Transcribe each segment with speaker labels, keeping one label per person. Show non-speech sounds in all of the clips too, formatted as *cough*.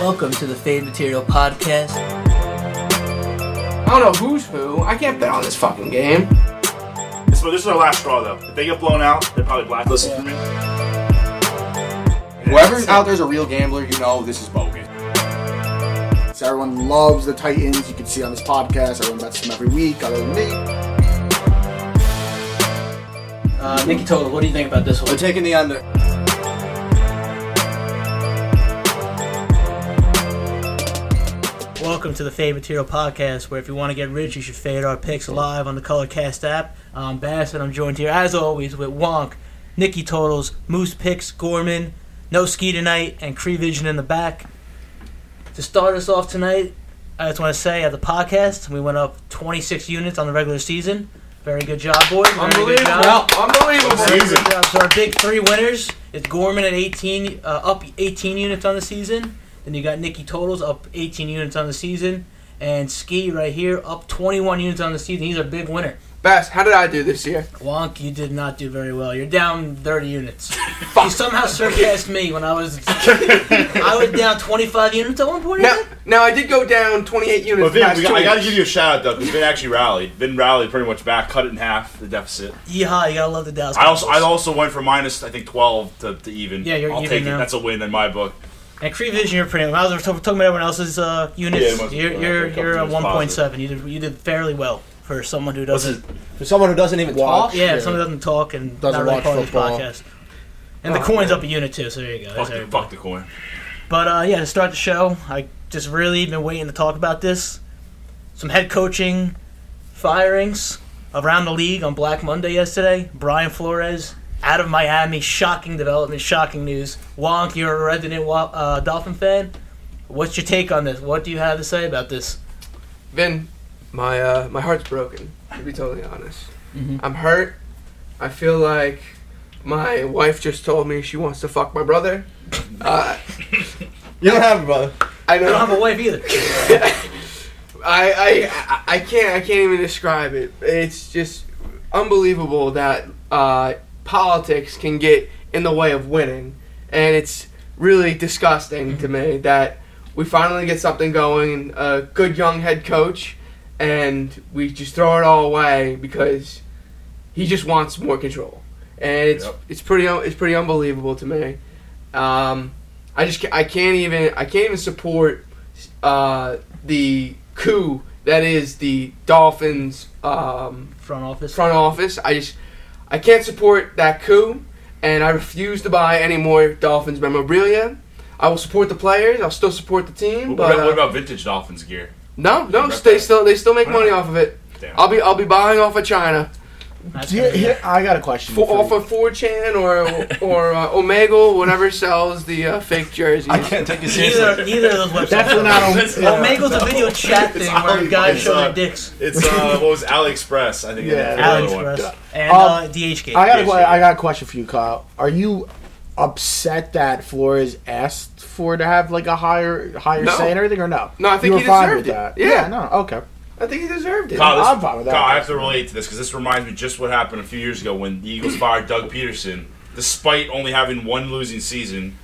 Speaker 1: Welcome to the Fade Material Podcast.
Speaker 2: I don't know who's who. I can't bet on this fucking game.
Speaker 3: This, this is our last straw, though. If they get blown out, they're probably blacklisted for me.
Speaker 2: Whoever's out there's a real gambler, you know this is bogus.
Speaker 4: So everyone loves the Titans. You can see on this podcast, everyone bets them every week, other than me.
Speaker 1: Uh, Nikki Tola, what do you think about this one?
Speaker 5: taking the under.
Speaker 1: Welcome to the Fade Material Podcast, where if you want to get rich, you should fade our picks live on the Colorcast app. I'm Bass, and I'm joined here, as always, with Wonk, Nikki Totals, Moose Picks, Gorman, No Ski Tonight, and Cree Vision in the back. To start us off tonight, I just want to say at the podcast, we went up 26 units on the regular season. Very good job, boys. Very good
Speaker 2: Unbelievable.
Speaker 1: job.
Speaker 2: Unbelievable.
Speaker 3: Season.
Speaker 1: Good job. So our big three winners is Gorman at 18, uh, up 18 units on the season. Then you got Nikki Totals up 18 units on the season, and Ski right here up 21 units on the season. He's a big winner.
Speaker 2: Best, how did I do this *laughs* year?
Speaker 1: Wonk, you did not do very well. You're down 30
Speaker 3: *laughs*
Speaker 1: units. you somehow surpassed me when I was *laughs* I was down 25 units at one point. I
Speaker 2: Now,
Speaker 1: think.
Speaker 2: now I did go down 28 units.
Speaker 3: But
Speaker 2: the
Speaker 3: Vin,
Speaker 2: past
Speaker 3: we got,
Speaker 2: two
Speaker 3: I got to
Speaker 2: weeks.
Speaker 3: give you a shout out though, because Vin actually rallied. Vin rallied pretty much back, cut it in half the deficit.
Speaker 1: Yeehaw! You gotta love the Dallas.
Speaker 3: I also I
Speaker 1: Cowboys.
Speaker 3: also went from minus I think twelve to, to even.
Speaker 1: Yeah, you're
Speaker 3: I'll
Speaker 1: even
Speaker 3: take
Speaker 1: now.
Speaker 3: it. That's a win in my book.
Speaker 1: And Cree Vision, you're pretty. When I was talking about everyone else's uh,
Speaker 3: Yeah, it
Speaker 1: units,
Speaker 3: must be
Speaker 1: you're
Speaker 3: going up
Speaker 1: you're,
Speaker 3: a couple
Speaker 1: you're at
Speaker 3: units
Speaker 1: 1.7. You did you did fairly well for someone who
Speaker 3: What's
Speaker 1: doesn't.
Speaker 3: his,
Speaker 5: For someone who doesn't even
Speaker 4: Watch.
Speaker 5: talk,
Speaker 1: Yeah,
Speaker 4: Yeah.
Speaker 1: someone doesn't talk and
Speaker 4: Doesn't
Speaker 1: not really
Speaker 4: watch
Speaker 1: part of this
Speaker 4: football. Oh,
Speaker 1: podcast. And the coin's up a unit too, so there you go.
Speaker 3: fuck,
Speaker 1: That's
Speaker 3: the,
Speaker 1: everybody.
Speaker 3: fuck the coin.
Speaker 1: But uh, yeah, to start the show, I just really been waiting to talk about this. Some head coaching firings around the league on Black Monday yesterday. Brian Flores out of Miami, shocking development, shocking news. Wonk, you're a resident Wa- uh, Dolphin fan. What's your take on this? What do you have to say about this?
Speaker 2: Vin, my uh, my heart's broken. To be totally honest,
Speaker 1: Mm-hmm.
Speaker 2: I'm hurt. I feel like my wife just told me she wants to fuck my brother. Uh,
Speaker 5: you don't have a brother.
Speaker 2: I
Speaker 1: I
Speaker 2: know.
Speaker 1: don't
Speaker 2: *laughs*
Speaker 1: have a wife either.
Speaker 2: I, I I can't I can't even describe it. It's just unbelievable that uh, politics can get in the way of winning, and it's really disgusting to me that we finally get something going, a good young head coach, and we just throw it all away because he just wants more control, and it's
Speaker 3: Yep.
Speaker 2: it's pretty un- it's pretty unbelievable to me. Um, I just ca- I can't even I can't even support uh, the coup that is the Dolphins um,
Speaker 1: Front office.
Speaker 2: front office. I just I can't support that coup, and I refuse to buy any more Dolphins memorabilia. I will support the players. I'll still support the team,
Speaker 3: What,
Speaker 2: but
Speaker 3: about, what
Speaker 2: uh,
Speaker 3: about vintage Dolphins gear?
Speaker 2: no, no,
Speaker 3: Right
Speaker 2: they
Speaker 3: back.
Speaker 2: still they still make
Speaker 3: Why not?
Speaker 2: money off of it.
Speaker 3: Damn.
Speaker 2: I'll be I'll be buying off of China,
Speaker 1: That's
Speaker 4: Here,
Speaker 1: gonna be-
Speaker 4: here, I got a question.
Speaker 2: for,
Speaker 4: for
Speaker 2: off
Speaker 4: you.
Speaker 2: of 4chan or or uh, Omegle, whatever sells the uh, fake jerseys.
Speaker 5: I can't take you
Speaker 1: *laughs*
Speaker 5: seriously.
Speaker 1: Neither, neither of those websites.
Speaker 2: *laughs*
Speaker 4: Definitely not on.
Speaker 3: That's-
Speaker 4: yeah.
Speaker 1: Omega's a video chat thing where
Speaker 3: It's
Speaker 1: guys
Speaker 3: obvious.
Speaker 1: show their dicks.
Speaker 3: it's uh, what was it? AliExpress? I think.
Speaker 4: Yeah.
Speaker 3: the
Speaker 1: Alex
Speaker 3: other one.
Speaker 1: Press and
Speaker 4: Um,
Speaker 1: uh, DHgate.
Speaker 4: I got a, que- I got a question for you, Kyle. Are you upset that Flores asked for to have like a higher higher
Speaker 2: No.
Speaker 4: say and everything, or no?
Speaker 2: No, I think
Speaker 4: you were
Speaker 2: he
Speaker 4: fine
Speaker 2: deserved
Speaker 4: with
Speaker 2: it.
Speaker 4: that.
Speaker 2: Yeah.
Speaker 4: no, okay.
Speaker 2: I think he deserved it.
Speaker 3: Kyle, this-
Speaker 4: I'm fine with that.
Speaker 3: Kyle, I have to relate to this because this reminds me just what happened a few years ago when the Eagles fired Doug Peterson, despite only having one losing season,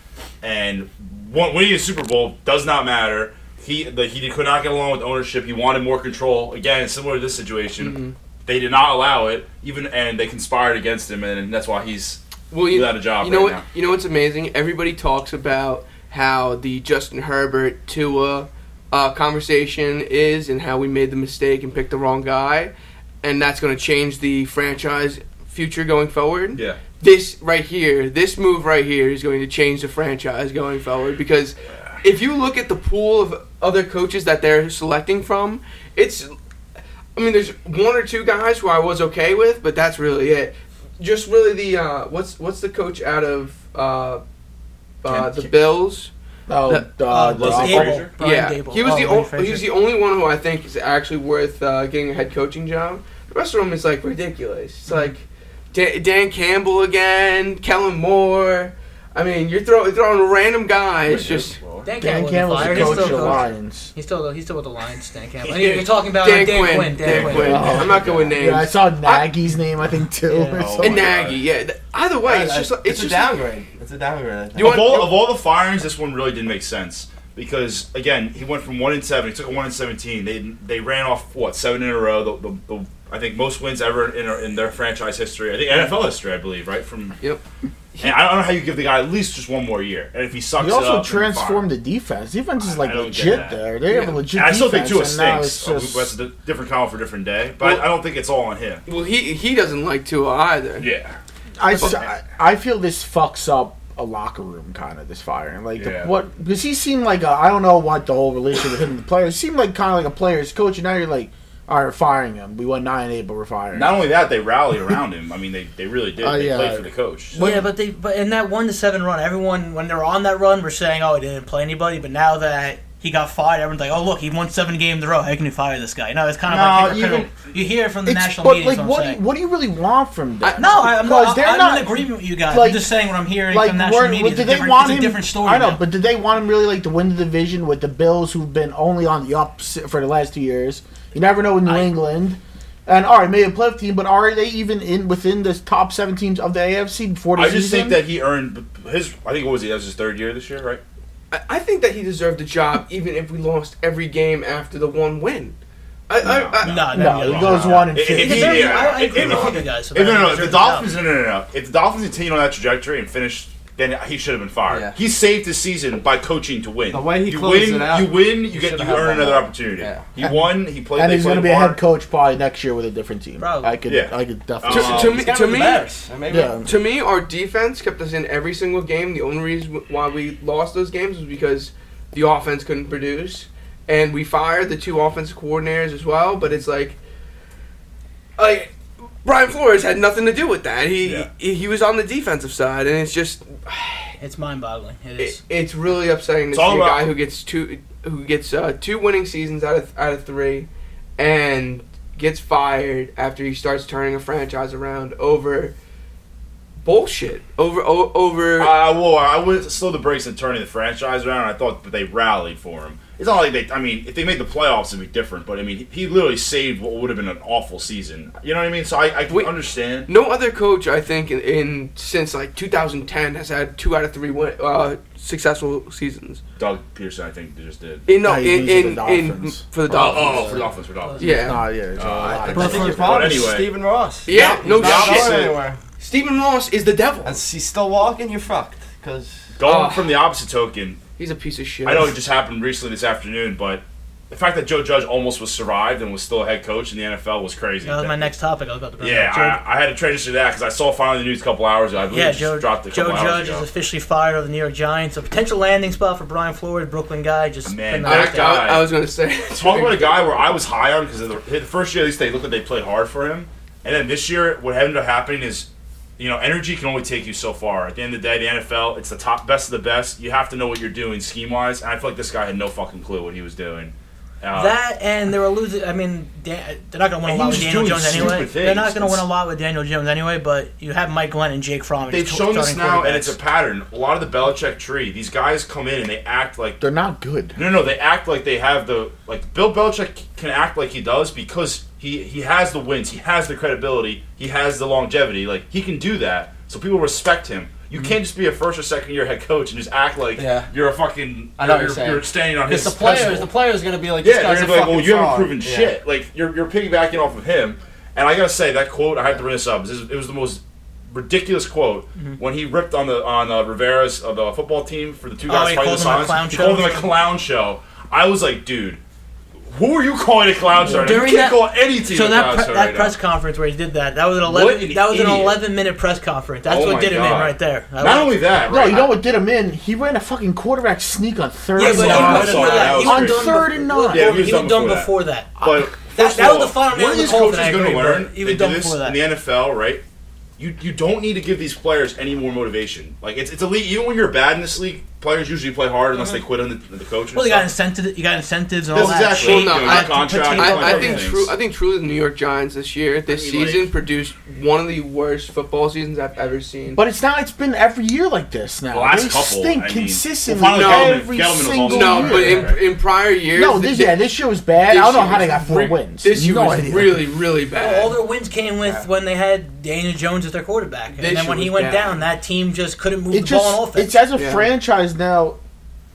Speaker 3: and one, winning a Super Bowl does not matter. He the, he could not get along with ownership. He wanted more control. Again, similar to this situation,
Speaker 4: Mm-hmm.
Speaker 3: they did not allow it. Even and they conspired against him, and that's why he's
Speaker 2: Well, you,
Speaker 3: without a job
Speaker 2: You know
Speaker 3: right
Speaker 2: what?
Speaker 3: now.
Speaker 2: You know what's amazing? Everybody talks about how the Justin Herbert Tua uh, conversation is, and how we made the mistake and picked the wrong guy, and that's going to change the franchise future going forward.
Speaker 3: yeah.
Speaker 2: This right here, this move right here, is going to change the franchise going forward because if you look at the pool of other coaches that they're selecting from, it's. I mean, there's one or two guys who I was okay with, but that's really it. Just really the uh, what's what's the coach out of uh, uh, the Bills?
Speaker 4: Oh,
Speaker 2: The-
Speaker 4: the,
Speaker 1: Uh,
Speaker 4: the,
Speaker 3: Leslie
Speaker 1: Dable,
Speaker 3: Frazier?
Speaker 1: Brian
Speaker 2: yeah,
Speaker 1: Dable.
Speaker 2: he was
Speaker 1: Oh,
Speaker 2: the
Speaker 1: Brian
Speaker 2: o- he
Speaker 1: Frazier.
Speaker 2: was the only one who I think is actually worth uh, getting a head coaching job. The rest of them is like ridiculous. It's like Dan, Dan Campbell again, Kellen Moore. I mean, you're throwing throwing random guys. Just
Speaker 3: Well,
Speaker 1: Dan
Speaker 4: Dan
Speaker 1: Campbell.
Speaker 4: Campbell's the
Speaker 1: He's still
Speaker 4: coach of
Speaker 1: the
Speaker 4: the
Speaker 1: coach.
Speaker 4: Lions.
Speaker 1: He's still he's still with the Lions. Dan Campbell. And you're talking about
Speaker 2: Dan,
Speaker 1: Uh, Dan,
Speaker 2: Quinn,
Speaker 1: Quinn. Dan, Quinn.
Speaker 2: I'm not going names.
Speaker 4: Yeah, I saw Nagy's name, I think, too.
Speaker 1: Yeah.
Speaker 4: *laughs* or
Speaker 3: Oh,
Speaker 4: something.
Speaker 2: and
Speaker 3: my
Speaker 2: Nagy. Yeah. th- Either way, it's just like- it's,
Speaker 5: Uh, a
Speaker 2: just
Speaker 5: downgrade. It's a downgrade. I think.
Speaker 2: You want-
Speaker 3: of all, of all the firings, this one really didn't make sense. because again he went from one and seven. He took a one and seventeen. They they ran off what seven in a row. The, the, the I think most wins ever in in their franchise history. I think NFL history, I believe, right from.
Speaker 2: Yep.
Speaker 3: And I don't know how you give the guy at least just one more year, and if he sucks,
Speaker 4: He
Speaker 3: it
Speaker 4: also
Speaker 3: up, then fine.
Speaker 4: transformed the defense. Defense is
Speaker 3: I-
Speaker 4: like
Speaker 3: I don't get
Speaker 4: legit
Speaker 3: that.
Speaker 4: there. They have a
Speaker 2: Yeah.
Speaker 4: legit
Speaker 3: And I
Speaker 4: defense.
Speaker 3: still think Tua
Speaker 4: and now
Speaker 3: stinks. Oh,
Speaker 4: it's
Speaker 3: That's
Speaker 4: just-
Speaker 3: a di- different column for different day, but
Speaker 2: Well-
Speaker 3: I don't think it's all on him.
Speaker 2: Well, he he doesn't like Tua either.
Speaker 3: Yeah.
Speaker 4: I, s- I- I feel this fucks up a locker room kind of this firing. Like
Speaker 3: Yeah.
Speaker 4: the, what because he seemed like I I don't know what the whole relationship with him and the players seemed like kind of like a player's coach, and now you're like, all right, firing him. We went nine and eight, but we're firing. him.
Speaker 3: Not only that, they rally around him. I mean, they, they really did.
Speaker 4: Uh,
Speaker 3: they
Speaker 4: yeah.
Speaker 3: played for the coach.
Speaker 1: yeah, but they but in that one to seven run, everyone when they're on that run, we're saying, oh, he didn't play anybody. But now that he got fired, everyone's like, oh, look, he won seven games in a row. How can you fire this guy? You know, it's kind of
Speaker 4: No,
Speaker 1: like hypocritical. you hear it from the
Speaker 4: It's-
Speaker 1: national
Speaker 4: but
Speaker 1: media.
Speaker 4: like,
Speaker 1: what
Speaker 4: what
Speaker 1: I'm
Speaker 4: do, you,
Speaker 1: saying.
Speaker 4: what do you really want from them?
Speaker 1: no, I, I'm,
Speaker 4: Because
Speaker 1: not,
Speaker 4: they're
Speaker 1: I'm
Speaker 4: not-
Speaker 1: in agreement with you guys.
Speaker 4: like-
Speaker 1: I'm just saying what I'm hearing
Speaker 4: like
Speaker 1: from national
Speaker 4: weren't-
Speaker 1: media.
Speaker 4: what-
Speaker 1: is
Speaker 4: did
Speaker 1: a
Speaker 4: they
Speaker 1: different-
Speaker 4: want
Speaker 1: it's
Speaker 4: him?
Speaker 1: a different story.
Speaker 4: I know,
Speaker 1: now.
Speaker 4: but did they want him really like to win the division with the Bills, who've been only on the ups for the last two years? You never know with New England. And all right, maybe a playoff team, but are they even in within the top seven teams of the AFC before the
Speaker 3: I
Speaker 4: season?
Speaker 3: just think that he earned his. I think what was he? That was his third year this year, right?
Speaker 2: I, I think that he deserved the job, even if we lost every game after the one win. I, I, I,
Speaker 1: no, that'd
Speaker 4: no,
Speaker 1: be
Speaker 4: it
Speaker 1: wrong.
Speaker 4: goes one and
Speaker 3: If-
Speaker 4: fifty.
Speaker 1: He
Speaker 3: if he-
Speaker 1: deserves-
Speaker 3: yeah,
Speaker 1: I, I
Speaker 3: if-
Speaker 1: agree
Speaker 3: if-
Speaker 1: with you guys.
Speaker 3: If, no, no, no.
Speaker 1: about
Speaker 3: If the
Speaker 1: he deserves job.
Speaker 3: Dolphins, no, no, no, no. If the Dolphins continue on that trajectory and finished, then he should have been fired.
Speaker 5: Yeah.
Speaker 3: He saved his season by coaching to win.
Speaker 5: The way he
Speaker 3: you
Speaker 5: closed
Speaker 3: win,
Speaker 5: it out,
Speaker 3: you win, you get,
Speaker 5: should've
Speaker 3: you
Speaker 5: had
Speaker 3: earn
Speaker 5: one
Speaker 3: another
Speaker 5: more.
Speaker 3: opportunity.
Speaker 5: Yeah.
Speaker 3: He won. He played.
Speaker 4: and
Speaker 3: they
Speaker 4: he's going to
Speaker 3: played
Speaker 4: be a
Speaker 3: hard.
Speaker 4: head coach probably next year with a different team.
Speaker 1: Probably.
Speaker 4: I could,
Speaker 3: Yeah.
Speaker 4: I could definitely.
Speaker 2: To-
Speaker 3: Uh,
Speaker 2: to me,
Speaker 5: It's
Speaker 2: to
Speaker 5: gotta be
Speaker 2: me,
Speaker 5: the Bears. I mean,
Speaker 4: yeah.
Speaker 2: to me, our defense kept us in every single game. The only reason w- why we lost those games was because the offense couldn't produce, and we fired the two offensive coordinators as well. But it's like, like Brian Flores had nothing to do with that. He
Speaker 3: Yeah.
Speaker 2: he, he was on the defensive side, and it's just
Speaker 1: It's mind-boggling. It is.
Speaker 2: it, it's really upsetting to
Speaker 3: It's
Speaker 2: see
Speaker 3: all
Speaker 2: a
Speaker 3: about-
Speaker 2: guy who gets two who gets uh, two winning seasons out of out of three, and gets fired after he starts turning a franchise around over bullshit over o- over.
Speaker 3: Uh, well, I would slow the brakes and turning the franchise around. I thought, but they rallied for him. It's not like they. I mean, if they made the playoffs, it'd be different. But I mean, he, he literally saved what would have been an awful season. You know what I mean? So I, I can
Speaker 2: Wait.
Speaker 3: understand.
Speaker 2: no other coach, I think, in, in since like 2010 has had two out of three win, uh, successful seasons.
Speaker 3: Doug Peterson, I think, just did.
Speaker 2: In, no,
Speaker 4: No, he
Speaker 2: in,
Speaker 4: loses
Speaker 2: in,
Speaker 4: the
Speaker 2: in
Speaker 4: Dolphins.
Speaker 2: for the
Speaker 3: Oh,
Speaker 2: Dolphins.
Speaker 3: oh, for the offense, for the offense.
Speaker 2: Yeah,
Speaker 4: Nah, yeah, it's a
Speaker 3: Uh,
Speaker 4: lot.
Speaker 3: I-
Speaker 5: But
Speaker 3: But
Speaker 5: for the
Speaker 3: anyway.
Speaker 5: problem is Stephen Ross.
Speaker 2: Yeah,
Speaker 5: He's
Speaker 2: no
Speaker 5: not
Speaker 3: shit.
Speaker 5: going anywhere.
Speaker 2: Stephen Ross is the devil.
Speaker 5: And he's still walking. You're fucked. Because
Speaker 3: Going
Speaker 2: Ah.
Speaker 3: from the opposite token,
Speaker 2: He's a piece of shit.
Speaker 3: I know it just happened recently this afternoon, but the fact that Joe Judge almost was survived and was still a head coach in the NFL was crazy.
Speaker 1: That was my next topic. I was about to bring
Speaker 3: yeah,
Speaker 1: up. Joe-
Speaker 3: I, I had to transition to that because I saw finally the news a couple hours ago. I believe
Speaker 1: Yeah,
Speaker 3: it just
Speaker 1: Joe,
Speaker 3: dropped a
Speaker 1: Joe
Speaker 3: couple hours
Speaker 1: Judge
Speaker 3: ago.
Speaker 1: is officially fired of the New York Giants. A potential landing spot for Brian Flores, Brooklyn guy. Just
Speaker 3: Man,
Speaker 1: been
Speaker 2: I,
Speaker 3: that
Speaker 1: announced
Speaker 3: guy-
Speaker 1: that.
Speaker 2: I, I was gonna say.
Speaker 3: Talk about a guy where I was high on because the, the first year at least they looked like they played hard for him, and then this year what ended up happening is, you know, energy can only take you so far. At the end of the day, the NFL it's the top best of the best. You have to know what you're doing scheme wise, and I feel like this guy had no fucking clue what he was doing. Uh,
Speaker 1: That and they were losing. I mean, Dan, they're not going to win a
Speaker 3: And
Speaker 1: lot with
Speaker 3: he was
Speaker 1: Daniel
Speaker 3: doing
Speaker 1: Jones
Speaker 3: stupid
Speaker 1: anyway. They're
Speaker 3: things.
Speaker 1: not going to win a
Speaker 3: It's-
Speaker 1: lot with Daniel Jones anyway. But you have Mike Glenn and Jake Fromm.
Speaker 3: They've
Speaker 1: just
Speaker 3: shown this
Speaker 1: starting
Speaker 3: now, and
Speaker 1: quarterbacks.
Speaker 3: it's a pattern. A lot of the Belichick tree, these guys come in and they act like
Speaker 4: They're not good.
Speaker 3: no, no, they act like they have the like. Bill Belichick can act like he does because he he has the wins, he has the credibility, he has the longevity. Like he can do that, so people respect him. You can't just be a first or second year head coach and just act like
Speaker 5: Mm-hmm. Yeah.
Speaker 3: you're a fucking.
Speaker 5: I know what
Speaker 3: you're,
Speaker 5: you're saying.
Speaker 3: you're standing on his.
Speaker 5: it's the players.
Speaker 3: pedestal.
Speaker 5: The players gonna be like, this
Speaker 3: Yeah, they're
Speaker 5: guy's
Speaker 3: gonna
Speaker 5: a
Speaker 3: be like,
Speaker 5: fucking
Speaker 3: well, you haven't
Speaker 5: fraud."
Speaker 3: proven
Speaker 5: Yeah.
Speaker 3: shit. Like you're you're piggybacking off of him. And I gotta say that quote, I have to bring this up. This is, it was the most ridiculous quote
Speaker 1: Mm-hmm.
Speaker 3: when he ripped on the on uh, Rivera's uh, the football team for the two
Speaker 1: Oh,
Speaker 3: guys
Speaker 1: he
Speaker 3: fighting the
Speaker 1: called them a
Speaker 3: silence.
Speaker 1: clown
Speaker 3: he
Speaker 1: show?
Speaker 3: called them a clown show. I was like, dude. Who are you calling a clown show? You
Speaker 1: During that-
Speaker 3: can't call any team
Speaker 1: So
Speaker 3: a
Speaker 1: that
Speaker 3: clown
Speaker 1: pre-
Speaker 3: show
Speaker 1: that
Speaker 3: right
Speaker 1: press
Speaker 3: now.
Speaker 1: conference where he did that, that was an
Speaker 3: What
Speaker 1: eleven.
Speaker 3: an
Speaker 1: that was an
Speaker 3: idiot.
Speaker 1: eleven minute press conference. That's
Speaker 3: Oh
Speaker 1: what
Speaker 3: my
Speaker 1: did him in
Speaker 3: God.
Speaker 1: right there. I
Speaker 3: Not
Speaker 1: like-
Speaker 3: only that,
Speaker 4: No,
Speaker 3: right?
Speaker 4: you know what did him in? He ran a fucking quarterback sneak on third.
Speaker 1: yeah,
Speaker 4: and
Speaker 1: but
Speaker 3: saw
Speaker 4: nine.
Speaker 1: even
Speaker 3: that. I
Speaker 1: before
Speaker 3: saw
Speaker 1: that,
Speaker 3: that. That
Speaker 1: he
Speaker 3: was
Speaker 1: was
Speaker 3: crazy.
Speaker 1: done
Speaker 4: Third and nine.
Speaker 3: Yeah, he was
Speaker 1: he
Speaker 3: done
Speaker 1: was done
Speaker 3: before that.
Speaker 1: before that.
Speaker 3: But
Speaker 1: That,
Speaker 3: first
Speaker 1: that
Speaker 3: of
Speaker 1: was the final
Speaker 3: all, What
Speaker 1: nail
Speaker 3: are
Speaker 1: in the
Speaker 3: these
Speaker 1: coffin. I
Speaker 3: coaches going
Speaker 1: agree,
Speaker 3: to learn?
Speaker 1: but he
Speaker 3: They
Speaker 1: was
Speaker 3: do
Speaker 1: done
Speaker 3: this
Speaker 1: before that.
Speaker 3: in the NFL, right? You you don't need to give these players any more motivation. Like it's it's a league. Even when you're bad in this league, players usually play hard unless they quit on the, the coach. and
Speaker 1: Well, you got
Speaker 3: stuff.
Speaker 1: incentives. You got incentives and all
Speaker 3: That's
Speaker 1: that.
Speaker 3: exactly.
Speaker 2: Well, no,
Speaker 3: you know,
Speaker 2: I-
Speaker 3: your contract,
Speaker 1: I-
Speaker 3: a bunch
Speaker 2: I, I
Speaker 3: of
Speaker 2: think
Speaker 3: things.
Speaker 2: true. I think truly the New York Giants this year, this
Speaker 3: I mean, like-
Speaker 2: season produced one of the worst football seasons I've ever seen.
Speaker 4: But it's not. It's been every year like this now.
Speaker 3: The last
Speaker 4: they
Speaker 3: couple,
Speaker 4: stink
Speaker 3: I mean-
Speaker 4: consistently
Speaker 3: Well, finally,
Speaker 4: every
Speaker 3: Gettleman- Gettleman was
Speaker 4: single
Speaker 3: also-
Speaker 2: no,
Speaker 4: year.
Speaker 2: but in,
Speaker 3: Right.
Speaker 2: in prior years,
Speaker 4: no, this
Speaker 2: th-
Speaker 4: yeah, this year was bad.
Speaker 2: this
Speaker 4: I don't know
Speaker 2: year
Speaker 4: how they
Speaker 2: was
Speaker 4: got four
Speaker 2: re-
Speaker 4: wins.
Speaker 2: This year
Speaker 4: no
Speaker 2: was
Speaker 4: idea.
Speaker 2: really, really
Speaker 1: Well,
Speaker 2: bad.
Speaker 1: all their wins came with when they had Daniel Jones as their quarterback, and
Speaker 2: This
Speaker 1: then when
Speaker 2: year
Speaker 1: he
Speaker 2: was
Speaker 1: went
Speaker 2: bad.
Speaker 1: down, that team just couldn't move
Speaker 4: It
Speaker 1: the ball on
Speaker 4: just.
Speaker 1: offense.
Speaker 4: It's as a
Speaker 2: Yeah.
Speaker 4: franchise now.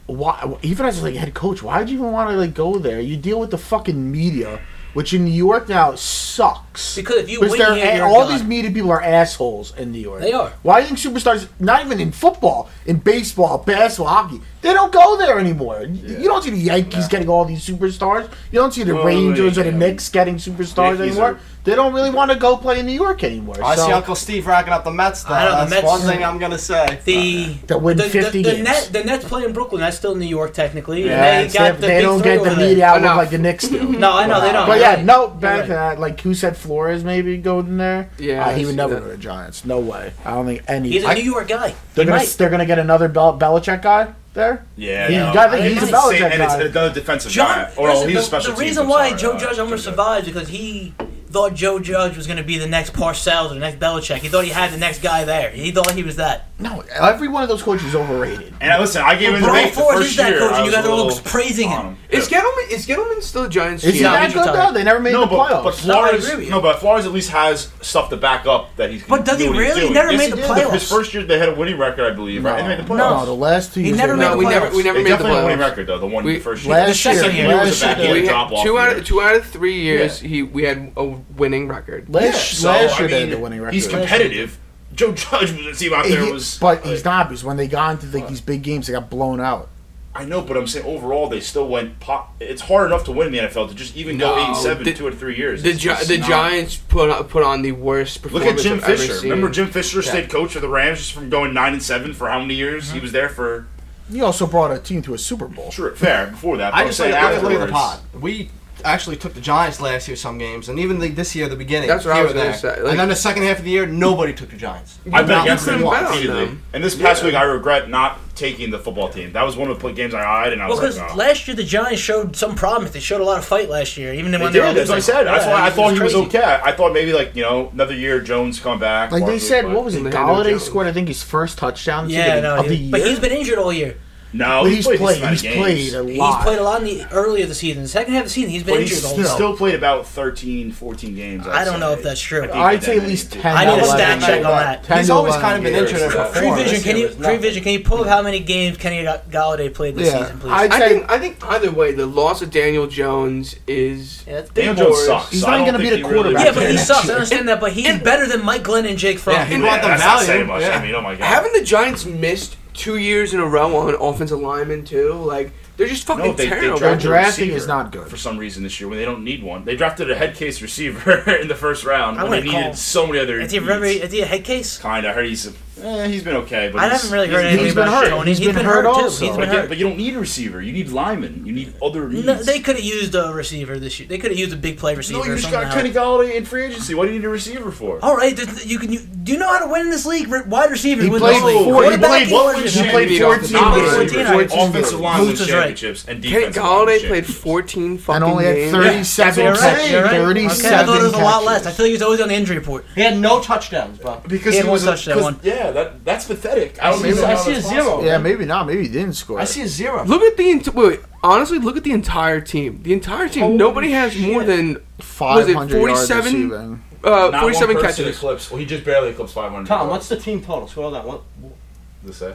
Speaker 4: why even as like head coach, why would you even want to like go there? You deal with the fucking media, which in New York now sucks.
Speaker 1: Because if you win
Speaker 4: they're
Speaker 1: here,
Speaker 4: a-
Speaker 1: you're
Speaker 4: all
Speaker 1: gone.
Speaker 4: these media people are assholes in New York.
Speaker 1: They are.
Speaker 4: Why do you think superstars, not even in football, in baseball, basketball, hockey, they don't go there anymore? Y- You don't see the Yankees getting all these superstars. You don't see the
Speaker 3: Well,
Speaker 4: Rangers or the
Speaker 3: yeah.
Speaker 4: Knicks getting superstars
Speaker 3: Yankees
Speaker 4: anymore.
Speaker 3: are-
Speaker 4: They don't really want to go play in New York anymore.
Speaker 5: I
Speaker 4: so
Speaker 5: see Uncle Steve racking up the Mets. Though.
Speaker 1: I know, the
Speaker 5: That's
Speaker 1: Mets-
Speaker 5: one thing I'm gonna say.
Speaker 1: The
Speaker 4: That win
Speaker 1: the, the,
Speaker 4: 50
Speaker 1: the,
Speaker 4: games.
Speaker 1: Net, the Nets play in Brooklyn. That's still New York technically.
Speaker 4: yeah,
Speaker 1: and they got
Speaker 4: they,
Speaker 1: the
Speaker 4: they
Speaker 1: big
Speaker 4: don't
Speaker 1: three
Speaker 4: get the
Speaker 1: over there.
Speaker 4: media outlet
Speaker 2: Enough.
Speaker 4: like the Knicks do.
Speaker 1: *laughs* No, I know they don't.
Speaker 4: But
Speaker 1: You're
Speaker 4: yeah,
Speaker 1: right.
Speaker 4: no,
Speaker 1: You're
Speaker 4: back
Speaker 1: right.
Speaker 4: to that. Like, who said Flores maybe going there?
Speaker 2: Yeah,
Speaker 4: Uh, he
Speaker 2: I
Speaker 4: would
Speaker 2: see
Speaker 4: never
Speaker 2: that.
Speaker 4: go to the Giants. No way. I don't think any.
Speaker 1: He's a
Speaker 4: I-
Speaker 1: New York guy. He
Speaker 4: they're gonna
Speaker 1: might.
Speaker 4: they're gonna get another Bel- Belichick guy there.
Speaker 3: Yeah,
Speaker 4: He's
Speaker 3: no,
Speaker 4: got the-
Speaker 3: I think
Speaker 1: he's
Speaker 3: it's
Speaker 1: a
Speaker 3: the
Speaker 4: Belichick
Speaker 3: same- and
Speaker 4: guy.
Speaker 3: it's another defensive
Speaker 1: John,
Speaker 3: guy. Or no,
Speaker 1: listen,
Speaker 3: he's
Speaker 1: the,
Speaker 3: a
Speaker 1: the
Speaker 3: special teams,
Speaker 1: reason
Speaker 3: I'm
Speaker 1: why
Speaker 3: sorry.
Speaker 1: Joe
Speaker 3: Uh,
Speaker 1: Judge almost
Speaker 3: Joe
Speaker 1: survived because he thought Joe Judge was going to be the next Parcells or the next Belichick. He thought he had the next guy there. He thought he was that.
Speaker 4: No, every one of those coaches is overrated.
Speaker 3: And I- listen, I gave him the
Speaker 1: Brian
Speaker 3: debate the
Speaker 1: Flores is
Speaker 3: first
Speaker 1: that
Speaker 3: year.
Speaker 1: coach,
Speaker 3: I
Speaker 1: and you
Speaker 3: was
Speaker 1: guys
Speaker 3: a
Speaker 1: are all
Speaker 3: little
Speaker 1: praising him.
Speaker 3: on
Speaker 2: Is
Speaker 3: Yeah.
Speaker 2: Gettleman is Gettleman still Giants?
Speaker 4: Is he
Speaker 1: Yeah,
Speaker 4: that
Speaker 1: he's
Speaker 4: good
Speaker 1: retired.
Speaker 4: though? They never made
Speaker 3: No,
Speaker 4: the
Speaker 3: but, but
Speaker 4: playoffs.
Speaker 1: No, I
Speaker 3: Flores,
Speaker 1: agree with you.
Speaker 3: no, but Flores at least has stuff to back up that he's.
Speaker 1: But does he
Speaker 3: doing what he's
Speaker 1: really? He
Speaker 3: doing.
Speaker 1: never
Speaker 3: Yes,
Speaker 1: made the
Speaker 3: he did.
Speaker 1: playoffs.
Speaker 3: His first year, they had a winning record, I believe. Right? They made the
Speaker 4: no,
Speaker 3: playoffs.
Speaker 4: the last two
Speaker 1: He
Speaker 4: years
Speaker 1: never
Speaker 4: they
Speaker 1: made
Speaker 2: No,
Speaker 1: the
Speaker 2: we
Speaker 1: playoffs.
Speaker 2: never we never made
Speaker 3: They
Speaker 2: the
Speaker 3: definitely had a winning
Speaker 2: playoffs.
Speaker 3: record though. The one
Speaker 2: We-
Speaker 3: the first year.
Speaker 4: Last
Speaker 1: The second
Speaker 4: year,
Speaker 1: year
Speaker 3: was
Speaker 4: last
Speaker 3: a backhand
Speaker 4: year,
Speaker 2: We
Speaker 3: Yeah,
Speaker 4: they-
Speaker 3: drop
Speaker 2: had,
Speaker 3: off
Speaker 2: two out
Speaker 3: year.
Speaker 2: of two out of three years he we had a winning record.
Speaker 4: last,
Speaker 3: So,
Speaker 4: last
Speaker 3: I
Speaker 4: year they had
Speaker 3: mean,
Speaker 4: the winning record.
Speaker 3: He's competitive. Joe Judge was a team out there
Speaker 4: He-
Speaker 3: was. uh,
Speaker 4: but he's not because when they got into like, these big games, they got blown out.
Speaker 3: I know, but I'm saying overall they still went. Pop, it's hard enough to win in the NFL to just even go
Speaker 2: No,
Speaker 3: eight and seven
Speaker 2: the-
Speaker 3: two or three years.
Speaker 2: The
Speaker 3: It's
Speaker 2: Gi-
Speaker 3: just
Speaker 2: the
Speaker 3: not-
Speaker 2: Giants put on, put on the worst
Speaker 3: Look
Speaker 2: performance
Speaker 3: at Jim
Speaker 2: I've ever
Speaker 3: Fisher.
Speaker 2: seen.
Speaker 3: Remember Jim Fisher stayed coach of the Rams just from going nine and seven for how many years?
Speaker 2: Mm-hmm.
Speaker 3: He was there for
Speaker 4: He also brought a team to a Super Bowl.
Speaker 3: sure, fair before that. but
Speaker 5: I
Speaker 3: I'm
Speaker 5: just
Speaker 3: saying
Speaker 5: like look at- look at the
Speaker 3: afterwards-
Speaker 5: pod. We actually took the Giants last year some games, and even the, this year the beginning.
Speaker 2: That's what I
Speaker 5: here
Speaker 2: was
Speaker 5: or
Speaker 2: gonna
Speaker 5: there.
Speaker 2: say, like-
Speaker 5: and then the second half of the year, nobody took the Giants.
Speaker 3: I
Speaker 5: Not
Speaker 3: bet against
Speaker 5: even
Speaker 3: them
Speaker 2: couldn't bet on
Speaker 5: once.
Speaker 3: repeatedly.
Speaker 2: them.
Speaker 3: And this past week, I regret not taking the football team. That was one of the games I eyed, and I
Speaker 1: Well,
Speaker 3: was
Speaker 1: because
Speaker 3: like, oh.
Speaker 1: last year the Giants showed some problems. They showed a lot of fight last year, even
Speaker 3: They
Speaker 1: when
Speaker 3: did,
Speaker 1: they were
Speaker 3: that's what I
Speaker 1: losing.
Speaker 3: said. That's
Speaker 1: Yeah,
Speaker 3: why I
Speaker 1: it
Speaker 3: thought he was
Speaker 1: crazy.
Speaker 3: okay. I thought maybe like you know another year Jones come back.
Speaker 4: Like they
Speaker 3: Barkley,
Speaker 4: said,
Speaker 3: but-
Speaker 4: what was it?
Speaker 2: Orlando
Speaker 4: Galladay
Speaker 2: Jones.
Speaker 4: scored, I think, his first touchdown
Speaker 1: Yeah,
Speaker 4: ticket
Speaker 1: no,
Speaker 4: of the
Speaker 1: he-
Speaker 4: year.
Speaker 1: but he's been injured all year.
Speaker 3: No,
Speaker 4: But
Speaker 3: Oh, he
Speaker 4: he's
Speaker 3: played.
Speaker 4: played.
Speaker 3: He's
Speaker 4: He's played a lot.
Speaker 1: He's played a lot in the early of the season. The second half of the season, he's been
Speaker 3: But he
Speaker 1: injured the whole
Speaker 3: still,
Speaker 1: time.
Speaker 3: still played about 13, 14 games.
Speaker 1: I don't know
Speaker 3: say.
Speaker 1: if that's true.
Speaker 3: I think
Speaker 4: I'd
Speaker 3: that
Speaker 4: say at
Speaker 3: many
Speaker 4: least
Speaker 3: did.
Speaker 4: ten.
Speaker 1: I need a
Speaker 4: 11.
Speaker 1: stat check on that.
Speaker 4: Ten
Speaker 5: He's
Speaker 4: to
Speaker 5: always
Speaker 4: 11
Speaker 5: kind of been
Speaker 3: years.
Speaker 5: injured. *laughs* and
Speaker 3: Yeah.
Speaker 5: performed.
Speaker 1: Prevision,
Speaker 5: This
Speaker 1: can
Speaker 5: year
Speaker 1: you
Speaker 5: was nothing.
Speaker 1: prevision? Can you pull up how many games Kenny Ga- Galladay played this
Speaker 4: Yeah.
Speaker 1: season, please?
Speaker 4: I'd
Speaker 2: I
Speaker 4: say
Speaker 2: think I think either way the loss of Daniel Jones is
Speaker 1: yeah, that's big.
Speaker 3: Daniel Jones
Speaker 2: Boris.
Speaker 3: sucks.
Speaker 4: He's
Speaker 3: so
Speaker 4: not
Speaker 3: I don't
Speaker 4: even gonna
Speaker 3: think
Speaker 4: be
Speaker 3: he
Speaker 4: the
Speaker 3: really-
Speaker 4: quarterback.
Speaker 1: yeah, but he
Speaker 3: *laughs*
Speaker 4: Yeah.
Speaker 1: *laughs* sucks. I understand that, but he's
Speaker 2: And-
Speaker 1: better than Mike Glenn and Jake Fromm.
Speaker 5: Yeah, he-
Speaker 3: Yeah,
Speaker 5: want the
Speaker 3: that's not
Speaker 5: value.
Speaker 3: saying much.
Speaker 5: Yeah.
Speaker 3: I mean, oh my god.
Speaker 2: having the Giants missed two years in a row on offensive linemen too. Like they're just fucking
Speaker 3: no, they, they
Speaker 2: terrible.
Speaker 3: drafted a
Speaker 4: drafting
Speaker 3: receiver
Speaker 4: is not good.
Speaker 3: for some reason this year when they don't need one. They drafted a head case receiver *laughs* in the first round
Speaker 1: I
Speaker 3: when they
Speaker 1: wouldn't call-
Speaker 3: needed so many other.
Speaker 1: Is he, remember,
Speaker 3: needs.
Speaker 1: is he a head case?
Speaker 3: Kind of. I heard he's eh, he's been okay, but
Speaker 1: I
Speaker 3: he's-
Speaker 1: haven't really
Speaker 3: he's-
Speaker 1: heard anything
Speaker 4: he's been
Speaker 1: about
Speaker 4: hurt.
Speaker 1: Stoney.
Speaker 4: He's
Speaker 1: he's
Speaker 4: been
Speaker 1: been
Speaker 4: hurt
Speaker 1: hurt too.
Speaker 4: also.
Speaker 1: He's
Speaker 3: But
Speaker 1: been
Speaker 3: again,
Speaker 1: hurt.
Speaker 3: but you don't need a receiver. You need linemen. You need other needs.
Speaker 1: No, they could have used a receiver this year. They could have used a big play receiver.
Speaker 3: no, you
Speaker 1: or
Speaker 3: just
Speaker 1: something
Speaker 3: got
Speaker 1: to help.
Speaker 3: Kenny Galladay in free agency. What do you need a receiver for?
Speaker 1: All right, th- you can. You, do you know how to win in this league? Re- Wide receiver.
Speaker 4: He
Speaker 1: wins
Speaker 4: played
Speaker 1: this league.
Speaker 4: four- he
Speaker 1: Oh, Quarterback
Speaker 4: played
Speaker 1: and
Speaker 4: one-
Speaker 1: wide
Speaker 4: he
Speaker 1: receiver.
Speaker 4: played
Speaker 2: Beat off the
Speaker 4: 14
Speaker 2: top
Speaker 1: receivers.
Speaker 2: receivers.
Speaker 1: Fourteen, I think.
Speaker 3: offensive line wins
Speaker 1: Moose is right.
Speaker 3: championships and
Speaker 2: Kenny
Speaker 3: defensive
Speaker 2: Galladay
Speaker 3: line wins
Speaker 2: played
Speaker 3: championships.
Speaker 2: 14 fucking
Speaker 4: and only had
Speaker 2: games.
Speaker 1: That's what
Speaker 4: 37
Speaker 1: you're right.
Speaker 4: catches.
Speaker 1: You're right. Okay, I
Speaker 4: 37
Speaker 1: thought it was a lot
Speaker 4: catches.
Speaker 1: less. I feel like he was always on the injury report.
Speaker 5: He had no touchdowns, bro.
Speaker 3: because
Speaker 1: He had one
Speaker 3: a-
Speaker 1: touchdown,
Speaker 3: 'cause-
Speaker 1: one.
Speaker 3: Yeah, that that's pathetic. I don't
Speaker 5: see-
Speaker 3: even know
Speaker 5: I
Speaker 3: how
Speaker 5: see
Speaker 3: that's
Speaker 5: a zero.
Speaker 3: possible.
Speaker 4: Yeah, maybe not. Maybe he didn't score.
Speaker 5: I see a zero.
Speaker 2: Look at the ent- wait, wait, honestly, look at the entire team. The entire team.
Speaker 5: Holy
Speaker 2: nobody has more
Speaker 5: shit.
Speaker 2: than was
Speaker 4: 500
Speaker 2: it
Speaker 4: yards
Speaker 2: 47?
Speaker 4: receiving.
Speaker 2: uh,
Speaker 3: Not
Speaker 2: 47
Speaker 3: one person
Speaker 2: catches.
Speaker 3: Eclipsed. Well, he just barely eclipsed 500.
Speaker 5: Tom, what's the team total? Scroll down. What?
Speaker 3: Let's say.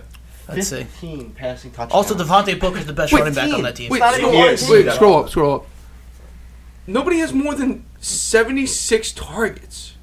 Speaker 1: Let's see.
Speaker 5: 15 passing touchdowns.
Speaker 1: Also, Devontae Booker's the best
Speaker 2: Wait,
Speaker 1: running back on
Speaker 5: team.
Speaker 1: that team.
Speaker 2: Wait,
Speaker 5: not even
Speaker 2: scroll,
Speaker 3: one
Speaker 2: wait,
Speaker 3: team.
Speaker 2: wait, scroll up, scroll up. Nobody has more than 76 targets.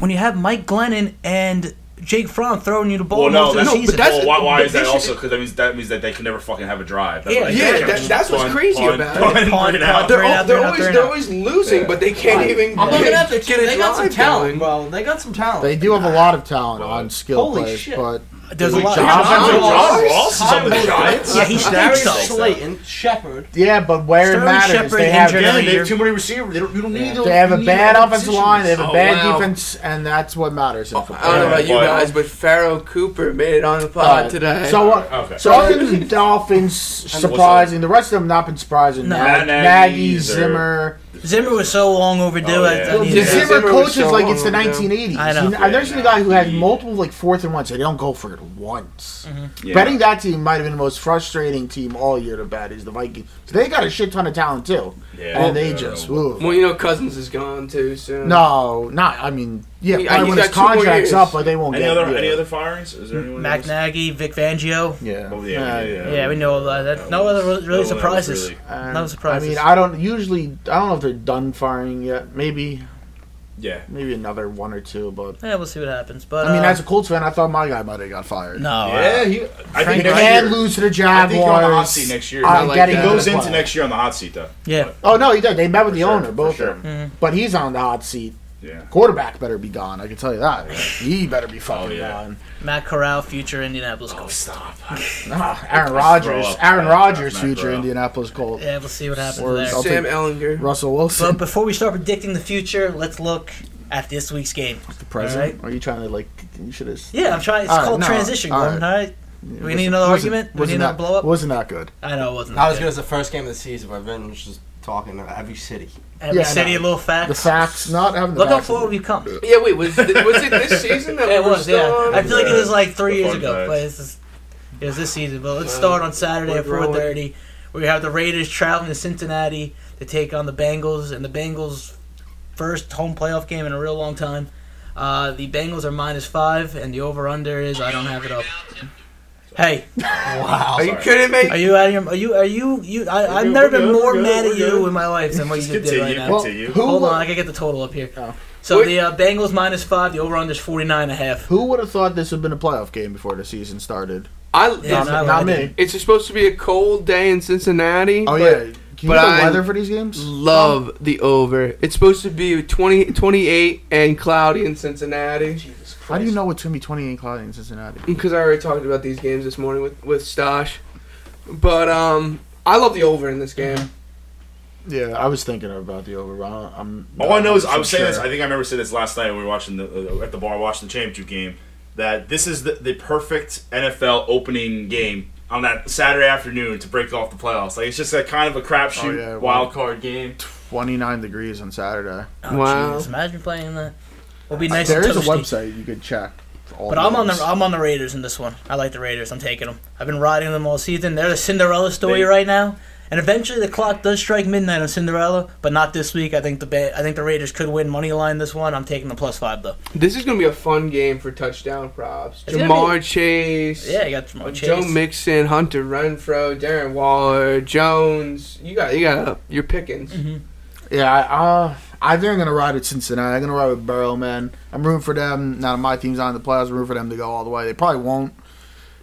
Speaker 1: When you have Mike Glennon and Jake Fromm throwing you the ball
Speaker 3: Well, no,
Speaker 1: most of the
Speaker 2: no, but
Speaker 3: that's,
Speaker 1: season.
Speaker 2: that's-
Speaker 3: well, why, why
Speaker 2: but
Speaker 3: is that
Speaker 2: they
Speaker 3: also?
Speaker 2: should-
Speaker 3: Because that means that means that they can never fucking have a drive. That's
Speaker 1: Yeah,
Speaker 3: why they
Speaker 1: yeah,
Speaker 3: can't
Speaker 2: that-
Speaker 3: just
Speaker 2: that's what's
Speaker 3: punt,
Speaker 2: crazy
Speaker 3: punt,
Speaker 2: about it.
Speaker 3: punt,
Speaker 1: Punt,
Speaker 3: punt, out.
Speaker 1: punt.
Speaker 2: They're,
Speaker 1: Three and
Speaker 2: all,
Speaker 1: out, three
Speaker 2: they're
Speaker 1: and out,
Speaker 2: always
Speaker 1: three and
Speaker 2: they're
Speaker 1: out.
Speaker 2: always losing, but they can't even.
Speaker 5: I'm looking at the
Speaker 2: get
Speaker 5: team.
Speaker 2: a
Speaker 5: They got some
Speaker 2: drive going.
Speaker 5: talent, bro. They got some talent.
Speaker 4: They do have a lot of talent on skill
Speaker 5: Holy
Speaker 4: players,
Speaker 5: shit.
Speaker 4: but
Speaker 1: There's a
Speaker 3: Wait,
Speaker 1: lot.
Speaker 3: John,
Speaker 4: John
Speaker 3: John
Speaker 5: Ross?
Speaker 3: Ross is on the
Speaker 5: Kyle
Speaker 3: Giants.
Speaker 1: Yeah, he
Speaker 5: Darius
Speaker 1: stinks though.
Speaker 5: Slayton, Shepard.
Speaker 4: yeah, but where
Speaker 1: Sterling
Speaker 4: it matters,
Speaker 1: Shepard
Speaker 4: they have
Speaker 1: injured
Speaker 3: Yeah,
Speaker 1: every
Speaker 3: they
Speaker 1: year.
Speaker 3: have too many receivers. They don't. You don't need.
Speaker 4: they have a
Speaker 3: need
Speaker 4: bad
Speaker 3: all
Speaker 4: offensive
Speaker 3: positions.
Speaker 4: line, they have a
Speaker 2: Oh,
Speaker 4: bad
Speaker 2: wow. Oh,
Speaker 4: defense, and that's what matters in football.
Speaker 2: I don't know about you
Speaker 3: Why?
Speaker 2: guys, but Pharaoh Cooper made it on the
Speaker 4: All
Speaker 2: pod
Speaker 4: right.
Speaker 2: today.
Speaker 4: So, uh,
Speaker 3: Okay.
Speaker 4: so other than the *laughs* Dolphins surprising, the rest of them not been surprising.
Speaker 1: No.
Speaker 4: Mag-
Speaker 3: Nagy,
Speaker 4: Nagy,
Speaker 3: or-
Speaker 4: Zimmer.
Speaker 1: Zimmer was so long overdue.
Speaker 3: Oh,
Speaker 1: I-
Speaker 3: yeah.
Speaker 1: I need
Speaker 4: The
Speaker 1: to-
Speaker 2: Zimmer
Speaker 4: Zimmer
Speaker 2: was
Speaker 4: coaches
Speaker 2: so
Speaker 4: like it's the
Speaker 2: long ago.
Speaker 4: 1980s.
Speaker 1: I know.
Speaker 4: You I've never
Speaker 3: Yeah,
Speaker 4: seen a guy who had
Speaker 3: yeah.
Speaker 4: multiple like fourth and ones. They don't go for it once.
Speaker 3: Yeah.
Speaker 4: Betting that team might have been the most frustrating team all year to bet is the Vikings. They got a shit ton of talent too,
Speaker 3: Yeah.
Speaker 4: and they
Speaker 3: Yeah.
Speaker 4: just
Speaker 3: Well,
Speaker 4: ooh.
Speaker 2: well, you know, Cousins is gone too soon.
Speaker 4: no, not. I mean, Yeah,
Speaker 2: He-
Speaker 4: probably
Speaker 2: he's
Speaker 4: when his
Speaker 2: got two more
Speaker 4: contract's
Speaker 2: years.
Speaker 4: up, but they won't
Speaker 3: Any
Speaker 4: get
Speaker 3: other
Speaker 4: yeah.
Speaker 3: any other firings? Is there anyone?
Speaker 1: Mac
Speaker 3: else?
Speaker 1: Nagy, Vic Fangio.
Speaker 4: Yeah.
Speaker 3: Oh, yeah,
Speaker 4: Uh,
Speaker 3: yeah.
Speaker 1: Yeah, we know a lot. Of that. No other really,
Speaker 3: No, that was
Speaker 1: surprises.
Speaker 3: really-
Speaker 4: Um,
Speaker 1: No surprises.
Speaker 4: I mean, I don't usually. I don't know if they're done firing yet. Maybe,
Speaker 3: yeah.
Speaker 4: maybe another one or two. But
Speaker 1: yeah, we'll see what happens. But
Speaker 4: I mean,
Speaker 1: uh,
Speaker 4: as a Colts fan, I thought my guy might have got fired.
Speaker 1: no, uh,
Speaker 3: Yeah, he, I
Speaker 4: They
Speaker 3: think next
Speaker 4: can
Speaker 3: year.
Speaker 4: lose to the
Speaker 3: I think you're on the hot
Speaker 4: Jaguars.
Speaker 3: seat next year. uh,
Speaker 4: I'm
Speaker 2: I like
Speaker 4: getting
Speaker 2: that.
Speaker 3: he goes
Speaker 4: to the
Speaker 3: into
Speaker 4: playoffs.
Speaker 3: next year on the hot seat, though.
Speaker 1: yeah.
Speaker 4: Oh no, he did. They met with the
Speaker 3: sure,
Speaker 4: owner, both
Speaker 3: for
Speaker 4: of them. But he's on the hot seat.
Speaker 3: Yeah.
Speaker 4: Quarterback better be gone. I can tell you that. He better be fucking
Speaker 3: Oh, yeah.
Speaker 4: gone.
Speaker 1: Matt Corral, future Indianapolis Colts.
Speaker 3: *laughs* stop.
Speaker 4: Ah, Aaron
Speaker 3: throw
Speaker 4: Rodgers.
Speaker 3: up.
Speaker 4: Aaron
Speaker 3: Yeah,
Speaker 4: Rodgers,
Speaker 3: Matt
Speaker 4: future
Speaker 3: Corral.
Speaker 4: Indianapolis Colt.
Speaker 1: Yeah, we'll see what happens
Speaker 4: Or
Speaker 1: there.
Speaker 4: I'll
Speaker 2: Sam
Speaker 4: take-
Speaker 2: Ellinger.
Speaker 4: Russell
Speaker 1: But
Speaker 4: Wilson.
Speaker 1: before we start predicting the future, let's look at this week's game.
Speaker 4: the president. Are you trying to like? You should have.
Speaker 1: Yeah, I'm trying. It's
Speaker 4: All right,
Speaker 1: called
Speaker 4: no,
Speaker 1: transition.
Speaker 4: all
Speaker 1: Gordon,
Speaker 4: right.
Speaker 1: all right. We need another argument. We need another
Speaker 4: that,
Speaker 1: blow up.
Speaker 4: Wasn't that good?
Speaker 1: I know it wasn't.
Speaker 5: Not
Speaker 1: that
Speaker 5: as
Speaker 1: good.
Speaker 5: good as the first game of the season, but then was just talking to every city.
Speaker 1: Every
Speaker 4: Yeah, I
Speaker 1: city,
Speaker 4: know.
Speaker 1: a little fact.
Speaker 4: The facts, not having the
Speaker 1: Look how
Speaker 4: facts.
Speaker 1: far we've come. Yeah,
Speaker 2: Yeah, wait, was it, was it this season that
Speaker 1: It
Speaker 2: we were
Speaker 1: was.
Speaker 2: still
Speaker 1: Yeah,
Speaker 2: on?
Speaker 1: I feel like it was like three
Speaker 3: The
Speaker 1: years
Speaker 3: fun
Speaker 1: ago,
Speaker 3: facts.
Speaker 1: but it's just, it was this season. But let's start on Saturday at
Speaker 2: we're growing.
Speaker 1: 4:30. We have the Raiders traveling to Cincinnati to take on the Bengals, and the Bengals' first home playoff game in a real long time. Uh, the Bengals are minus five, and the over/under is I don't have it up. Hey,
Speaker 5: Wow.
Speaker 2: Are you kidding me?
Speaker 1: Are you out of your? Are you? Are you? You? I, I've
Speaker 3: good,
Speaker 1: never
Speaker 3: we're
Speaker 1: been
Speaker 3: good,
Speaker 1: more
Speaker 3: we're good,
Speaker 1: mad at
Speaker 3: we're
Speaker 1: you
Speaker 3: good.
Speaker 1: in my life than what you just did
Speaker 3: continue,
Speaker 1: right now.
Speaker 3: Well,
Speaker 4: Well,
Speaker 3: you.
Speaker 4: who
Speaker 1: Hold
Speaker 4: wa-
Speaker 1: on, I gotta get the total up here.
Speaker 4: Oh.
Speaker 1: So
Speaker 2: Wait.
Speaker 1: the uh, Bengals minus five, the over under is 49 and a half.
Speaker 4: Who would have thought this would have been a playoff game before the season started?
Speaker 2: I,
Speaker 1: Yeah,
Speaker 2: it's,
Speaker 1: no, I
Speaker 4: not
Speaker 1: didn't.
Speaker 4: me.
Speaker 2: it's supposed to be a cold day in Cincinnati.
Speaker 4: Oh
Speaker 2: but
Speaker 4: yeah. Can you
Speaker 2: but
Speaker 4: get the
Speaker 2: I'm-
Speaker 4: weather for these games?
Speaker 2: Love the over. It's supposed to be 20, 28 and cloudy in Cincinnati.
Speaker 4: How do you know it's gonna be 28 cloudy in Cincinnati?
Speaker 2: because I already talked about these games this morning with with Stosh. But um, I love the over in this game.
Speaker 4: Yeah, I was thinking about the over. but I don't- I'm.
Speaker 3: All I know is I
Speaker 4: I'm
Speaker 3: was saying this.
Speaker 4: sure.
Speaker 3: I think I remember saying this last night when we were watching the uh, at the bar watching the championship game. That this is the, the perfect NFL opening game on that Saturday afternoon to break off the playoffs. Like it's just a kind of a crapshoot
Speaker 4: Oh, yeah,
Speaker 3: wild card game.
Speaker 4: 29 degrees on Saturday.
Speaker 1: Oh,
Speaker 2: Wow.
Speaker 1: jeez, imagine playing that. It'll be nice.
Speaker 4: there
Speaker 1: and
Speaker 4: is a
Speaker 1: toasty.
Speaker 4: website you could check. for all
Speaker 1: But I'm on the
Speaker 4: games.
Speaker 1: I'm on the Raiders in this one. I like the Raiders. I'm taking them. I've been riding them all season. They're the Cinderella story
Speaker 3: They-
Speaker 1: right now. And eventually the clock does strike midnight on Cinderella, but not this week. I think the ba- I think the Raiders could win money line this one. I'm taking the plus five though.
Speaker 2: This is gonna be a fun game for touchdown props.
Speaker 1: It's gonna
Speaker 2: Jamar Chase,
Speaker 1: Yeah, you got Jamar Chase.
Speaker 2: Joe Mixon, Hunter Renfro, Darren Waller, Jones. You got you got your pickings.
Speaker 1: Mm-hmm.
Speaker 4: Yeah, I, uh, I think I'm gonna ride with Cincinnati. I'm gonna ride with Burrow, man. I'm rooting for them. Now that my team's on the playoffs, I'm rooting for them to go all the way. They probably won't.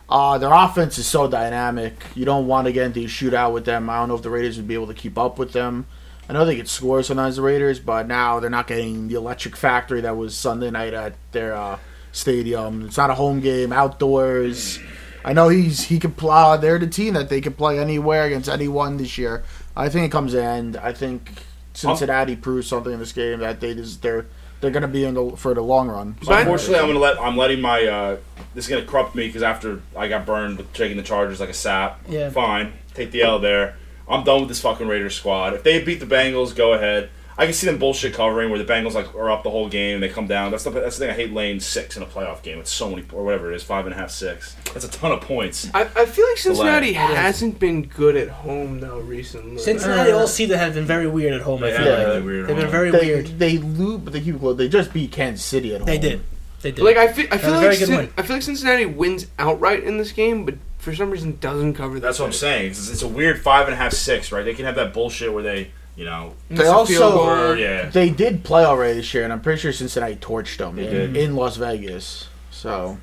Speaker 4: Uh, their offense is so dynamic. You don't want to get into a shootout with them. I don't know if the Raiders would be able to keep up with them. I know they could score sometimes the Raiders, but now they're not getting the electric factory that was Sunday night at their uh, stadium. It's not a home game, outdoors. I know he's he can play. Uh, they're the team that they can play anywhere against anyone this year. I think it comes to end. I think Cincinnati proves something in this game that they just they're they're going to be in the for the long run.
Speaker 3: So
Speaker 2: But-
Speaker 3: unfortunately, I'm gonna let I'm letting my uh, this is gonna corrupt me because after I got burned with taking the Chargers like a sap.
Speaker 1: Yeah.
Speaker 3: Fine, take the L there. I'm done with this fucking Raiders squad. If they beat the Bengals, go ahead. I can see them bullshit covering where the Bengals like are up the whole game and they come down. That's the that's the thing I hate. Lane six in a playoff game. It's so many or whatever it is, five and a half, six. That's a ton of points.
Speaker 2: I, I feel like Cincinnati
Speaker 1: It is.
Speaker 2: hasn't been good at home though recently.
Speaker 1: Cincinnati all season have been very weird at home. I
Speaker 3: They
Speaker 1: feel
Speaker 3: have
Speaker 1: like
Speaker 3: been really weird at
Speaker 1: they've been very
Speaker 3: home.
Speaker 4: They,
Speaker 1: weird.
Speaker 4: they lose, but they keep close. They just beat Kansas City at home.
Speaker 1: They did. They did.
Speaker 2: Like I feel, I
Speaker 1: a
Speaker 2: feel
Speaker 1: very
Speaker 2: like
Speaker 1: good
Speaker 2: Cin-
Speaker 1: win.
Speaker 2: I feel like Cincinnati wins outright in this game, but for some reason doesn't cover. the
Speaker 3: That's what I'm
Speaker 2: spread.
Speaker 3: saying. It's, it's a weird five and a half, six, right? They can have that bullshit where they, you know,
Speaker 2: It's
Speaker 4: They
Speaker 2: a field
Speaker 4: also-
Speaker 2: goal.
Speaker 3: or, yeah.
Speaker 4: They did play already this year, and I'm pretty sure Cincinnati torched them
Speaker 3: They
Speaker 4: in,
Speaker 3: did.
Speaker 4: in Las Vegas. So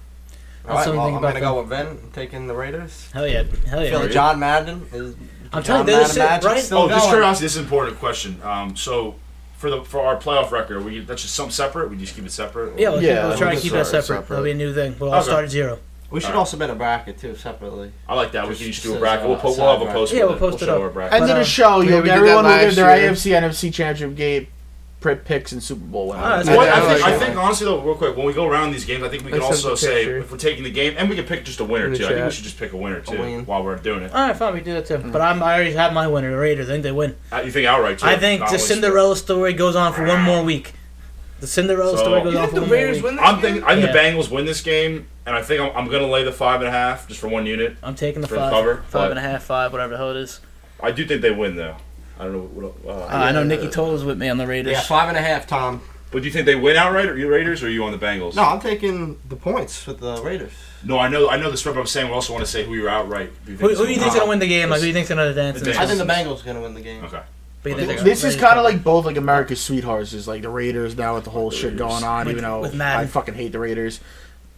Speaker 5: All
Speaker 1: something
Speaker 5: right, well,
Speaker 1: to think
Speaker 5: I'm gonna
Speaker 1: about
Speaker 5: go with Ben. I'm taking the Raiders.
Speaker 1: hell yeah. Hell
Speaker 5: I feel
Speaker 1: yeah.
Speaker 5: like John Madden is.
Speaker 1: I'm telling you,
Speaker 5: John
Speaker 1: they're
Speaker 5: Madden
Speaker 1: sitting
Speaker 5: magic's
Speaker 1: right-
Speaker 5: still
Speaker 3: Oh, just
Speaker 5: going.
Speaker 3: curiosity. This is an important question. Um, so for the for our playoff record, we that's just something separate. We just keep it separate.
Speaker 1: Yeah, we'll,
Speaker 4: Yeah,
Speaker 1: we'll try to
Speaker 4: we'll
Speaker 1: keep that
Speaker 4: start
Speaker 1: separate.
Speaker 4: separate.
Speaker 1: That'll be a new thing. We'll all
Speaker 3: Okay.
Speaker 1: start at zero.
Speaker 5: We should
Speaker 3: Alright.
Speaker 5: also bet a bracket too separately.
Speaker 3: I like that. We can just do a bracket.
Speaker 5: Just, uh,
Speaker 3: We'll put we'll have a
Speaker 5: side
Speaker 3: post.
Speaker 1: bracket. Yeah, we'll post it
Speaker 3: show
Speaker 1: up.
Speaker 3: our bracket.
Speaker 4: end
Speaker 1: But,
Speaker 4: of
Speaker 1: uh,
Speaker 4: the show,
Speaker 2: yeah,
Speaker 4: you'll
Speaker 2: we
Speaker 4: get
Speaker 2: did
Speaker 4: everyone
Speaker 2: that
Speaker 4: will give
Speaker 2: last
Speaker 4: their
Speaker 2: year.
Speaker 4: AFC NFC championship game pri- picks and Super Bowl winners.
Speaker 1: Oh, that's
Speaker 3: Well,
Speaker 1: good.
Speaker 2: Yeah,
Speaker 3: I, think,
Speaker 2: like
Speaker 3: I
Speaker 2: that.
Speaker 3: think honestly though, real quick, when we go around these games, I think we can
Speaker 2: Let's have
Speaker 3: also
Speaker 2: the
Speaker 3: say
Speaker 2: picture.
Speaker 3: if we're taking the game, and we can pick just a winner
Speaker 2: In the
Speaker 3: too. I think we
Speaker 2: chat.
Speaker 3: should just pick a winner too
Speaker 5: win.
Speaker 3: while we're doing it.
Speaker 1: All right, fine. We do that too. But I'm, I already have my winner, the Raiders. I think they win.
Speaker 3: Uh, You think outright too?
Speaker 1: I think
Speaker 3: Not
Speaker 1: the
Speaker 3: only-
Speaker 1: Cinderella story goes on for one more week. The Cinderella
Speaker 3: So-
Speaker 1: story goes
Speaker 2: You
Speaker 1: on for
Speaker 2: think the
Speaker 1: one
Speaker 2: Raiders
Speaker 1: more week.
Speaker 2: win this
Speaker 3: I'm
Speaker 2: game?
Speaker 3: thinking. I think the
Speaker 1: Yeah.
Speaker 3: Bengals win this game, and I think I'm, I'm going to lay the five and a half just for one unit.
Speaker 1: I'm taking the
Speaker 3: For the
Speaker 1: five,
Speaker 3: cover?
Speaker 1: five and a half, five, whatever the hell it is.
Speaker 3: I do think they win though. I don't know. What, uh,
Speaker 1: Uh, I know Nikki Toll is with me on the Raiders.
Speaker 5: Yeah, five and a half, Tom.
Speaker 3: But do you think they win outright, or you Raiders, or are you on the Bengals?
Speaker 5: No, I'm taking the points with the Raiders.
Speaker 3: No, I know, I know the spread. But I'm saying we also want to say who you're outright.
Speaker 1: Who, who do you think's gonna win the game? Like, who do you think's gonna dance?
Speaker 3: The
Speaker 1: in this?
Speaker 5: I think the Bengals are gonna win the game.
Speaker 3: Okay.
Speaker 1: But you think they're
Speaker 4: This
Speaker 1: gonna
Speaker 4: is
Speaker 1: win.
Speaker 4: kind of like both like America's sweethearts is like the Raiders now with the whole shit going on.
Speaker 1: With-
Speaker 4: even though
Speaker 1: with Madden.
Speaker 4: I fucking hate the Raiders,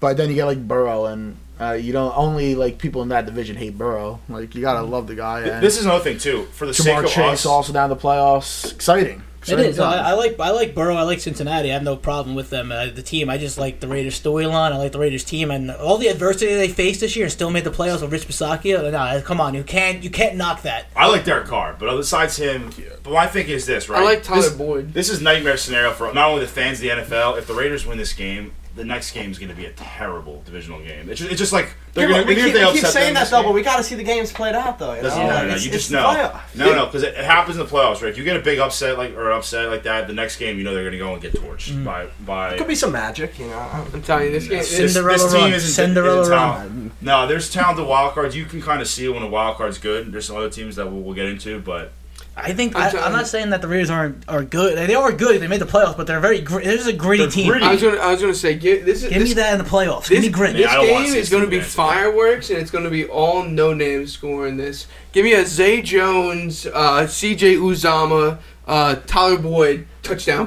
Speaker 4: but then you get like Burrow and uh, you don't only like people in that division hate Burrow. Like you gotta love the guy.
Speaker 3: Th-
Speaker 4: And
Speaker 3: This is another thing too. For the sake
Speaker 4: Jamar
Speaker 3: of
Speaker 4: Chase
Speaker 3: us,
Speaker 4: also down in the playoffs. Exciting.
Speaker 1: It
Speaker 4: Exciting
Speaker 1: is. I,
Speaker 4: times.
Speaker 1: I like I like Burrow. I like Cincinnati. I have no problem with them. Uh, the team. I just like the Raiders storyline. I like the Raiders team and all the adversity they faced this year and still made the playoffs with Rich Bisaccia. No, come on, you can't you can't knock that.
Speaker 3: I like Derek Carr, but besides him, but my thinking is this, right?
Speaker 2: I like Tyler
Speaker 3: This-
Speaker 2: Boyd.
Speaker 3: This is nightmare scenario for not only the fans of the NFL. If the Raiders win this game, the next game is going to be a terrible divisional game. It's just, it's just like they're
Speaker 5: Yeah,
Speaker 3: going
Speaker 5: but we
Speaker 3: to.
Speaker 5: keep,
Speaker 3: they
Speaker 5: we keep
Speaker 3: upset
Speaker 5: saying
Speaker 3: them
Speaker 5: that
Speaker 3: this
Speaker 5: though,
Speaker 3: game-
Speaker 5: but we gotta see the games played out though. You know?
Speaker 3: Doesn't matter.
Speaker 5: Like, it's-
Speaker 3: you
Speaker 5: it's
Speaker 3: just
Speaker 5: the
Speaker 3: know.
Speaker 5: playoff.
Speaker 3: No, no, because it, it happens in the playoffs, right? If you get a big upset like or upset like that, the next game you know they're going to go and get torched
Speaker 5: Mm.
Speaker 3: by by.
Speaker 5: Could be some magic, you know.
Speaker 2: I'm telling you, this game.
Speaker 3: This-
Speaker 2: This,
Speaker 1: Cinderella
Speaker 3: this
Speaker 1: run.
Speaker 3: team isn't,
Speaker 1: Cinderella
Speaker 3: isn't
Speaker 1: run.
Speaker 3: talented. No, there's talented wild cards. You can kind of see when a wild card's good. There's some other teams that we'll, we'll get into, but
Speaker 1: I think
Speaker 2: I'm
Speaker 1: I,
Speaker 2: trying-
Speaker 1: I'm not saying that the Raiders aren't are good. They are good. They made the playoffs, but they're very. Gr- this is a gritty
Speaker 3: They're
Speaker 1: team.
Speaker 3: gritty.
Speaker 2: I was gonna. I was gonna say. Give, this is
Speaker 1: Give me
Speaker 2: this,
Speaker 1: that in the playoffs.
Speaker 2: this,
Speaker 1: Give me grit. *laughs*
Speaker 2: this
Speaker 3: Yeah, I don't wanna
Speaker 2: game
Speaker 3: see
Speaker 2: is going to
Speaker 3: Steve
Speaker 2: be
Speaker 3: Nash.
Speaker 2: fireworks, and it's going to be all no names scoring this. Give me a Zay Jones, uh, C.J. Uzama, uh, Tyler Boyd touchdown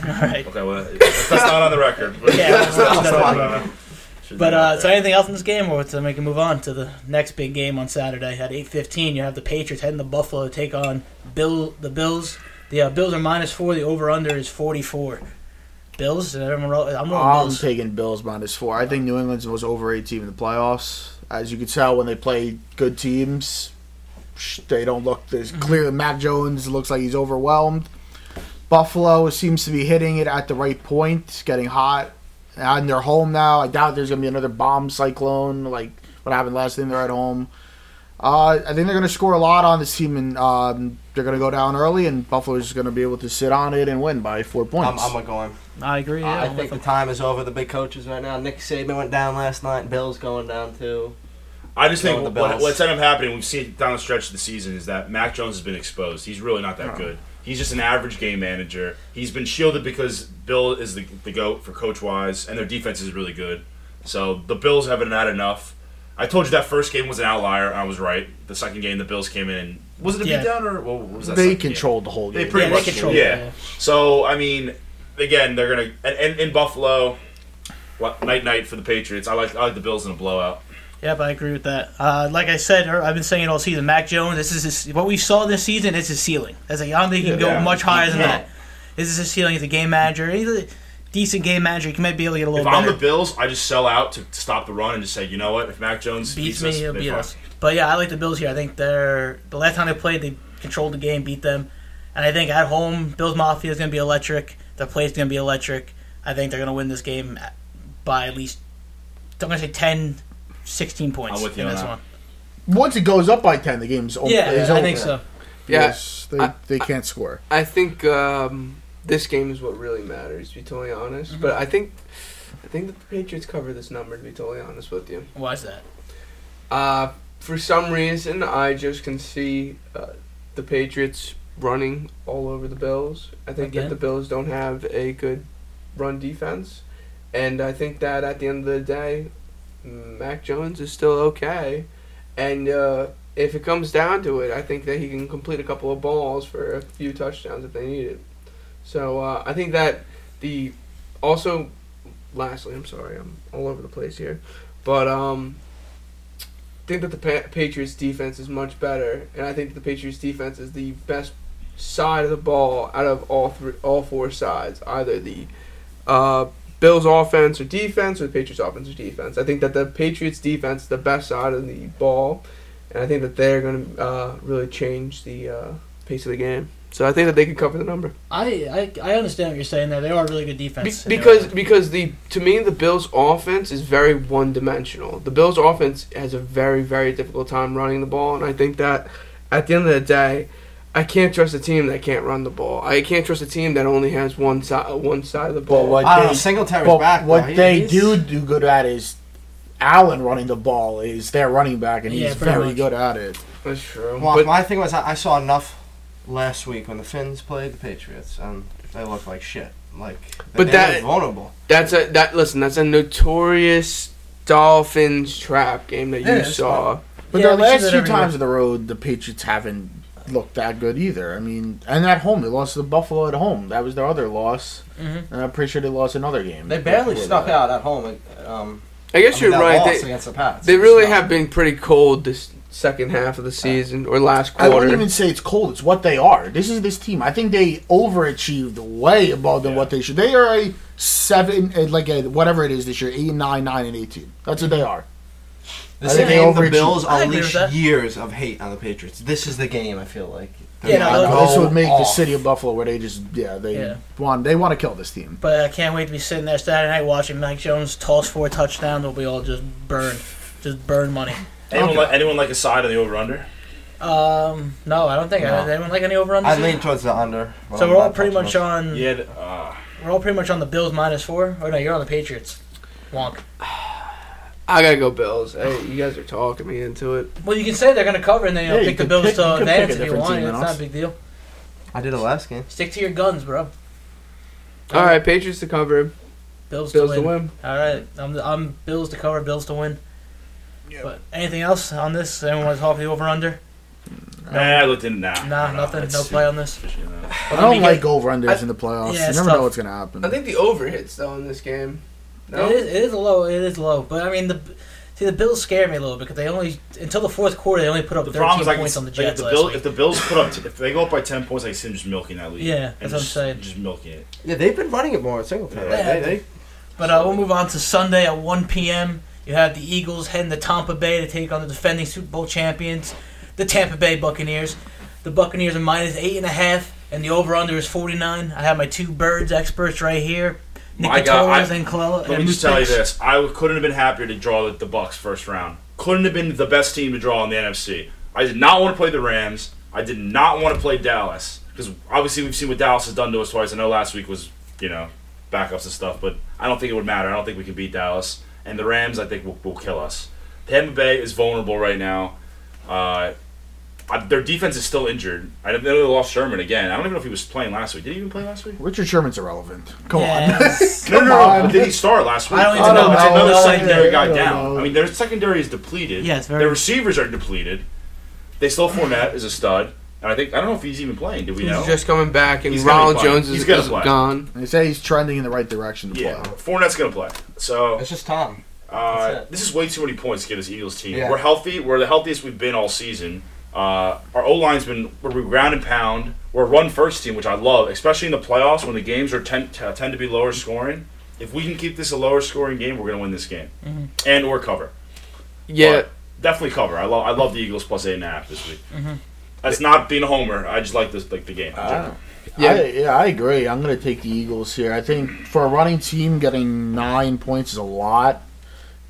Speaker 1: *laughs* All right.
Speaker 3: okay, well that's not on the record. But,
Speaker 1: *laughs* Yeah,
Speaker 3: *laughs*
Speaker 1: that's not- that's not-
Speaker 3: Uh, should
Speaker 1: But
Speaker 3: be
Speaker 1: uh,
Speaker 3: out
Speaker 1: so
Speaker 3: there.
Speaker 1: anything else in this game, or to make a move on to the next big game on Saturday at eight fifteen, you have the Patriots heading to Buffalo to take on Bill the Bills. The uh, Bills are minus four. The over under is forty four. Bills. uh, I'm rolling, I'm rolling
Speaker 3: Um,
Speaker 4: I'm
Speaker 1: Bills.
Speaker 4: taking Bills minus four. I think New England's the most overrated team in the playoffs. As you can tell, when they play good teams, sh- they don't look. There's
Speaker 5: Mm-hmm.
Speaker 4: clearly Mac Jones looks like he's overwhelmed. Buffalo seems to be hitting it at the right point, getting hot. And they're home now. I doubt there's gonna be another bomb cyclone like what happened last time they're at home. Uh, I think they're going to score a lot on this team, and um, they're going to go down early, and Buffalo's going to be able to sit on it and win by four
Speaker 5: I'm,
Speaker 4: points.
Speaker 5: I'm going.
Speaker 1: I agree. Yeah,
Speaker 5: I
Speaker 1: I'm
Speaker 5: think the
Speaker 1: with them.
Speaker 5: time is over. The big coaches right now. Nick Saban went down last night. Bill's going down too.
Speaker 3: I just think
Speaker 5: Going with the
Speaker 3: what,
Speaker 5: Bills.
Speaker 3: what's ended up happening, we've seen it down the stretch of the season, is that Mac Jones has been exposed. He's really not that good. He's just an average game manager. He's been shielded because Bill is the, the goat for coach wise, and their defense is really good. So the Bills haven't had enough. I told you that first game was an outlier. I was right. The second game, the Bills came in and was it a
Speaker 1: Yeah.
Speaker 3: beatdown or what was that?
Speaker 4: they
Speaker 3: second game?
Speaker 4: controlled the whole game.
Speaker 3: They pretty
Speaker 1: Yeah, they
Speaker 3: much
Speaker 1: controlled it,
Speaker 3: yeah.
Speaker 1: yeah.
Speaker 3: So I mean, again, they're gonna and, and in Buffalo, what, night night for the Patriots. I like I like the Bills in a blowout.
Speaker 1: Yep, I agree with that. Uh, like I said, er- I've been saying it all season. Mac Jones, this is his, what we saw this season. It's his ceiling. As a young, he can go
Speaker 3: Yeah.
Speaker 1: much higher than
Speaker 3: Yeah.
Speaker 1: that. This is his ceiling. He's a game manager. He's a decent game manager. He might be able to get a
Speaker 3: If
Speaker 1: little
Speaker 3: I'm
Speaker 1: better.
Speaker 3: the Bills, I just sell out to stop the run and just say, you know what? If Mac Jones
Speaker 1: beats
Speaker 3: beats,
Speaker 1: me,
Speaker 3: us,
Speaker 1: he'll
Speaker 3: they
Speaker 1: beat
Speaker 3: fuck.
Speaker 1: us. But yeah, I like the Bills here. I think they're the last time they played, they controlled the game, beat them, and I think at home, Bills Mafia is going to be electric. Their play's going to be electric. I think they're going to win this game at- by at least I'm going to say 10, 16 points
Speaker 3: I'm with you
Speaker 1: in
Speaker 3: on
Speaker 1: this
Speaker 3: that.
Speaker 1: one.
Speaker 4: Once it goes up by ten, the game's over.
Speaker 1: Yeah,
Speaker 4: is
Speaker 1: I
Speaker 4: Oh, over.
Speaker 1: think so.
Speaker 2: Yeah,
Speaker 4: Yes, they,
Speaker 2: I-
Speaker 4: they can't score.
Speaker 2: I think um, this game is what really matters. To be totally honest,
Speaker 1: Mm-hmm.
Speaker 2: but I think I think the Patriots cover this number. To be totally honest with you.
Speaker 1: Why is that?
Speaker 2: Uh, for some reason, I just can see uh, the Patriots running all over the Bills. I think
Speaker 1: Again?
Speaker 2: that the Bills don't have a good run defense, and I think that at the end of the day, Mac Jones is still okay. And uh, if it comes down to it, I think that he can complete a couple of balls for a few touchdowns if they need it. So uh, I think that the also, lastly, I'm sorry, I'm all over the place here, but um, think that the pa- Patriots defense is much better, and I think that the Patriots defense is the best side of the ball out of all three, all four sides, either the uh, Bills offense or defense or the Patriots offense or defense. I think that the Patriots defense is the best side of the ball, and I think that they're going to uh, really change the uh, pace of the game. So I think that they can cover the number
Speaker 1: I, I I understand what you're saying there. They are a really good
Speaker 2: Be-
Speaker 1: defense.
Speaker 2: because because the to me the Bills offense is very one dimensional. The Bills offense has a very very difficult time running the ball, and I think that at the end of the day, I can't trust a team that can't run the ball. I can't trust a team that only has one side one side of the ball.
Speaker 4: what
Speaker 5: I don't know. Singletary's
Speaker 4: but
Speaker 5: back.
Speaker 4: what
Speaker 5: though. He-
Speaker 4: they
Speaker 5: he's-
Speaker 4: do do good at is Allen running the ball is their running back, and
Speaker 1: Yeah,
Speaker 4: he's
Speaker 1: pretty
Speaker 4: very
Speaker 1: much.
Speaker 4: good at it.
Speaker 2: That's true.
Speaker 5: Well,
Speaker 2: but
Speaker 5: my thing was I, I saw enough last week when the Finns played the Patriots, and they looked like shit. Like,
Speaker 2: But
Speaker 5: they
Speaker 2: that-
Speaker 5: look vulnerable.
Speaker 2: That's a that listen. That's a notorious Dolphins trap game that you
Speaker 5: Yeah, that's
Speaker 2: saw.
Speaker 4: But
Speaker 1: Yeah,
Speaker 4: the
Speaker 1: we see
Speaker 4: last
Speaker 1: that
Speaker 4: few
Speaker 1: everywhere.
Speaker 4: times on the road, the Patriots haven't looked that good either. I mean, and at home they lost to Buffalo at home. That was their other loss,
Speaker 1: Mhm.
Speaker 4: and I'm pretty sure they lost another game.
Speaker 5: They barely
Speaker 4: before
Speaker 5: stuck
Speaker 4: that.
Speaker 5: out at home. and, Um,
Speaker 2: I guess
Speaker 5: I mean,
Speaker 2: you're
Speaker 5: that
Speaker 2: right.
Speaker 5: loss
Speaker 2: They,
Speaker 5: against the Pats.
Speaker 2: they really
Speaker 5: So-
Speaker 2: have been pretty cold this second half of the season or last
Speaker 4: I wouldn't
Speaker 2: quarter.
Speaker 4: even say it's cold. It's what they are. This is this team. I think they overachieved way above than
Speaker 3: Yeah.
Speaker 4: what they should. They are a seven, uh, like a whatever it is this year, eight, nine, nine, and eighteen. That's what they are. I
Speaker 5: This
Speaker 4: think they
Speaker 5: game, the
Speaker 4: overachieved.
Speaker 5: Bills
Speaker 1: I agree with
Speaker 5: unleash
Speaker 1: that.
Speaker 5: years of hate on the Patriots. This is the game. I feel like.
Speaker 1: Yeah, no,
Speaker 5: gonna
Speaker 1: no,
Speaker 4: this
Speaker 5: go
Speaker 4: would make the
Speaker 5: off.
Speaker 4: city of Buffalo where they just yeah they
Speaker 1: Yeah.
Speaker 4: want they want to kill this team.
Speaker 1: But I can't wait to be sitting there Saturday night watching Mike Jones toss for a touchdown. We'll be all just burned, just burn money.
Speaker 3: Anyone,
Speaker 4: Okay.
Speaker 3: like, anyone like a side on the over under?
Speaker 1: Um, no, I don't think I,
Speaker 5: No.
Speaker 1: does anyone like any over
Speaker 5: I
Speaker 1: under.
Speaker 5: lean towards the under. but
Speaker 1: So
Speaker 5: I'm
Speaker 1: we're all
Speaker 5: not
Speaker 1: pretty
Speaker 5: touching
Speaker 1: much
Speaker 5: it.
Speaker 1: on.
Speaker 3: Yeah. th- Uh,
Speaker 1: We're all pretty much on the Bills minus four. Oh no, you're on the Patriots. Wonk.
Speaker 2: I gotta go Bills. Hey, you guys are talking me into it.
Speaker 1: Well, you can say they're going to cover and then you know,
Speaker 4: Yeah, you
Speaker 1: pick the
Speaker 4: can
Speaker 1: Bills
Speaker 4: pick- you
Speaker 1: to
Speaker 4: can pick
Speaker 1: advance
Speaker 4: a
Speaker 1: if you
Speaker 4: different
Speaker 1: want.
Speaker 4: team
Speaker 1: It's
Speaker 4: than
Speaker 1: not
Speaker 4: us.
Speaker 1: a big deal.
Speaker 5: I did it last game.
Speaker 1: Stick to your guns, bro.
Speaker 2: All right, Patriots to cover.
Speaker 1: Bills,
Speaker 2: Bills
Speaker 1: to,
Speaker 2: to
Speaker 1: win.
Speaker 2: win.
Speaker 1: All right, I'm, I'm Bills to cover, Bills to win. But anything else on this? Anyone want to talk the over under?
Speaker 3: nah, I looked in. Nah.
Speaker 1: Nah, nothing. No play on this.
Speaker 4: I don't
Speaker 1: we
Speaker 4: like
Speaker 1: get-
Speaker 4: over unders
Speaker 2: I-
Speaker 4: in the playoffs.
Speaker 1: Yeah,
Speaker 4: you
Speaker 1: it's
Speaker 4: never
Speaker 1: tough.
Speaker 4: know what's gonna happen.
Speaker 2: I think the over hits though in this game. No?
Speaker 1: It is. It is low. It is low. But I mean, the see the Bills scare me a little because they only until the fourth quarter they only put up
Speaker 3: The
Speaker 1: 13
Speaker 3: problem is, I can,
Speaker 1: points on the
Speaker 3: like, if,
Speaker 1: Jets
Speaker 3: the
Speaker 1: last
Speaker 3: Bill,
Speaker 1: week.
Speaker 3: if the Bills put up, t- if they go up by ten points, I can see them just milking that lead.
Speaker 1: Yeah,
Speaker 3: And
Speaker 1: that's what I'm
Speaker 3: just-
Speaker 1: saying.
Speaker 3: Just milking it.
Speaker 5: Yeah, they've been running it more at Singletary.
Speaker 1: Yeah.
Speaker 5: They, they,
Speaker 1: But uh, we'll move on to Sunday at 1 p.m. You have the Eagles heading to Tampa Bay to take on the defending Super Bowl champions, the Tampa Bay Buccaneers. The Buccaneers are minus eight and a half, and the over/under is 49. I have my two birds experts right here,
Speaker 3: My
Speaker 1: Nicky
Speaker 3: God,
Speaker 1: Torres
Speaker 3: I-
Speaker 1: and Clella.
Speaker 3: Let me just tell you this: I w- couldn't have been happier to draw the, the Bucks first round. Couldn't have been the best team to draw in the NFC. I did not want to play the Rams. I did not want to play Dallas because obviously we've seen what Dallas has done to us twice. I know last week was you know backups and stuff, but I don't think it would matter. I don't think we can beat Dallas and the Rams. I think will, will kill us. Tampa Bay is vulnerable right now. Uh, I, their defense is still injured. I know they lost Sherman again. I don't even know if he was playing last week. Did he even play last week?
Speaker 4: Richard Sherman's irrelevant. Come on.
Speaker 3: *laughs*
Speaker 1: Yes.
Speaker 3: No, no,
Speaker 4: Come
Speaker 3: no.
Speaker 4: on.
Speaker 3: Did he start last week?
Speaker 1: I don't even
Speaker 3: Oh, no,
Speaker 1: know.
Speaker 3: It's
Speaker 1: I don't
Speaker 3: another
Speaker 1: know.
Speaker 3: secondary
Speaker 4: I
Speaker 3: guy
Speaker 4: don't
Speaker 3: down.
Speaker 4: know.
Speaker 3: I mean, their secondary is depleted.
Speaker 1: Yeah, it's very-
Speaker 3: Their receivers are depleted. They still Fournette is a stud. And I think I don't know if he's even playing. Do we
Speaker 2: He's
Speaker 3: know?
Speaker 2: just coming back, and
Speaker 3: He's gonna
Speaker 2: Ronald
Speaker 3: play.
Speaker 2: Jones
Speaker 3: He's
Speaker 2: is,
Speaker 3: gonna
Speaker 2: is
Speaker 3: play.
Speaker 2: gone.
Speaker 4: *laughs* they say he's trending in the right direction to
Speaker 3: yeah,
Speaker 4: play.
Speaker 3: Fournette's gonna play. So
Speaker 5: it's just Tom.
Speaker 3: uh,
Speaker 5: That's it.
Speaker 3: this is way too many points to get this Eagles team.
Speaker 5: Yeah.
Speaker 3: We're healthy. We're the healthiest we've been all season. Uh, our O line's been we're ground and pound. We're a run first team, which I love, especially in the playoffs when the games are tend, t- tend to be lower scoring. If we can keep this a lower scoring game, we're gonna win this game
Speaker 1: Mm-hmm.
Speaker 3: and or cover.
Speaker 2: Yeah,
Speaker 3: But definitely cover. I love I love the Eagles plus eight and a half this week.
Speaker 4: Mm-hmm.
Speaker 3: That's not being a homer. I just like this like the game.
Speaker 2: Uh,
Speaker 4: Yeah,
Speaker 2: Yeah.
Speaker 4: I, yeah, I agree. I'm going to take the Eagles here. I think for a running team, getting nine points is a lot.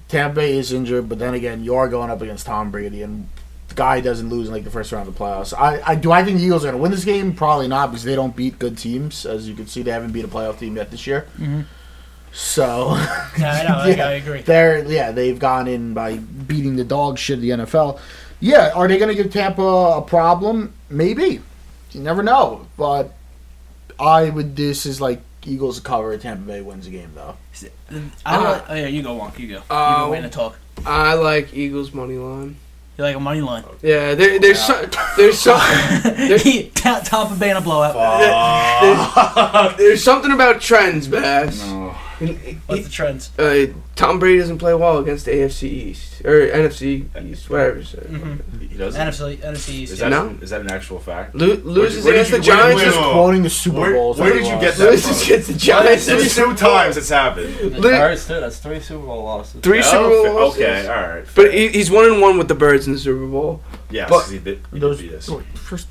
Speaker 4: Tampa Bay is injured, but then again, you are going up against Tom Brady, and the guy doesn't lose in like the first round of the playoffs. I, I do. I think the Eagles are going to win this game. Probably not because they don't beat good teams. As you can see, they haven't beat a playoff team yet this year. So *laughs*
Speaker 1: *laughs* Yeah, I know. I, I agree.
Speaker 4: they're yeah, they've gone in by beating the dog shit of the NFL. Yeah, are they going to give Tampa a problem? Maybe. You never know, but I would. This is like Eagles cover. Tampa Bay wins the game though.
Speaker 1: I don't
Speaker 2: Uh,
Speaker 1: oh yeah, you go, Wonk. You go. you
Speaker 2: uh,
Speaker 1: go in and talk.
Speaker 2: I like Eagles money line.
Speaker 1: You're like a money line.
Speaker 2: Yeah, there, there's so, there's
Speaker 3: *laughs*
Speaker 2: so,
Speaker 1: *laughs* He- Ta- Tampa Bay in a blowout.
Speaker 2: uh,
Speaker 3: *laughs*
Speaker 2: there's something about trends, Bass.
Speaker 1: What's the trends?
Speaker 2: Uh, Tom Brady doesn't play well against the AFC East or NFC East, whatever. So.
Speaker 3: He doesn't.
Speaker 1: NFC, NFC East.
Speaker 3: Is that,
Speaker 2: No.
Speaker 3: is that an actual fact?
Speaker 2: Lo- loses
Speaker 3: where did
Speaker 2: against
Speaker 3: you-
Speaker 2: the
Speaker 3: where-
Speaker 2: Giants.
Speaker 3: where-
Speaker 2: is-
Speaker 3: Oh.
Speaker 4: Quoting the Super
Speaker 3: Where-
Speaker 4: Bowls. uh,
Speaker 3: where
Speaker 4: that
Speaker 3: did
Speaker 4: they
Speaker 3: you
Speaker 4: lost.
Speaker 3: get that?
Speaker 2: Loses against the Giants.
Speaker 3: There's two times
Speaker 2: *laughs*
Speaker 3: it's happened.
Speaker 2: Lo-
Speaker 5: That's three Super Bowl losses.
Speaker 2: three Super Bowl
Speaker 3: Oh,
Speaker 2: losses.
Speaker 3: Okay, all right.
Speaker 2: But he, he's one and one with the Birds in the Super Bowl.
Speaker 3: yes,
Speaker 2: but-
Speaker 3: he did. He
Speaker 4: Those
Speaker 3: did beat us.
Speaker 4: first.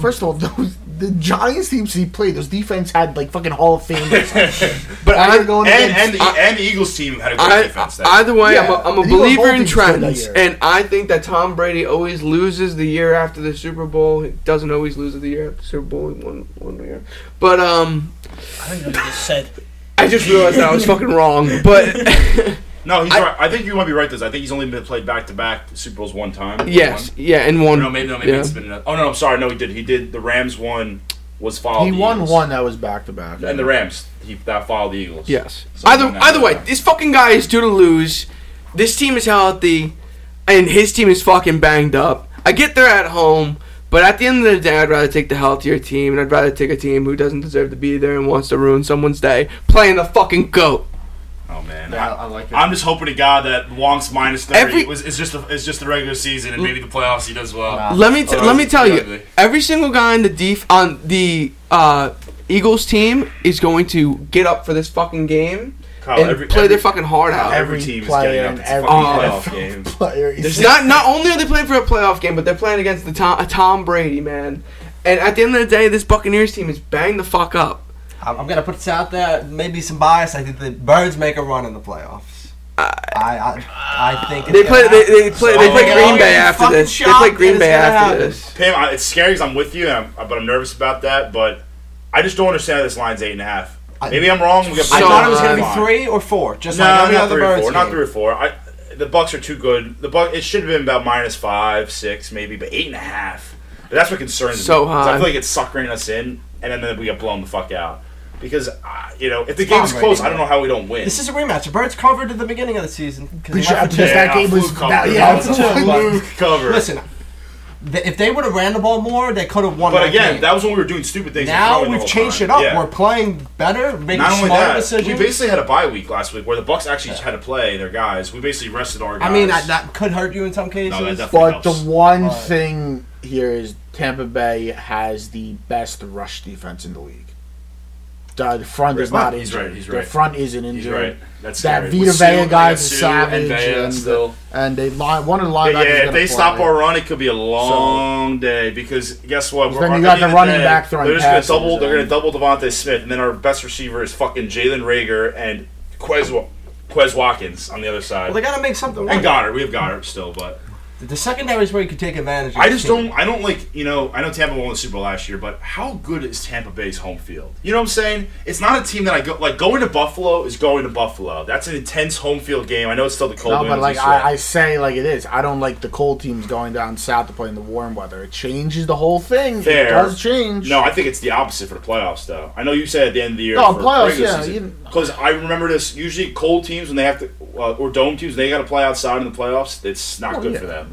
Speaker 4: First of all, those, the Giants teams he played, those defense had like fucking Hall of Fame. *laughs*
Speaker 2: But
Speaker 4: Now
Speaker 2: I,
Speaker 4: you're going
Speaker 3: And
Speaker 4: against-
Speaker 3: and the,
Speaker 2: I-
Speaker 3: and the Eagles team had a great
Speaker 2: I,
Speaker 3: defense. That
Speaker 2: either way,
Speaker 4: Yeah,
Speaker 2: I'm a, I'm a
Speaker 4: the Eagles
Speaker 2: believer in
Speaker 4: both did good that
Speaker 2: trends,
Speaker 4: year.
Speaker 2: and I think that Tom Brady always loses the year after the Super Bowl. He doesn't always lose the year after the Super Bowl in one one year, but um,
Speaker 1: I don't even know what you just said.
Speaker 2: I just realized that I
Speaker 4: *laughs*
Speaker 2: was fucking wrong.
Speaker 3: *laughs*
Speaker 2: But
Speaker 3: no, he's
Speaker 2: I-
Speaker 3: right. I think you might be right. This I think he's only been played back to back Super Bowls one time.
Speaker 2: yes, yeah, and
Speaker 3: Or
Speaker 2: one.
Speaker 3: No, maybe no, maybe
Speaker 2: yeah.
Speaker 3: it's been. Another. Oh no, I'm sorry. No, he did. He did. The Rams won was followed.
Speaker 4: He
Speaker 3: the
Speaker 4: won
Speaker 3: Eagles.
Speaker 4: one that was back to back.
Speaker 3: And the Rams he, that followed the Eagles.
Speaker 2: Yes.
Speaker 3: So
Speaker 2: either
Speaker 3: now-
Speaker 2: either way, this fucking guy is due to lose. This team is healthy, and his team is fucking banged up. I get they're at home, but at the end of the day, I'd rather take the healthier team, and I'd rather take a team who doesn't deserve to be there and wants to ruin someone's day playing the fucking goat.
Speaker 3: Oh man,
Speaker 5: Yeah, I-
Speaker 3: I,
Speaker 5: I like it.
Speaker 3: am just hoping to God that Wonk's minus thirty
Speaker 2: Every-
Speaker 3: was is just the, is just the regular season and maybe the playoffs he does well.
Speaker 5: Nah.
Speaker 2: Let me t-
Speaker 3: Otherwise,
Speaker 2: let me
Speaker 3: it's
Speaker 2: tell
Speaker 3: gonna
Speaker 2: you,
Speaker 3: be Ah, oh, ugly.
Speaker 2: every single guy in the def on the uh, Eagles team is going to get up for this fucking game
Speaker 3: Kyle,
Speaker 2: and
Speaker 3: Oh, every-
Speaker 2: play
Speaker 3: every-
Speaker 2: their fucking heart out.
Speaker 3: Every team is getting up. It's a fucking playoff game.
Speaker 4: player.
Speaker 2: There's not not only are they playing for a playoff game, but they're playing against the Tom, a Tom Brady man. And at the end of the day, this Buccaneers team is banged the fuck up.
Speaker 5: I'm, I'm gonna put this out there. Maybe some bias. I think the Birds make a run in the playoffs. I I, I think it's
Speaker 2: They play
Speaker 5: gonna
Speaker 2: they,
Speaker 5: happen.
Speaker 2: they play they
Speaker 3: So-
Speaker 2: play
Speaker 3: Oh,
Speaker 2: Green
Speaker 3: yeah,
Speaker 2: Bay
Speaker 5: you
Speaker 2: after
Speaker 5: fucking
Speaker 2: this. They play
Speaker 5: shocked
Speaker 2: Green
Speaker 5: that
Speaker 2: Bay
Speaker 5: it's gonna
Speaker 2: after
Speaker 5: happen.
Speaker 2: this.
Speaker 3: Pam, I, it's scary because I'm with you, and I'm, but I'm nervous about that. But I just don't understand how this line's eight and a half.
Speaker 5: I-
Speaker 3: Maybe I'm wrong. We got
Speaker 5: I
Speaker 2: So
Speaker 5: thought it was gonna
Speaker 3: Fine.
Speaker 5: be three or four, just
Speaker 3: No,
Speaker 5: like every
Speaker 3: not
Speaker 5: other
Speaker 3: three or
Speaker 5: Birds
Speaker 3: four. Not
Speaker 5: game.
Speaker 3: three or four. I, the Bucks are too good. The Buck. It should have been about minus five, six, maybe, but eight and a half. But that's what concerns
Speaker 2: So
Speaker 3: me. 'cause I
Speaker 2: high.
Speaker 3: feel like it's suckering us in, and then, then we get blown the fuck out. Because uh, you know, if the
Speaker 5: It's
Speaker 3: game is
Speaker 5: Tom
Speaker 3: close,
Speaker 5: Brady,
Speaker 3: I don't know how we don't win.
Speaker 5: This is a rematch. The Birds covered at the beginning of the season. 'cause they
Speaker 4: Pretty sure
Speaker 5: left
Speaker 4: after
Speaker 5: with
Speaker 4: this,
Speaker 3: Yeah,
Speaker 4: that game was
Speaker 3: fluke cover.
Speaker 4: that, yeah,
Speaker 3: That
Speaker 4: it's
Speaker 3: was
Speaker 4: a fluke.
Speaker 3: fluke cover.
Speaker 5: Listen, th- if they would have ran the ball more, they could have won.
Speaker 3: but
Speaker 5: that
Speaker 3: again,
Speaker 5: game.
Speaker 3: that was when we were doing stupid things. and
Speaker 5: now
Speaker 3: throwing the
Speaker 5: we've
Speaker 3: whole
Speaker 5: changed
Speaker 3: time.
Speaker 5: it up.
Speaker 3: Yeah.
Speaker 5: We're playing better, making
Speaker 3: not only
Speaker 5: smarter
Speaker 3: that,
Speaker 5: decisions.
Speaker 3: we basically had a bye week last week where the Bucks actually had to play their guys. We basically rested our guys.
Speaker 5: I mean, that, that could hurt you in some cases.
Speaker 3: No, that definitely-
Speaker 4: But the
Speaker 3: else.
Speaker 4: one
Speaker 5: Alright.
Speaker 4: thing here is Tampa Bay has the best rush defense in the league. The the front is
Speaker 3: Right.
Speaker 4: not
Speaker 3: He's
Speaker 4: injured.
Speaker 3: right, he's
Speaker 4: Their
Speaker 3: right.
Speaker 4: front isn't
Speaker 3: He's
Speaker 4: injured.
Speaker 3: right. That's
Speaker 4: That
Speaker 3: scary.
Speaker 4: Vita
Speaker 3: With
Speaker 4: Vea
Speaker 3: Sue-
Speaker 4: guy's
Speaker 3: Sue
Speaker 4: a
Speaker 3: and
Speaker 4: savage,
Speaker 3: Vea
Speaker 4: and,
Speaker 3: still.
Speaker 4: and they line one of the
Speaker 3: Yeah,
Speaker 4: linebackers. is
Speaker 3: if
Speaker 4: gonna
Speaker 3: they
Speaker 4: play.
Speaker 3: stop our run, it could be a long day because guess what?
Speaker 4: 'Cause
Speaker 3: We're-
Speaker 4: then you
Speaker 3: at
Speaker 4: got
Speaker 3: end
Speaker 4: the
Speaker 3: of
Speaker 4: running
Speaker 3: day,
Speaker 4: back throwing
Speaker 3: They're just
Speaker 4: passes,
Speaker 3: gonna double. They're
Speaker 4: and-
Speaker 3: gonna double Devontae Smith, and then our best receiver is fucking Jalen Rager and Quez, Wa- Quez Watkins on the other side.
Speaker 5: Well, they got to make something
Speaker 3: and
Speaker 5: work.
Speaker 3: Goddard, we have Goddard still, but
Speaker 5: The secondary is where you could take advantage. of
Speaker 3: I
Speaker 5: this
Speaker 3: just
Speaker 5: team.
Speaker 3: don't. I don't like. You know, I know Tampa won the Super Bowl last year, but how good is Tampa Bay's home field? You know what I'm saying? It's not a team that I go like. Going to Buffalo is going to Buffalo. That's an intense home field game. I know it's still the cold.
Speaker 4: No, but
Speaker 3: winds
Speaker 4: like
Speaker 3: and shit.
Speaker 4: I, I say, like it is. I don't like the cold teams going down south to play in the warm weather. It changes the whole thing.
Speaker 3: Fair.
Speaker 4: It does change.
Speaker 3: No, I think it's the opposite for the playoffs, though. I know you said at the end of the year.
Speaker 4: No,
Speaker 3: for
Speaker 4: Oh, playoffs,
Speaker 3: regular
Speaker 4: yeah,
Speaker 3: season,
Speaker 4: you-
Speaker 3: Because I remember this. Usually, cold teams when they have to, uh, or dome teams, they got to play outside in the playoffs. It's not good
Speaker 4: yeah.
Speaker 3: for them.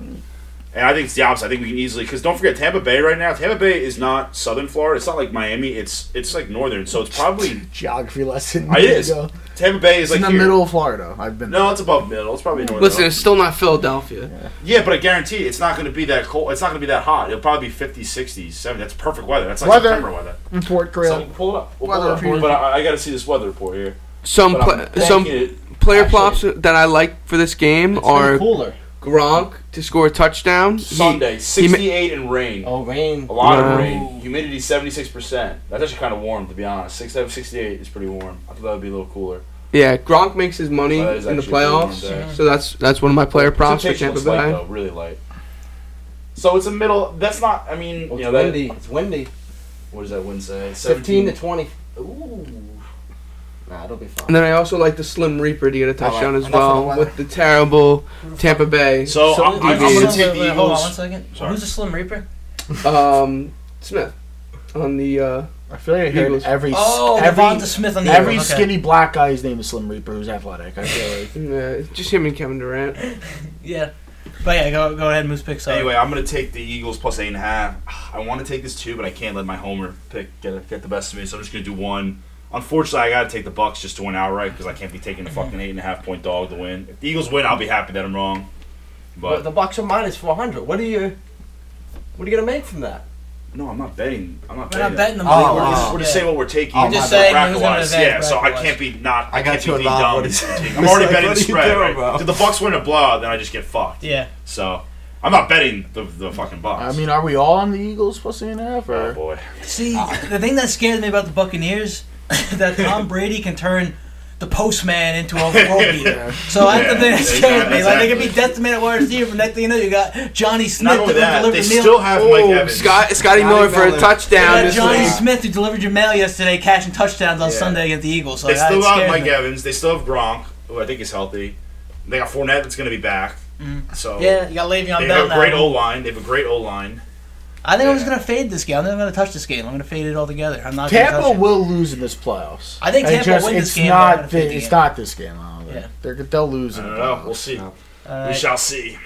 Speaker 3: And I think it's the opposite. I think we can easily because don't forget Tampa Bay right now. Tampa Bay is not Southern Florida. It's not like Miami. It's it's like Northern. So it's probably
Speaker 4: geography lesson.
Speaker 3: it
Speaker 4: There you
Speaker 3: is.
Speaker 4: go.
Speaker 3: Tampa Bay is
Speaker 4: It's
Speaker 3: like
Speaker 4: in the
Speaker 3: here.
Speaker 4: middle of Florida. I've been.
Speaker 3: No, it's above middle. It's probably northern.
Speaker 2: Listen, it's still not Philadelphia.
Speaker 3: yeah, but I guarantee it's not going to be that cold. It's not going to be that hot. It'll probably be 50s, 60s, 70s. That's perfect weather. That's like
Speaker 4: Weather.
Speaker 3: September weather.
Speaker 4: in Fort
Speaker 3: So
Speaker 4: Greeley.
Speaker 3: pull it up. We'll
Speaker 4: Weather
Speaker 3: pull it
Speaker 4: report.
Speaker 3: up. But I, I got to see this weather report here.
Speaker 2: Some
Speaker 3: But I'm
Speaker 2: pla- some
Speaker 3: thinking
Speaker 2: player
Speaker 3: actually-
Speaker 2: props that I like for this game
Speaker 5: It's
Speaker 2: are
Speaker 5: been cooler.
Speaker 2: Gronk to score a touchdown. He-
Speaker 3: Sunday,
Speaker 2: he ma-
Speaker 3: 68 and rain.
Speaker 5: Oh, rain.
Speaker 3: A lot
Speaker 2: Wow.
Speaker 3: of rain. Humidity 76%. That's actually kind of warm, to be honest. 6 out of 68 is pretty warm. I thought that would be a little cooler.
Speaker 2: yeah, Gronk makes his money
Speaker 3: That is
Speaker 2: in the
Speaker 3: actually pretty warm
Speaker 2: playoffs.
Speaker 3: there.
Speaker 2: So that's that's one of my player props for
Speaker 3: Precipitation
Speaker 2: Tampa
Speaker 3: looks light,
Speaker 2: Bay.
Speaker 3: though, really light. So it's a middle. That's not, I mean,
Speaker 5: Oh, it's
Speaker 3: you know,
Speaker 5: windy.
Speaker 3: that,
Speaker 5: It's windy.
Speaker 3: what does that wind say?
Speaker 5: 15
Speaker 3: 17
Speaker 5: to 20.
Speaker 3: Ooh.
Speaker 5: Nah, it'll be fine.
Speaker 2: And then I also like the Slim Reaper to get a
Speaker 5: right,
Speaker 2: touchdown as
Speaker 5: enough of the
Speaker 2: well
Speaker 5: weather.
Speaker 2: with the terrible Tampa Bay.
Speaker 3: So,
Speaker 5: So
Speaker 3: I'm,
Speaker 5: the
Speaker 3: I'm, I'm going
Speaker 2: Eagles-
Speaker 3: to take the
Speaker 1: Wait, Hold on one
Speaker 3: Eagles.
Speaker 1: second.
Speaker 3: Sorry.
Speaker 1: Who's the Slim Reaper?
Speaker 2: um, Smith on the uh,
Speaker 4: I feel like I heard
Speaker 2: Eagles.
Speaker 4: every
Speaker 1: Oh, Devonta
Speaker 4: every
Speaker 1: Smith on the
Speaker 4: every
Speaker 1: Eagles, okay.
Speaker 4: skinny black guy's name is Slim Reaper who's athletic. I feel like.
Speaker 2: yeah, just him and Kevin Durant.
Speaker 1: Yeah. But yeah, go, go ahead, Moose Pick. Sorry.
Speaker 3: Anyway, I'm going to take the Eagles plus 8.5. I want to take this too, but I can't let my homer pick get, get the best of me, so I'm just going to do one. Unfortunately, I got to take the Bucks just to win outright because I can't be taking
Speaker 1: Mm-hmm.
Speaker 3: the fucking 8.5 point dog to win. If the Eagles win, I'll be happy that I'm wrong.
Speaker 5: But
Speaker 3: But
Speaker 5: the Bucks are minus 400. What are you? What are you gonna make from that?
Speaker 3: No, I'm not betting. I'm not
Speaker 1: We're
Speaker 3: betting.
Speaker 1: not betting them.
Speaker 5: Oh,
Speaker 1: but
Speaker 3: We're,
Speaker 5: wow.
Speaker 3: just, we're just saying what we're taking.
Speaker 5: You're just
Speaker 1: saying
Speaker 3: bracket
Speaker 1: who's gonna
Speaker 3: wise.
Speaker 1: advance
Speaker 3: Yeah, so I
Speaker 1: bracket-wise.
Speaker 3: can't be not.
Speaker 5: I got
Speaker 3: can't
Speaker 5: you
Speaker 3: be
Speaker 5: involved.
Speaker 3: dumb.
Speaker 5: What *laughs* is-
Speaker 3: I'm already betting
Speaker 5: Like, what
Speaker 3: the
Speaker 5: are you
Speaker 3: spread.
Speaker 5: doing,
Speaker 3: Right?
Speaker 5: bro?
Speaker 3: Did the Bucks win a blowout? Then I just get fucked.
Speaker 1: Yeah.
Speaker 3: So I'm not betting the, the fucking
Speaker 4: I
Speaker 3: Bucks.
Speaker 4: mean, are we all on the Eagles plus eight and a half?
Speaker 3: oh
Speaker 4: Or?
Speaker 3: boy.
Speaker 1: See, the thing that scares me about the Buccaneers *laughs* that Tom Brady can turn the postman into a world
Speaker 3: *laughs*
Speaker 1: beater. So that's *laughs* the thing that
Speaker 3: Yeah,
Speaker 1: scares me. Like they could be
Speaker 3: exactly.
Speaker 1: death to minute wide receiver, but next thing you know, you got Johnny Smith
Speaker 3: Not only
Speaker 1: that
Speaker 3: that,
Speaker 1: delivered
Speaker 3: they
Speaker 1: the
Speaker 3: still
Speaker 1: meal.
Speaker 3: have Mike
Speaker 2: Oh,
Speaker 3: Evans.
Speaker 2: Scott, Scotty
Speaker 5: Scotty
Speaker 2: Miller for a
Speaker 5: Miller.
Speaker 1: They
Speaker 2: touchdown.
Speaker 1: got
Speaker 2: This
Speaker 1: Johnny
Speaker 2: week.
Speaker 1: Smith who delivered your mail yesterday, cashing touchdowns on
Speaker 3: Yeah.
Speaker 1: Sunday against the Eagles. So
Speaker 3: They
Speaker 1: that
Speaker 3: still
Speaker 1: scares
Speaker 3: got Mike
Speaker 1: me.
Speaker 3: Evans. They still have Gronk, who I think is healthy. They got Fournette that's going to be back. So
Speaker 1: Mm. Yeah, you got Le'Veon
Speaker 3: they
Speaker 1: Bell
Speaker 3: have a great
Speaker 1: now.
Speaker 3: O line. They have a great O line.
Speaker 1: I think I'm just
Speaker 3: Yeah.
Speaker 1: gonna fade this game. I'm never gonna touch this game. I'm gonna fade it all together. I'm not. gonna touch
Speaker 4: Tampa
Speaker 1: it.
Speaker 4: will lose in this playoffs.
Speaker 1: I think
Speaker 4: And
Speaker 1: Tampa will win this
Speaker 4: it's
Speaker 1: game, but I'm gonna
Speaker 4: Not
Speaker 1: fade
Speaker 4: thi-
Speaker 1: the
Speaker 4: it's
Speaker 1: game.
Speaker 4: not this game. I don't
Speaker 1: Yeah.
Speaker 4: think. They're, they'll lose
Speaker 3: I
Speaker 4: in the
Speaker 3: don't know. We'll
Speaker 4: playoffs.
Speaker 3: see.
Speaker 5: No.
Speaker 1: *laughs* All
Speaker 3: We
Speaker 1: right,
Speaker 3: shall see.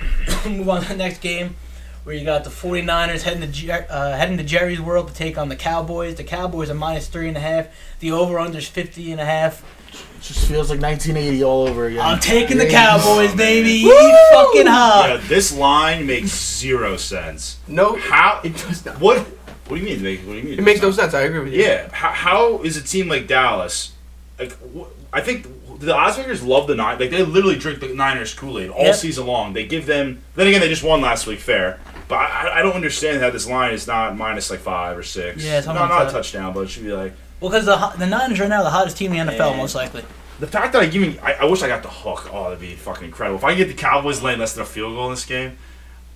Speaker 1: move on to the next game, where you got the 49ers heading to Jer- uh, heading to Jerry's World to take on the Cowboys. The Cowboys are minus three and a half. The over unders fifty and a half.
Speaker 4: It just feels like 1980 all over again.
Speaker 1: I'm taking the
Speaker 5: Yeah.
Speaker 1: Cowboys, baby.
Speaker 3: Woo!
Speaker 1: Eat fucking hot.
Speaker 3: Yeah, this line makes zero sense.
Speaker 2: No,
Speaker 3: How?
Speaker 2: it does not.
Speaker 3: What? What do you mean? Make, what do you mean?
Speaker 2: It makes no sense. I agree with you.
Speaker 3: Yeah. How, how is a team like Dallas? Like, wh- I think the Ozmakers love the Niners. Like they literally drink the Niners Kool Aid all
Speaker 1: Yep.
Speaker 3: season long. They give them. Then again, they just won last week. Fair. But I, I- I don't understand how this line is not minus like five or six.
Speaker 1: Yeah,
Speaker 3: not,
Speaker 1: something
Speaker 3: not
Speaker 1: like
Speaker 3: a
Speaker 1: that.
Speaker 3: touchdown, but it should be like
Speaker 1: Well, because the, ho- the Niners are now the hottest team in the NFL,
Speaker 3: Man.
Speaker 1: most likely.
Speaker 3: the fact that I even I, I wish I got the hook. Oh, that'd be fucking incredible. If I can get the Cowboys laying less than a field goal in this game,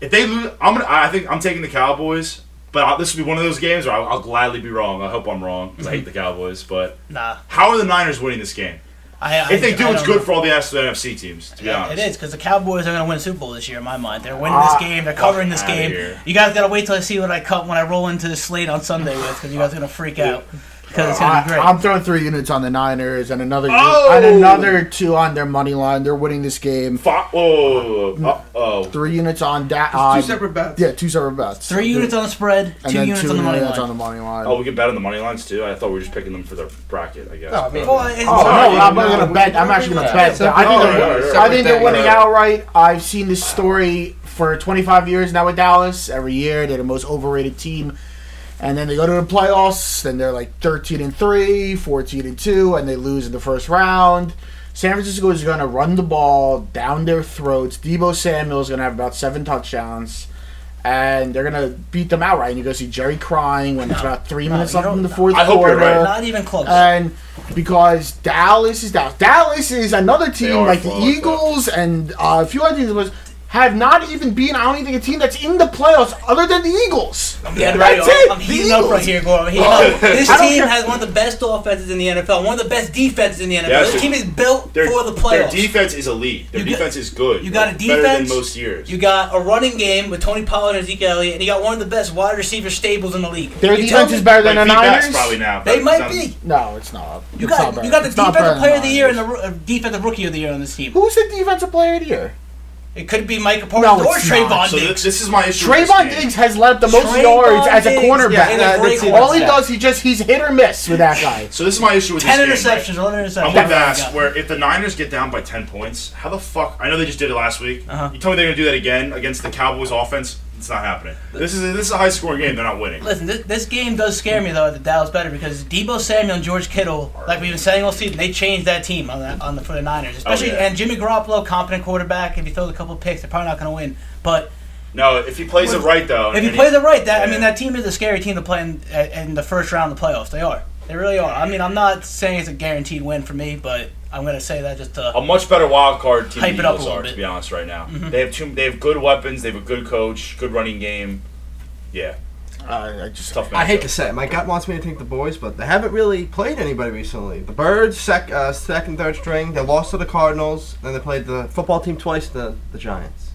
Speaker 3: if they lose, I'm gonna. I think I'm taking the Cowboys. But i this would be one of those games where I'll, I'll gladly be wrong. I hope I'm wrong because I hate the Cowboys. But
Speaker 1: Nah.
Speaker 3: how are the Niners winning this game?
Speaker 1: I, I,
Speaker 3: If they do,
Speaker 1: I
Speaker 3: it's
Speaker 1: don't
Speaker 3: good
Speaker 1: know.
Speaker 3: for all the rest of the NFC teams. To be
Speaker 1: Yeah,
Speaker 3: honest,
Speaker 1: It is because the Cowboys are going to win the Super Bowl this year in my mind. They're winning this
Speaker 4: Ah,
Speaker 1: game. They're covering this
Speaker 3: fuck outta
Speaker 1: game.
Speaker 3: here.
Speaker 1: You guys got to wait till I see what I cut when I roll into the slate on Sunday with because you guys are going to freak out because it's going to be great.
Speaker 4: I, am throwing three units on the Niners and another
Speaker 3: Oh!
Speaker 4: and another two on their money line. They're winning this game.
Speaker 3: Fuck. Oh, oh,
Speaker 4: Three units on that.
Speaker 2: It's
Speaker 5: Um,
Speaker 2: two separate bets.
Speaker 4: Yeah, two separate bets.
Speaker 1: Three units on the spread,
Speaker 4: and
Speaker 1: two
Speaker 4: then
Speaker 1: units
Speaker 4: two
Speaker 1: on the money
Speaker 4: units
Speaker 1: line.
Speaker 4: on the money line.
Speaker 3: oh. We can bet on the money lines too. I thought we were just picking them for their bracket. I guess.
Speaker 2: No, I mean-
Speaker 1: Well, it's-
Speaker 4: Oh,
Speaker 3: Sorry,
Speaker 4: no, I'm not
Speaker 2: no,
Speaker 4: gonna
Speaker 2: we-
Speaker 4: bet. I'm actually gonna bet.
Speaker 2: Yeah,
Speaker 4: I think
Speaker 2: separate-
Speaker 4: they're,
Speaker 3: alright,
Speaker 4: I think they're
Speaker 2: separate
Speaker 4: winning
Speaker 2: thing.
Speaker 4: outright. I've seen this story for 25 years now with Dallas. Every year they're the most overrated team, and then they go to the playoffs. Then they're like 13 and three, 14 and two, and they lose in the first round. San Francisco is gonna run the ball down their throats. Debo Samuel is gonna have about seven touchdowns. And they're gonna beat them outright. And you go see Jerry crying when it's about three
Speaker 1: No,
Speaker 4: minutes
Speaker 1: you
Speaker 4: left in
Speaker 1: don't-
Speaker 4: the fourth
Speaker 3: I hope
Speaker 4: quarter.
Speaker 3: you're right.
Speaker 1: Not even close.
Speaker 4: And because Dallas is Dallas, Dallas is another team
Speaker 3: are
Speaker 4: like the
Speaker 3: flawed, though.
Speaker 4: Eagles and uh, a few other teams was- have not even been. I don't even think a team that's in the playoffs other than the Eagles.
Speaker 1: I'm getting
Speaker 4: That's
Speaker 1: ready.
Speaker 4: it.
Speaker 1: I'm
Speaker 4: The
Speaker 1: heating up right
Speaker 4: Eagles.
Speaker 1: here, Gore. I'm heating up. This
Speaker 4: *laughs* I don't
Speaker 1: team
Speaker 4: care.
Speaker 1: has one of the best offenses in the NFL, one of the best defenses in the NFL.
Speaker 3: Yeah,
Speaker 1: this
Speaker 3: so
Speaker 1: team is built
Speaker 3: Their,
Speaker 1: for the
Speaker 3: their
Speaker 1: playoffs.
Speaker 3: defense is elite. Their
Speaker 1: You got-
Speaker 3: defense is good.
Speaker 1: you got a
Speaker 3: Better than
Speaker 1: defense?
Speaker 3: most years.
Speaker 1: You got a running game with Tony Pollard and Zeke Elliott, and you got one of the best wide receiver stables in the league.
Speaker 4: Their
Speaker 1: You tell
Speaker 4: defense
Speaker 1: me-
Speaker 4: is better
Speaker 3: like,
Speaker 4: than the
Speaker 3: feedback's
Speaker 4: Niners.
Speaker 3: probably now.
Speaker 1: They
Speaker 3: but
Speaker 1: might
Speaker 3: it's not-
Speaker 1: be.
Speaker 4: No, it's not.
Speaker 1: You
Speaker 4: It's not
Speaker 1: got
Speaker 4: better.
Speaker 1: you got the
Speaker 4: It's not better
Speaker 1: defensive
Speaker 4: than
Speaker 1: player of the year and the
Speaker 4: Niners.
Speaker 1: ro- uh, defensive rookie of the year on this team.
Speaker 4: Who's the defensive player of the year?
Speaker 1: It could be Micah Parsons or
Speaker 4: it's not.
Speaker 1: Trayvon
Speaker 3: So
Speaker 1: Diggs.
Speaker 3: this, this is my issue. with this
Speaker 4: Trayvon
Speaker 3: game.
Speaker 4: Diggs has led the most
Speaker 1: Trayvon
Speaker 4: yards as a
Speaker 1: Diggs
Speaker 4: cornerback. Uh,
Speaker 1: in a
Speaker 2: Yeah,
Speaker 1: great
Speaker 2: that's-
Speaker 1: one.
Speaker 4: All he does, he just he's hit or miss with that guy. *laughs*
Speaker 3: So this is my issue with
Speaker 1: Ten
Speaker 3: this game, right?
Speaker 1: interceptions, one interception.
Speaker 3: I'm with
Speaker 1: That's what
Speaker 3: ask where if the Niners get down by ten points, how the fuck? I know they just did it last week.
Speaker 1: Uh-huh.
Speaker 3: You told me they're gonna do that again against the Cowboys offense. It's not happening. This is a, this is a high scoring game. They're not winning.
Speaker 1: I got. Listen, this, this game does scare me though. The Dallas better because Debo Samuel and George Kittle, like we've been saying all season, they changed that team on the, on the for the Niners, especially
Speaker 3: Oh, yeah.
Speaker 1: and Jimmy Garoppolo, competent quarterback. If he throws a couple picks, they're probably not going to win. But
Speaker 3: No, if he plays it right though,
Speaker 1: If
Speaker 3: and
Speaker 1: you play the right, that I
Speaker 3: Yeah.
Speaker 1: mean, that team is a scary team to play in, uh, in the first round of the playoffs. They are. They really are. I mean, I'm not saying it's a guaranteed win for me, but I'm gonna say that just to.
Speaker 3: a much better wild card team.
Speaker 1: Hype
Speaker 3: than
Speaker 1: it up
Speaker 3: Eagles
Speaker 1: a little
Speaker 3: are, to
Speaker 1: bit.
Speaker 3: be honest, right now they have two. They have good weapons. They have a good coach. Good running game. Yeah,
Speaker 4: Uh, I just
Speaker 3: tough. Matchup.
Speaker 5: I hate to say it. My gut wants me to take the boys, but they haven't really played anybody recently. The Birds, sec, uh, second, third string. They lost to the Cardinals, and they played the football team twice. The the Giants.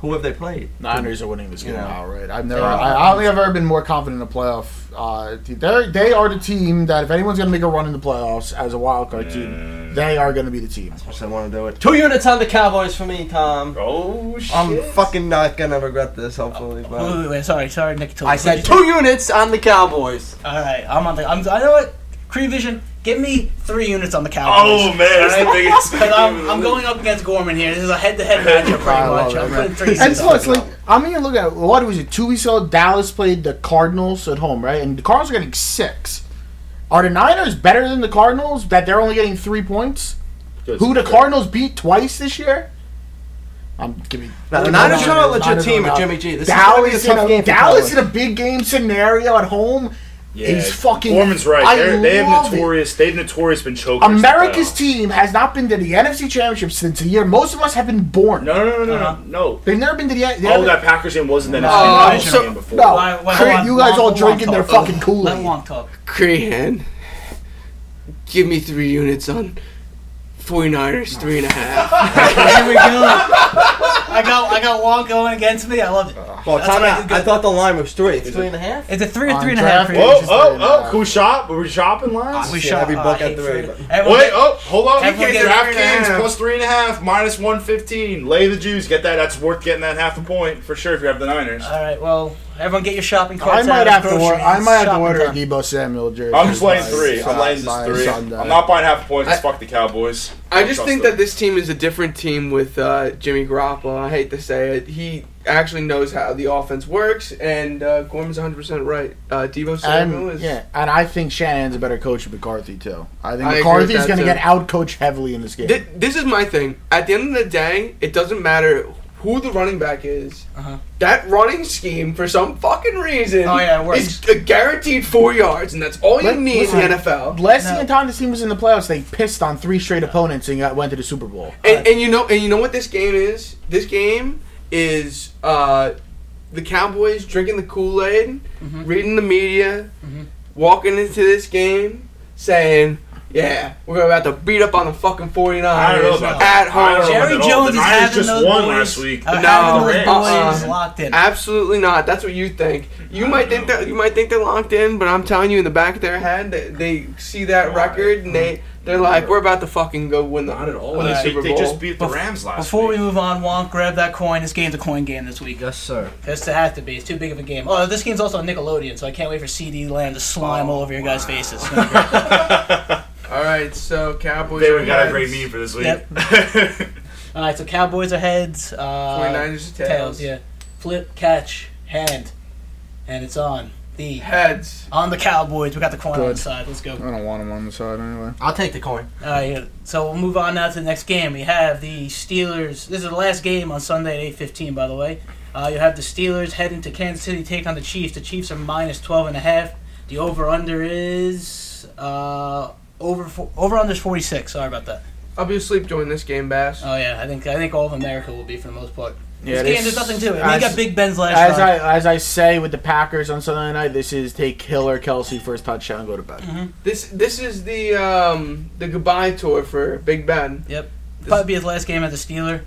Speaker 5: Who have they played?
Speaker 4: Niners are winning this game
Speaker 5: Yeah.
Speaker 4: outright. I've never, I, I don't think I've ever been more confident in the playoff. Uh, they they are the team that if anyone's going to make a run in the playoffs as a wild card team, they are going to be the team.
Speaker 5: Which I want to do it. Two units on the Cowboys for me, Tom.
Speaker 3: Oh shit!
Speaker 5: I'm fucking not gonna regret this. Hopefully,
Speaker 1: Wait,
Speaker 5: but
Speaker 1: wait, wait, sorry, sorry, Nick. Tool.
Speaker 5: I said two units on the Cowboys.
Speaker 1: All right, I'm on the. I'm, I know what. Cree Vision, give me three units on the
Speaker 3: Oh
Speaker 1: Cowboys.
Speaker 3: man, that's the biggest.
Speaker 1: Because I'm, I'm going up against Gorman here. This is a
Speaker 3: *laughs*
Speaker 1: head-to-head matchup, pretty
Speaker 4: I love
Speaker 1: much.
Speaker 4: it,
Speaker 1: I'm
Speaker 4: man.
Speaker 1: putting three
Speaker 4: And
Speaker 1: units. on
Speaker 4: plus,
Speaker 1: it.
Speaker 4: like I'm even looking at what was it two weeks ago? Dallas played the Cardinals at home, right? And the Cardinals are getting six. Are the Niners better than the Cardinals that they're only getting three points? Who the Cardinals beat twice this year? I'm giving.
Speaker 5: Now, the
Speaker 4: giving
Speaker 5: Niners are a legit
Speaker 4: Niners
Speaker 5: team
Speaker 4: are
Speaker 5: with
Speaker 4: not.
Speaker 5: Jimmy G. This
Speaker 4: Dallas
Speaker 5: is gonna be a tough
Speaker 4: in a,
Speaker 5: game. For
Speaker 4: Dallas
Speaker 5: Cowboys.
Speaker 4: in a big game scenario at home
Speaker 3: Yeah,
Speaker 4: is fucking.
Speaker 3: Gorman's right.
Speaker 4: I
Speaker 3: They're- they have
Speaker 4: love it.
Speaker 3: notorious. They've notorious been chokers. in the
Speaker 4: America's
Speaker 3: playoffs.
Speaker 4: team has not been to the NFC Championship since the year most of us have been born.
Speaker 3: No, no, no, no,
Speaker 1: Uh-huh.
Speaker 3: no, no.
Speaker 4: They've never been to the. They
Speaker 3: Oh,
Speaker 4: haven't-
Speaker 3: that Packers game wasn't that.
Speaker 1: No.
Speaker 3: Niners
Speaker 1: So-
Speaker 3: game before.
Speaker 4: no.
Speaker 1: Why- why-
Speaker 4: Cre-
Speaker 1: hold on,
Speaker 4: you guys
Speaker 1: Wonk-
Speaker 4: all
Speaker 1: Wonk
Speaker 4: drinking their
Speaker 1: talk.
Speaker 4: fucking Kool-Aid.
Speaker 1: Let Wonk
Speaker 3: *laughs*
Speaker 1: talk.
Speaker 2: Crehan, give me three units on 49ers, three and a half.
Speaker 1: Here we go. I got I got got Wonk going against me. I love
Speaker 4: Uh,
Speaker 1: it.
Speaker 5: Well,
Speaker 1: That's
Speaker 5: time
Speaker 1: what I did
Speaker 5: out.
Speaker 1: good.
Speaker 5: I thought the line was three. It's three and a half.
Speaker 1: It's a three or
Speaker 4: On
Speaker 1: three and a half.
Speaker 4: draft
Speaker 1: for you.
Speaker 4: day.
Speaker 3: Oh,
Speaker 4: Just
Speaker 3: oh,
Speaker 4: three and a
Speaker 3: oh!
Speaker 4: half.
Speaker 3: Cool shop. Were we shopping lines?
Speaker 1: We
Speaker 5: shit,
Speaker 1: shot
Speaker 5: every
Speaker 1: oh, I
Speaker 5: buck had
Speaker 1: hate
Speaker 5: three,
Speaker 1: Freddie.
Speaker 5: but-
Speaker 1: Everyone
Speaker 3: Wait,
Speaker 1: get-
Speaker 3: oh, hold on.
Speaker 1: Everyone
Speaker 3: We get
Speaker 1: get three and a
Speaker 3: DraftKings
Speaker 1: half.
Speaker 3: plus three and a half, minus one fifteen. Lay the Jews. Get that. That's worth getting that half a point for sure if you have the Niners.
Speaker 1: All right, well, everyone get your shopping
Speaker 4: I
Speaker 1: carts out.
Speaker 4: might
Speaker 1: of
Speaker 4: have to
Speaker 1: grocery.
Speaker 4: order. I might have to
Speaker 1: Shopping
Speaker 4: order a
Speaker 1: time.
Speaker 4: Debo Samuel jersey.
Speaker 3: I'm just laying
Speaker 4: by
Speaker 3: three. I'm
Speaker 4: Sun-
Speaker 3: laying this
Speaker 4: by
Speaker 3: three.
Speaker 4: Sunday.
Speaker 3: I'm not buying half a point. Just
Speaker 2: I-
Speaker 3: fuck the Cowboys.
Speaker 2: I just
Speaker 3: Trust
Speaker 2: think
Speaker 3: them.
Speaker 2: that this team is a different team with uh, Jimmy Garoppolo. I hate to say it. He actually knows how the offense works, and uh, Gorman's 100% right. Uh, Debo Samuel
Speaker 4: And,
Speaker 2: is.
Speaker 4: yeah, and I think Shanahan's a better coach than McCarthy too. I think
Speaker 2: I agree
Speaker 4: McCarthy's
Speaker 2: with that,
Speaker 4: going to
Speaker 2: too.
Speaker 4: get outcoached heavily in this game.
Speaker 2: Thi- this is my thing. At the end of the day, it doesn't matter who the running back is.
Speaker 1: Uh-huh.
Speaker 2: That running scheme, for some fucking reason,
Speaker 1: Oh, yeah, it works.
Speaker 2: is a guaranteed four yards, and that's all you
Speaker 4: Let-
Speaker 2: need
Speaker 4: listen.
Speaker 2: in the NFL.
Speaker 4: Last
Speaker 1: No.
Speaker 4: year time this team was in the playoffs, they pissed on three straight opponents and got, went to the Super Bowl.
Speaker 2: And, and you know, and you know what this game is. This game is uh, the Cowboys drinking the Kool Aid,
Speaker 3: Mm-hmm.
Speaker 2: reading the media, walking into this game saying, "Yeah, we're about to beat up on the fucking 49ers
Speaker 3: I don't know about that.
Speaker 2: at
Speaker 3: I don't know
Speaker 2: home."
Speaker 3: about
Speaker 1: Jerry
Speaker 3: that at all.
Speaker 1: Jones
Speaker 3: the
Speaker 1: is
Speaker 3: Niners
Speaker 1: having
Speaker 3: just
Speaker 1: those
Speaker 3: won
Speaker 1: boys.
Speaker 3: last week.
Speaker 1: Uh,
Speaker 2: No,
Speaker 1: having those boys
Speaker 2: uh-uh.
Speaker 1: locked in.
Speaker 2: Absolutely not. That's what you think. You might think that you might think they're locked in, but I'm telling you, in the back of their head, they, they see that record and they they're like, "We're about to fucking go win the
Speaker 3: Not at all.
Speaker 2: win the
Speaker 3: They,
Speaker 2: Super
Speaker 3: they
Speaker 2: Bowl."
Speaker 3: just beat the
Speaker 1: Bef-
Speaker 3: Rams last
Speaker 1: Before we
Speaker 3: week.
Speaker 1: move on, Wonk, grab that coin. This game's a coin game this week.
Speaker 5: Yes, sir.
Speaker 1: That's to have to be. It's too big of a game. Oh, this game's also on Nickelodeon, so I can't wait for CD Lamb to slime all over your guys'
Speaker 5: *laughs*
Speaker 1: faces. It's gonna be great.
Speaker 2: all right, so Cowboys.
Speaker 3: They
Speaker 2: are
Speaker 3: would got a
Speaker 2: heads.
Speaker 3: great meme for this week.
Speaker 1: Yep.
Speaker 3: *laughs*
Speaker 1: all right, so Cowboys are heads. Uh,
Speaker 2: 49ers are tails.
Speaker 1: tails. Yeah. Flip, catch, hand, and it's on the
Speaker 2: Heads.
Speaker 1: on the Cowboys. We got the coin on the
Speaker 4: Good.
Speaker 1: side. Let's go.
Speaker 4: I don't want him on the side anyway.
Speaker 5: I'll take the coin.
Speaker 1: All right, so we'll move on now to the next game. We have the Steelers. This is the last game on Sunday at eight fifteen. By the way, uh, you have the Steelers heading to Kansas City to take on the Chiefs. The Chiefs are minus twelve and a half. The over under is uh, over fo- over under is forty six. Sorry about that.
Speaker 2: I'll be asleep during this game, Bass.
Speaker 1: Oh yeah, I think I think all of America will be for the most part.
Speaker 4: Yeah,
Speaker 1: this game there's nothing to it. We
Speaker 4: as-
Speaker 1: got Big Ben's last
Speaker 4: As
Speaker 1: time.
Speaker 4: I as I say with the Packers on Sunday night, this is take Killer Kelsey first touchdown, go to bed.
Speaker 2: This this is the um the goodbye tour for Big Ben.
Speaker 1: yep,
Speaker 2: This-
Speaker 1: probably be his last game at the Steeler.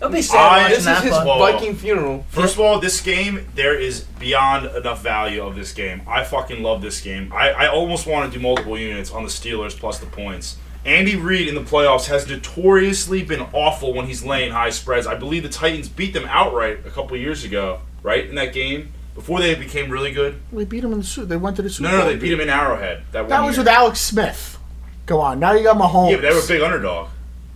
Speaker 1: It'll be
Speaker 3: I-
Speaker 1: sad watching
Speaker 2: This is
Speaker 1: that,
Speaker 2: his
Speaker 1: but-
Speaker 3: Whoa.
Speaker 2: Viking funeral.
Speaker 3: First of all, this game, there is beyond enough value of this game. I fucking love this game. I, I almost want to do multiple units on the Steelers plus the points. Andy Reid in the playoffs has notoriously been awful when he's laying high spreads. I believe the Titans beat them outright a couple years ago, right? In that game? Before they became really good?
Speaker 4: They beat him in the Super. They went to the Super.
Speaker 3: No, no,
Speaker 4: Bowl.
Speaker 3: they beat him in Arrowhead. That,
Speaker 4: That
Speaker 3: one
Speaker 4: was
Speaker 3: year.
Speaker 4: with Alex Smith. Go on. Now you got Mahomes.
Speaker 3: Yeah, but they were a big underdog.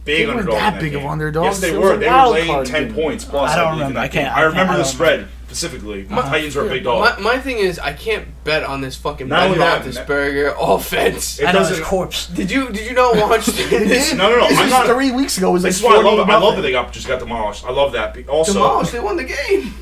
Speaker 3: Big
Speaker 4: They weren't
Speaker 3: underdog. in
Speaker 4: that big
Speaker 3: game.
Speaker 4: of underdogs.
Speaker 3: Yes, they
Speaker 4: It was
Speaker 3: were.
Speaker 4: a
Speaker 3: They were
Speaker 4: wild
Speaker 3: laying
Speaker 4: card
Speaker 3: ten
Speaker 4: game.
Speaker 3: points plus.
Speaker 1: I don't
Speaker 3: believe, in
Speaker 1: remember.
Speaker 3: that
Speaker 1: I can't-
Speaker 3: game.
Speaker 1: I
Speaker 3: I remember the
Speaker 1: can't- I
Speaker 3: spread specifically. The Titans are a big dog.
Speaker 2: My, my thing is, I can't bet on this fucking
Speaker 3: Not
Speaker 2: Ben
Speaker 3: only that,
Speaker 2: Roethlisberger *laughs* offense.
Speaker 3: It
Speaker 1: I know his
Speaker 3: doesn't-
Speaker 1: corpse.
Speaker 2: Did you did you
Speaker 3: *laughs*
Speaker 2: not watch this?
Speaker 3: No, no, no.
Speaker 4: This
Speaker 3: I'm
Speaker 4: was
Speaker 3: not.
Speaker 4: three weeks ago. It was like
Speaker 3: This is why I love it. I love that
Speaker 4: nothing.
Speaker 3: they got just got demolished. I love that. Be- Also,
Speaker 2: Demolished. They won the game.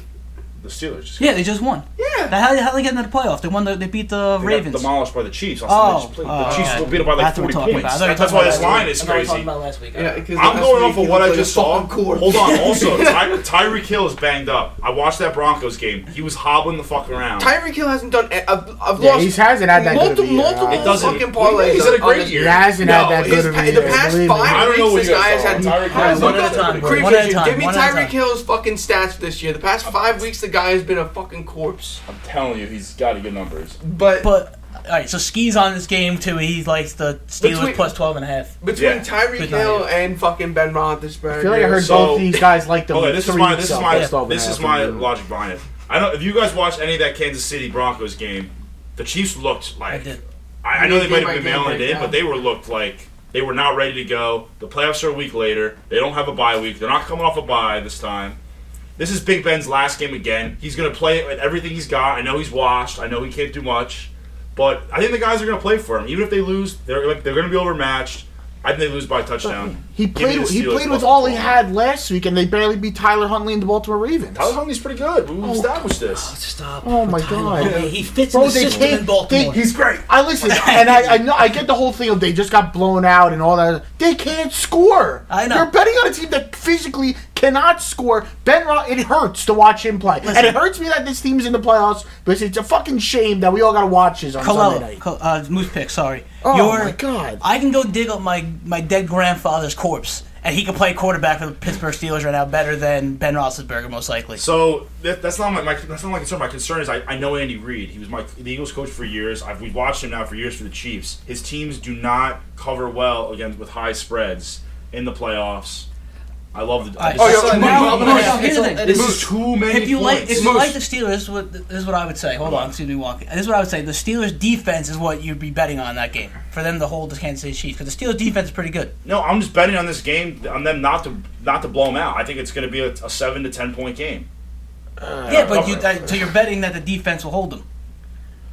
Speaker 3: the Steelers just
Speaker 1: Yeah, they just won.
Speaker 2: Yeah.
Speaker 1: How how they get into the playoff? They won. The, they beat the
Speaker 3: they
Speaker 1: Ravens.
Speaker 3: got demolished by the Chiefs. on
Speaker 1: Oh,
Speaker 3: Sunday.
Speaker 1: oh,
Speaker 3: the Chiefs
Speaker 1: okay.
Speaker 3: were beat up by like
Speaker 1: That's what we're
Speaker 3: forty
Speaker 1: talking
Speaker 3: points.
Speaker 1: about. I thought you were
Speaker 3: That's, that's
Speaker 1: talking
Speaker 3: why
Speaker 1: about
Speaker 3: this
Speaker 1: last
Speaker 3: line
Speaker 1: week. I thought we
Speaker 3: is
Speaker 1: were
Speaker 3: crazy.
Speaker 1: talking about last week.
Speaker 2: Yeah, 'cause
Speaker 3: I'm
Speaker 2: last
Speaker 3: going
Speaker 2: week
Speaker 3: off
Speaker 2: he
Speaker 3: of what
Speaker 2: looked
Speaker 3: I
Speaker 2: like a
Speaker 3: just saw.
Speaker 2: fucking corpse.
Speaker 3: Hold
Speaker 1: *laughs*
Speaker 3: on. Also, Ty- Tyreek Hill is banged up. I watched that Broncos game. He was hobbling the fuck around.
Speaker 2: Tyreek Hill hasn't done. a- I've, I've
Speaker 4: Yeah,
Speaker 2: lost.
Speaker 4: he hasn't had that good of a
Speaker 2: multiple,
Speaker 4: year.
Speaker 2: multiple
Speaker 4: It
Speaker 3: doesn't-
Speaker 2: fucking parlays.
Speaker 3: He's had
Speaker 2: on
Speaker 3: a great
Speaker 2: this-
Speaker 3: year.
Speaker 4: He hasn't
Speaker 2: No,
Speaker 4: had that
Speaker 2: his
Speaker 4: good of
Speaker 2: pa-
Speaker 4: a year.
Speaker 2: the past
Speaker 4: believe me.
Speaker 2: five-
Speaker 3: I don't know what
Speaker 2: This
Speaker 3: you
Speaker 2: guy has
Speaker 3: guys saw.
Speaker 2: had-
Speaker 3: Tyreek
Speaker 1: All right,
Speaker 3: Hill
Speaker 1: one
Speaker 3: is
Speaker 1: at a time, bro.
Speaker 2: Creep
Speaker 1: One at a
Speaker 2: vision.
Speaker 1: time,
Speaker 2: Give me
Speaker 1: one at a
Speaker 2: Tyreek
Speaker 1: time.
Speaker 2: Hill's fucking stats for this year. The past five weeks, the guy has been a fucking corpse.
Speaker 3: I'm telling you, he's got to get numbers.
Speaker 2: But
Speaker 1: But all right, so skis on this game too. He likes the Steelers
Speaker 2: Between-
Speaker 1: plus twelve and a half.
Speaker 2: between
Speaker 3: Yeah.
Speaker 2: Tyreek
Speaker 1: Good
Speaker 2: Hill
Speaker 1: night.
Speaker 2: and fucking Ben Roethlisberger,
Speaker 4: I feel like I heard
Speaker 3: So-
Speaker 4: both these guys like them.
Speaker 3: Okay, this is
Speaker 4: three
Speaker 3: my
Speaker 4: weeks
Speaker 3: this is
Speaker 4: up.
Speaker 3: my
Speaker 4: That's all we
Speaker 3: this
Speaker 4: have
Speaker 3: is
Speaker 4: to
Speaker 3: my
Speaker 4: do.
Speaker 3: logic behind it. I don't if you guys watched any of that Kansas City Broncos game, the Chiefs looked like
Speaker 1: did.
Speaker 3: I, I know
Speaker 2: They
Speaker 3: they
Speaker 2: did
Speaker 3: might have
Speaker 2: my
Speaker 3: been
Speaker 2: game
Speaker 3: mailing it in,
Speaker 2: breakdown.
Speaker 3: but they were looked like they were not ready to go. The playoffs are a week later. They don't have a bye week. They're not coming off a bye this time. This is Big Ben's last game again. He's going to play with everything he's got. I know he's washed. I know he can't do much, but I think the guys are going to play for him. Even if they lose, they're they're going to be overmatched. I think they lose by a touchdown.
Speaker 4: He
Speaker 3: Give me
Speaker 4: played.
Speaker 3: the
Speaker 4: He
Speaker 3: Steelers
Speaker 4: played
Speaker 3: plus
Speaker 4: with
Speaker 3: the
Speaker 4: all he
Speaker 3: twelve.
Speaker 4: had last week, and they barely beat Tyler Huntley and the Baltimore Ravens.
Speaker 3: Tyler Huntley's pretty good. We established this.
Speaker 1: Stop.
Speaker 4: Oh my god!
Speaker 1: He fits
Speaker 4: Bro,
Speaker 1: in the
Speaker 4: they
Speaker 1: system
Speaker 4: can't-
Speaker 1: in Baltimore.
Speaker 4: they-
Speaker 3: He's great.
Speaker 1: *laughs*
Speaker 4: I listen, and I, I know I get the whole thing of they just got blown out and all that. They can't score.
Speaker 1: I know.
Speaker 4: You're betting on a team that physically cannot score. Ben Rod, it hurts to watch him play, and it hurts me that this team's in the playoffs. But it's a fucking shame that we all got to watch this on Sunday
Speaker 1: Colella,
Speaker 4: night.
Speaker 1: Col- uh, Moose Pick, sorry.
Speaker 4: Oh
Speaker 1: Your-
Speaker 4: my god!
Speaker 1: I can go dig up my, my dead grandfather's corpse, and he can play quarterback for the Pittsburgh Steelers right now better than Ben Roethlisberger, most likely.
Speaker 3: So that, that's not my, my that's not my concern. My concern is I, I know Andy Reid. He was my the Eagles coach for years. I've we've watched him now for years for the Chiefs. His teams do not cover well against with high spreads in the playoffs. I love the.
Speaker 1: I-
Speaker 3: it's
Speaker 1: Oh,
Speaker 3: just
Speaker 1: yeah,
Speaker 3: too
Speaker 1: no,
Speaker 3: many
Speaker 1: no, no,
Speaker 3: points.
Speaker 1: no, here's the thing.
Speaker 3: This is too many.
Speaker 1: If you like,
Speaker 3: points.
Speaker 1: if you like the Steelers, this is what, this is what I would say. Hold on, excuse me, Wonk. This is what I would say. The Steelers defense is what you'd be betting on in that game for them to hold the Kansas City Chiefs because the Steelers defense is pretty good.
Speaker 3: No, I'm just betting on this game on them not to not to blow them out. I think it's going to be a, a seven to ten point game.
Speaker 1: yeah, but you,
Speaker 3: okay.
Speaker 1: uh, so you're betting that the defense will hold them.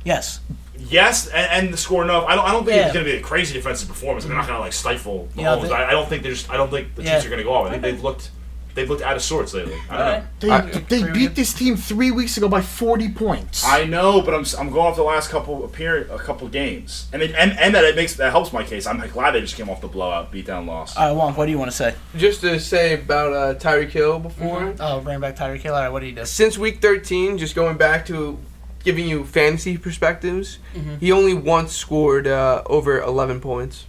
Speaker 1: Yes.
Speaker 3: Yes, and, and the score enough. I don't. I don't think
Speaker 1: Yeah.
Speaker 3: it's going to be a crazy defensive performance. They're not going to like stifle Mahomes.
Speaker 1: Yeah, they-
Speaker 3: I, I don't think they're. Just, I don't think the
Speaker 1: Yeah.
Speaker 3: Chiefs are going to go off. I think they've looked. They've looked out of sorts lately. I don't
Speaker 1: All
Speaker 3: know.
Speaker 1: right.
Speaker 4: They,
Speaker 5: I-
Speaker 4: they beat this team three weeks ago by forty points.
Speaker 3: I know, but I'm, s- I'm going off the last couple appear a couple games, and it, and, and that it makes that helps my case. I'm glad they just came off the blowout beatdown loss.
Speaker 1: All right, Wonk. What do you want to say?
Speaker 2: Just to say about uh, Tyreek Hill before.
Speaker 1: Oh, bring back Tyreek Hill. All right, what do you do?
Speaker 2: Since week 13, just going back to giving you fantasy perspectives,
Speaker 1: Mm-hmm.
Speaker 2: he only once scored uh, over 11 points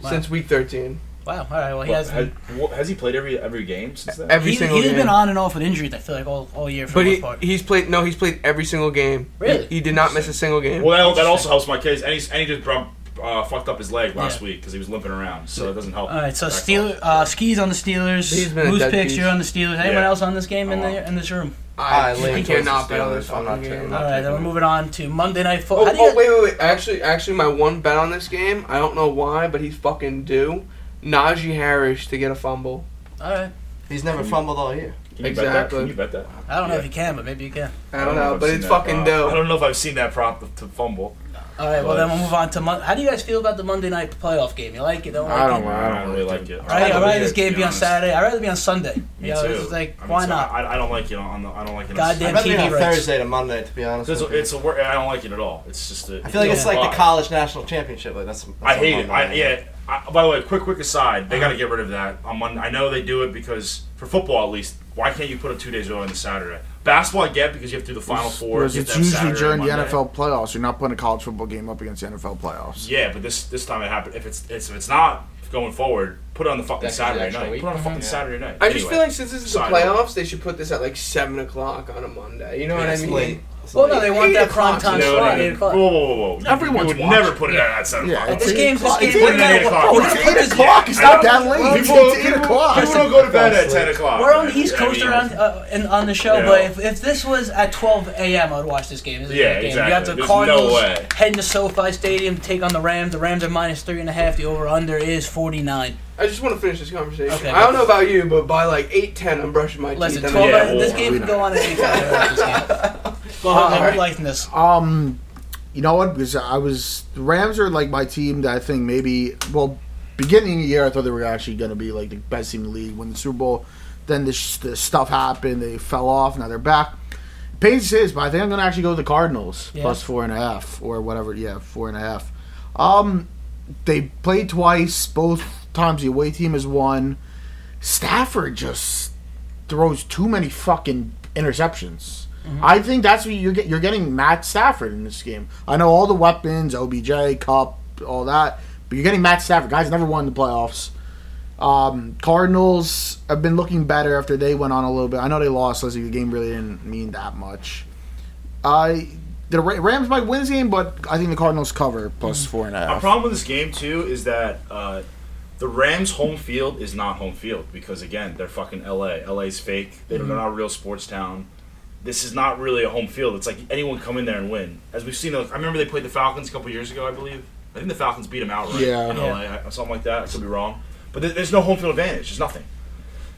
Speaker 1: Wow.
Speaker 2: since week 13.
Speaker 1: Wow. All right. Well, he
Speaker 3: What,
Speaker 1: has.
Speaker 3: has, what- has he played every every game since then?
Speaker 2: Every
Speaker 1: He's,
Speaker 2: single
Speaker 1: he's
Speaker 2: game.
Speaker 1: been on and off with injuries. I feel like all, all year for
Speaker 2: but
Speaker 1: the
Speaker 2: he,
Speaker 1: most part.
Speaker 2: he's played no, he's played every single game.
Speaker 1: Really?
Speaker 2: He, he did not miss a single game.
Speaker 3: well, that, that also helps my case, and, he's, and he just brought, uh, fucked up his leg last
Speaker 1: Yeah.
Speaker 3: week because he was limping around, so that doesn't help.
Speaker 1: all right. So
Speaker 3: Back
Speaker 1: Steeler,
Speaker 3: off.
Speaker 1: uh, skis on the Steelers.
Speaker 2: He's been a
Speaker 1: Moose
Speaker 2: dead
Speaker 1: picks.
Speaker 2: piece.
Speaker 1: You're on the Steelers. Anyone
Speaker 3: Yeah.
Speaker 1: else on this game in
Speaker 3: I'm on.
Speaker 1: the in this room?
Speaker 5: I lean
Speaker 2: I
Speaker 5: towards the
Speaker 2: cannot bet on
Speaker 5: Steelers.
Speaker 2: this
Speaker 5: I'm
Speaker 2: fucking
Speaker 5: not
Speaker 2: game.
Speaker 5: taking
Speaker 1: All right. Then we're
Speaker 5: taking
Speaker 1: moving on to Monday Night
Speaker 2: Oh,
Speaker 1: Football. How do you-
Speaker 2: oh wait, wait, wait. Actually, actually, my one bet on this game, I don't know why, but he's fucking due. Najee Harris to get a fumble.
Speaker 1: All right.
Speaker 5: He's never fumbled all year.
Speaker 3: Can you Bet that?
Speaker 2: exactly.
Speaker 3: Can you bet that?
Speaker 1: I don't know
Speaker 3: Yeah.
Speaker 1: if you can, but maybe you can.
Speaker 2: I don't
Speaker 3: if
Speaker 2: know,
Speaker 3: I've
Speaker 2: but
Speaker 3: seen
Speaker 2: it's
Speaker 3: that Oh,
Speaker 2: fucking
Speaker 3: prop. I
Speaker 2: due.
Speaker 3: don't know if I've seen that prop to- to fumble.
Speaker 1: All right. Well, then
Speaker 3: Nice.
Speaker 1: we'll move on to Mon- How do you guys feel about the Monday Night playoff game? You like it? Don't like
Speaker 2: I don't
Speaker 1: it?
Speaker 2: like
Speaker 3: I don't really like it.
Speaker 1: All right. I'd rather this game be on
Speaker 3: honest.
Speaker 1: Saturday. I'd rather be on Sunday.
Speaker 3: *laughs* Me
Speaker 1: you know,
Speaker 3: too.
Speaker 1: It's just like
Speaker 3: I mean,
Speaker 1: why
Speaker 3: so
Speaker 1: not?
Speaker 3: I, I don't like it on the. I don't like it.
Speaker 1: Goddamn
Speaker 3: on
Speaker 5: I'd
Speaker 3: Saturday.
Speaker 5: rather be
Speaker 1: TV
Speaker 5: on
Speaker 1: rights.
Speaker 5: Thursday to Monday, to be honest.
Speaker 3: It's a,
Speaker 5: with you.
Speaker 3: it's a wor- I don't like it at all. It's just. A,
Speaker 5: I feel like it's like
Speaker 3: Why?
Speaker 5: the college national championship. Like that's. that's
Speaker 3: I hate
Speaker 5: what
Speaker 3: it.
Speaker 5: I'm
Speaker 3: I,
Speaker 5: on.
Speaker 3: yeah. I, by the way, quick, quick aside. They got to get rid of that on Monday. I know they do it because for football at least. Why can't you put it two days earlier on the Saturday? Basketball, I get because you have to do the final four.
Speaker 4: Whereas
Speaker 3: you have
Speaker 4: it's
Speaker 3: to have
Speaker 4: usually
Speaker 3: Saturday
Speaker 4: during
Speaker 3: and
Speaker 4: the
Speaker 3: Monday.
Speaker 4: NFL playoffs. You're not putting a college football game up against the NFL playoffs.
Speaker 3: Yeah, but this this time it happened. If it's, it's if it's not going forward, put it on the fucking
Speaker 5: That's the
Speaker 3: Saturday
Speaker 5: actual
Speaker 3: night.
Speaker 5: week.
Speaker 3: Put it on a fucking
Speaker 5: Yeah.
Speaker 3: Saturday night.
Speaker 2: I just
Speaker 3: Anyway.
Speaker 2: feel like since this is the
Speaker 3: Side
Speaker 2: playoffs, they should put this at like seven o'clock on a Monday. You know what I
Speaker 5: It's
Speaker 2: mean?
Speaker 5: late. It's
Speaker 1: Well,
Speaker 5: late.
Speaker 1: no, they want
Speaker 2: Eight
Speaker 1: that prime
Speaker 2: o'clock,
Speaker 1: time
Speaker 3: No,
Speaker 1: slot.
Speaker 3: no, no.
Speaker 1: Eight o'clock.
Speaker 3: Whoa, whoa, whoa, whoa!
Speaker 4: Everyone's
Speaker 3: you would
Speaker 4: watching.
Speaker 3: never put it at seven
Speaker 4: Yeah,
Speaker 3: o'clock.
Speaker 4: it's
Speaker 1: This
Speaker 4: eight
Speaker 1: game's this
Speaker 4: o'clock.
Speaker 1: game.
Speaker 4: It's
Speaker 1: We're
Speaker 4: eight
Speaker 1: not-
Speaker 3: o'clock.
Speaker 1: we're
Speaker 3: Oh,
Speaker 1: not-
Speaker 4: it's eight o'clock. It's
Speaker 3: I don't-
Speaker 4: not that late.
Speaker 3: People,
Speaker 4: It's eight
Speaker 3: people-
Speaker 4: o'clock.
Speaker 3: People don't go to bed at
Speaker 5: That's late.
Speaker 3: ten o'clock.
Speaker 1: We're on the
Speaker 3: man.
Speaker 1: East
Speaker 3: I
Speaker 1: Coast
Speaker 3: mean,
Speaker 1: around uh, and on the show,
Speaker 3: Yeah.
Speaker 1: but if, if this was at 12 a.m., I'd watch this game. This is a
Speaker 3: Yeah,
Speaker 1: great game.
Speaker 3: exactly.
Speaker 1: You have the
Speaker 3: There's no
Speaker 1: Cardinals
Speaker 3: way.
Speaker 1: heading to SoFi Stadium to take on the Rams. The Rams are minus three and a half. The over under is 49.
Speaker 2: I just want to finish this conversation.
Speaker 1: Okay.
Speaker 2: I don't know about you, but by like eight ten, I'm brushing my
Speaker 1: Listen,
Speaker 2: teeth.
Speaker 1: 12
Speaker 3: Yeah,
Speaker 1: hours- this
Speaker 3: well,
Speaker 1: game
Speaker 4: we
Speaker 1: could
Speaker 4: don't-
Speaker 1: go on at any time. I watch this game. *laughs* Well,
Speaker 4: All
Speaker 1: I'm
Speaker 4: right.
Speaker 1: liking this.
Speaker 4: Um, you know what? Because I was the Rams are like my team that I think maybe well, beginning of the year I thought they were actually going to be like the best team in the league, win the Super Bowl. Then this, this stuff happened. They fell off. Now they're back. Pains to say this, but I think I'm going to actually go with the Cardinals
Speaker 1: Yeah.
Speaker 4: plus four and a half or whatever. Yeah, four and a half. Um, they played twice. Both times the away team has won. Stafford just throws too many fucking interceptions. I think that's what you're get, you're getting Matt Stafford in this game. I know all the weapons, OBJ, Cup, all that, but you're getting Matt Stafford. Guys never won the playoffs. Um, Cardinals have been looking better after they went on a little bit. I know they lost, Leslie. The game really didn't mean that much. I the Ra- Rams might win this game, but I think the Cardinals cover plus four and a
Speaker 3: My
Speaker 4: half.
Speaker 3: problem with this game too is that uh, the Rams' home field is not home field because again they're fucking LA. LA's fake. They don't-
Speaker 4: Mm-hmm.
Speaker 3: They're not a real sports town. This is not really a home field. It's like anyone come in there and win. As we've seen, like, I remember they played the Falcons a couple years ago, I believe. I think the Falcons beat them outright
Speaker 4: Yeah.
Speaker 3: in
Speaker 1: Yeah.
Speaker 3: LA, something like that. I could be wrong, but there- there's no home field advantage. There's nothing,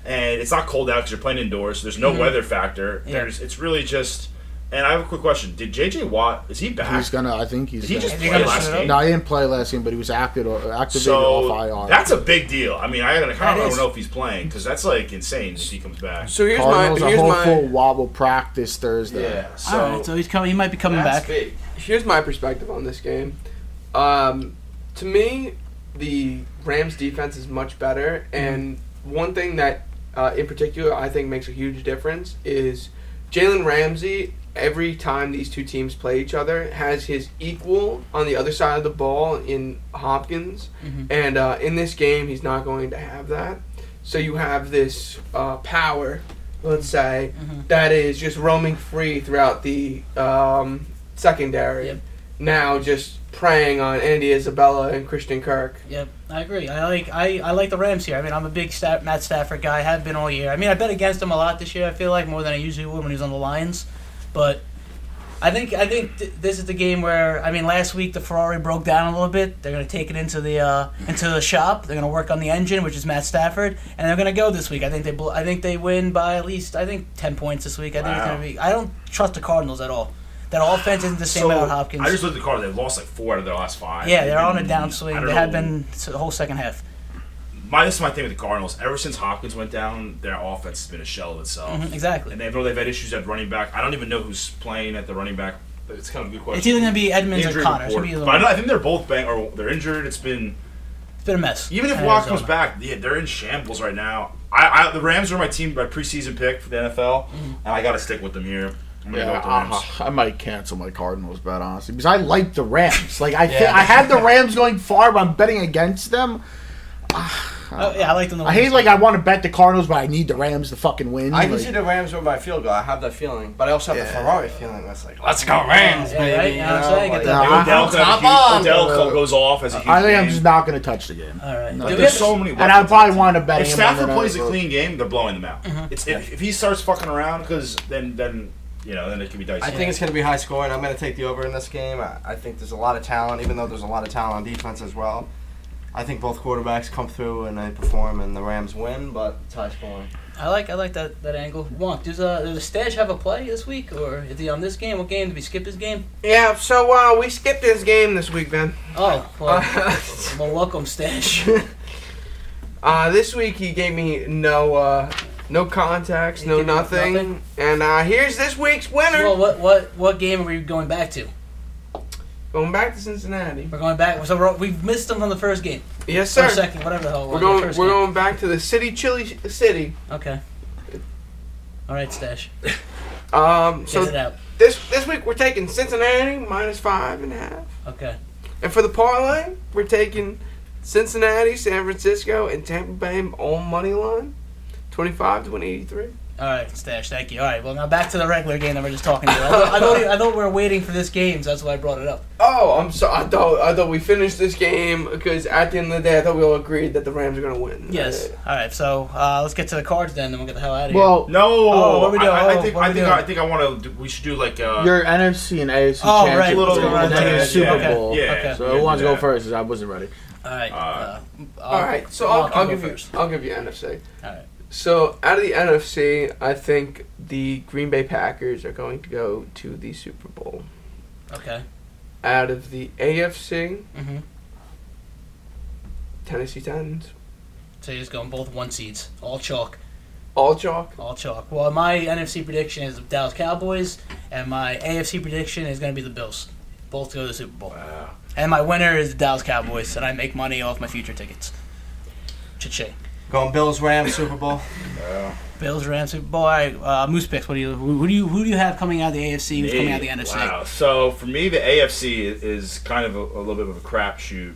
Speaker 3: and it's not cold out because you're playing indoors. So there's
Speaker 4: Mm-hmm.
Speaker 3: no weather factor.
Speaker 1: Yeah.
Speaker 3: There's it's really just. And I have a quick question: Did JJ Watt is he back?
Speaker 4: He's gonna. I think he's.
Speaker 3: Did he
Speaker 4: gonna-
Speaker 3: just
Speaker 1: You're
Speaker 3: play
Speaker 1: gonna
Speaker 3: last
Speaker 1: set it up?
Speaker 3: game?
Speaker 4: No, he didn't play last game, but he was active uh, activated
Speaker 3: So
Speaker 4: off IR.
Speaker 3: that's a big deal. I mean, I kind
Speaker 1: That
Speaker 3: of don't
Speaker 1: is.
Speaker 3: know if he's playing because that's like insane if he comes back.
Speaker 2: So here's
Speaker 4: Cardinals
Speaker 2: my
Speaker 4: a
Speaker 2: here's
Speaker 4: whole
Speaker 2: my
Speaker 4: full wobble practice Thursday.
Speaker 3: Yeah. So,
Speaker 1: All right, so he's coming. He might be coming
Speaker 5: That's
Speaker 1: back.
Speaker 5: big.
Speaker 2: here's my perspective on this game. Um, to me, the Rams defense is much better, and one thing that uh, in particular, I think makes a huge difference is Jalen Ramsey. Every time these two teams play each other, has his equal on the other side of the ball in Hopkins,
Speaker 1: Mhm.
Speaker 2: and uh, in this game, he's not going to have that. So you have this uh, power, let's say,
Speaker 1: Mhm.
Speaker 2: that is just roaming free throughout the um, secondary.
Speaker 1: Yep.
Speaker 2: Now just preying on Andy Isabella and Christian Kirk.
Speaker 1: Yep, I agree. I like I, I like the Rams here. I mean, I'm a big Sta Matt Stafford guy. Have been all year. I mean, I bet against him a lot this year. I feel like more than I usually would when he was on the Lions, but I think I think th- this is the game where I mean, last week the Ferrari broke down a little bit. They're gonna take it into the uh, into the shop. They're gonna work on the engine, which is Matt Stafford, and they're gonna go this week. I think they bl- I think they win by at least I think ten points this week. I think it's
Speaker 3: Wow.
Speaker 1: gonna be. I don't trust the Cardinals at all. That offense isn't the same without Hopkins.
Speaker 3: I just looked at the card. They've lost like four out of their last five.
Speaker 1: yeah, they're on a
Speaker 3: They've been- I
Speaker 1: downswing.
Speaker 3: don't
Speaker 1: They have
Speaker 3: know.
Speaker 1: been s- the whole second half.
Speaker 3: My, this is my thing with the Cardinals. Ever since Hopkins went down, their offense has been a shell of itself.
Speaker 1: Mhm, exactly.
Speaker 3: And they know they've had issues at running back. I don't even know who's playing at the running back. It's kind of a good question.
Speaker 1: It's either going to be Edmonds
Speaker 3: Injury
Speaker 1: or Connor. It's,
Speaker 3: report.
Speaker 1: gonna be either
Speaker 3: but I,
Speaker 1: one.
Speaker 3: know, I think they're both bang or they're injured. It's been
Speaker 1: it's been a mess.
Speaker 3: even if
Speaker 1: And
Speaker 3: Watt comes
Speaker 1: Arizona.
Speaker 3: back, yeah, they're in shambles right now. I, I the Rams are my team, my preseason pick for the NFL, and I got to stick with them here. I'm gonna go
Speaker 4: Yeah,
Speaker 3: with the Rams.
Speaker 4: I, I might cancel my Cardinals bet honestly because I like the Rams. Like I, thi-
Speaker 5: Yeah.
Speaker 4: I had the Rams going far, but I'm betting against them.
Speaker 1: Oh, yeah, I like them. to
Speaker 4: I
Speaker 1: win
Speaker 4: hate
Speaker 1: this
Speaker 4: like
Speaker 1: game.
Speaker 4: I want to bet the Cardinals, but I need the Rams to fucking win.
Speaker 5: I can
Speaker 4: Like,
Speaker 5: see the Rams over my field goal. I have that feeling, but I also have the
Speaker 4: Yeah.
Speaker 5: Ferrari feeling. That's like, let's go Rams,
Speaker 1: Yeah,
Speaker 5: baby.
Speaker 1: right? You know what I'm saying? Get
Speaker 5: like-
Speaker 1: that-
Speaker 4: Nah.
Speaker 3: Odell,
Speaker 5: Top
Speaker 3: got a
Speaker 5: on.
Speaker 3: huge, Odell goes off as a huge
Speaker 4: uh, I think I'm
Speaker 3: game.
Speaker 4: just not going to touch the game,
Speaker 1: All right.
Speaker 4: No,
Speaker 1: Do we
Speaker 3: There's
Speaker 1: have-
Speaker 3: so many.
Speaker 4: and I
Speaker 3: weapons.
Speaker 4: probably want to bet.
Speaker 3: If
Speaker 4: him
Speaker 3: Stafford
Speaker 4: and then
Speaker 3: plays a
Speaker 4: I-
Speaker 3: clean game, they're blowing them out. It's, if, if he starts fucking around, because then then you know then it can be dicey.
Speaker 5: I think it's going to be high scoring. I'm going to take the over in this game. I, I think there's a lot of talent, even though there's a lot of talent on defense as well. I think both quarterbacks come through and they perform, and the Rams win, but it's high scoring.
Speaker 1: I like I like that, that angle. Wonk, does uh does the stash have a play this week or is he on this game? What game did we skip this game?
Speaker 2: Yeah, so uh, we skipped this game this
Speaker 1: *laughs*
Speaker 2: week, Ben.
Speaker 1: Oh, well,
Speaker 2: Uh,
Speaker 1: *laughs* well welcome
Speaker 3: *laughs*
Speaker 1: stash.
Speaker 2: uh, this week he gave me no uh, no contacts,
Speaker 1: He
Speaker 2: no
Speaker 1: gave you
Speaker 2: nothing.
Speaker 1: nothing?
Speaker 2: And uh, here's this week's winner.
Speaker 1: well, what what what game are we going back to?
Speaker 2: going back to Cincinnati.
Speaker 1: We're going back. So we're, we've missed them from the first game.
Speaker 2: Yes,
Speaker 1: Or
Speaker 2: sir.
Speaker 1: second, whatever the hell. it
Speaker 2: We're
Speaker 1: was, the
Speaker 2: going.
Speaker 1: first
Speaker 2: We're
Speaker 1: game.
Speaker 2: going back to the city, chili city.
Speaker 1: Okay. All right, stash.
Speaker 2: Um,
Speaker 1: Get it
Speaker 2: so
Speaker 1: out.
Speaker 2: this this week we're taking Cincinnati minus five and a half,
Speaker 1: Okay.
Speaker 2: and for the parlay we're taking Cincinnati, San Francisco, and Tampa Bay on money line, twenty five to one eighty three.
Speaker 1: All right, Stash, thank you. All right, well, now back to the regular game that we're just talking about. I thought, I thought, I thought we were waiting for this game, so that's why I brought it up.
Speaker 2: Oh, I'm sorry. I thought I thought we finished this game because at the end of the day, I thought we all agreed that the Rams are gonna win.
Speaker 1: Yes.
Speaker 2: Uh,
Speaker 1: All right, so uh, let's get to the cards then, and we'll get the hell out of here.
Speaker 4: Well,
Speaker 3: no.
Speaker 1: Oh, what we doing?
Speaker 3: I, I
Speaker 1: Oh,
Speaker 3: think
Speaker 1: what
Speaker 3: I
Speaker 1: we
Speaker 3: think
Speaker 1: doing?
Speaker 3: I think I want to. We should do like uh,
Speaker 4: your NFC and AFC
Speaker 1: Oh, right,
Speaker 4: championship,
Speaker 1: let's go
Speaker 4: game,
Speaker 1: right
Speaker 4: and then
Speaker 1: there,
Speaker 4: your
Speaker 1: yeah,
Speaker 4: Super
Speaker 1: okay.
Speaker 4: Bowl.
Speaker 3: Yeah.
Speaker 1: Okay.
Speaker 4: So who wants to
Speaker 3: Yeah.
Speaker 4: go first? 'Cause I wasn't ready.
Speaker 1: all right. Uh,
Speaker 2: all right, so I'll, I'll give you I'll give you NFC.
Speaker 1: All right.
Speaker 2: So out of the NFC, I think the Green Bay Packers are going to go to the Super Bowl.
Speaker 1: Okay.
Speaker 2: Out of the AFC,
Speaker 1: hmm
Speaker 2: Tennessee Titans,
Speaker 1: So you're just going both one seeds, all chalk,
Speaker 2: all chalk.
Speaker 1: all chalk. Well, my NFC prediction is the Dallas Cowboys, and my AFC prediction is going to be the Bills. Both go to the Super Bowl.
Speaker 3: Wow.
Speaker 1: And my winner is the Dallas Cowboys, and I make money off my future tickets. Cha-ching.
Speaker 5: Going Bills, Rams, Super Bowl.
Speaker 1: Bills, Rams, Super Bowl. All right, uh, Moose picks. What do you who, who do you who do you have coming out of the AFC? Who's coming out of the NFC?
Speaker 3: Wow. So for me, the AFC i- is kind of a, a little bit of a crapshoot,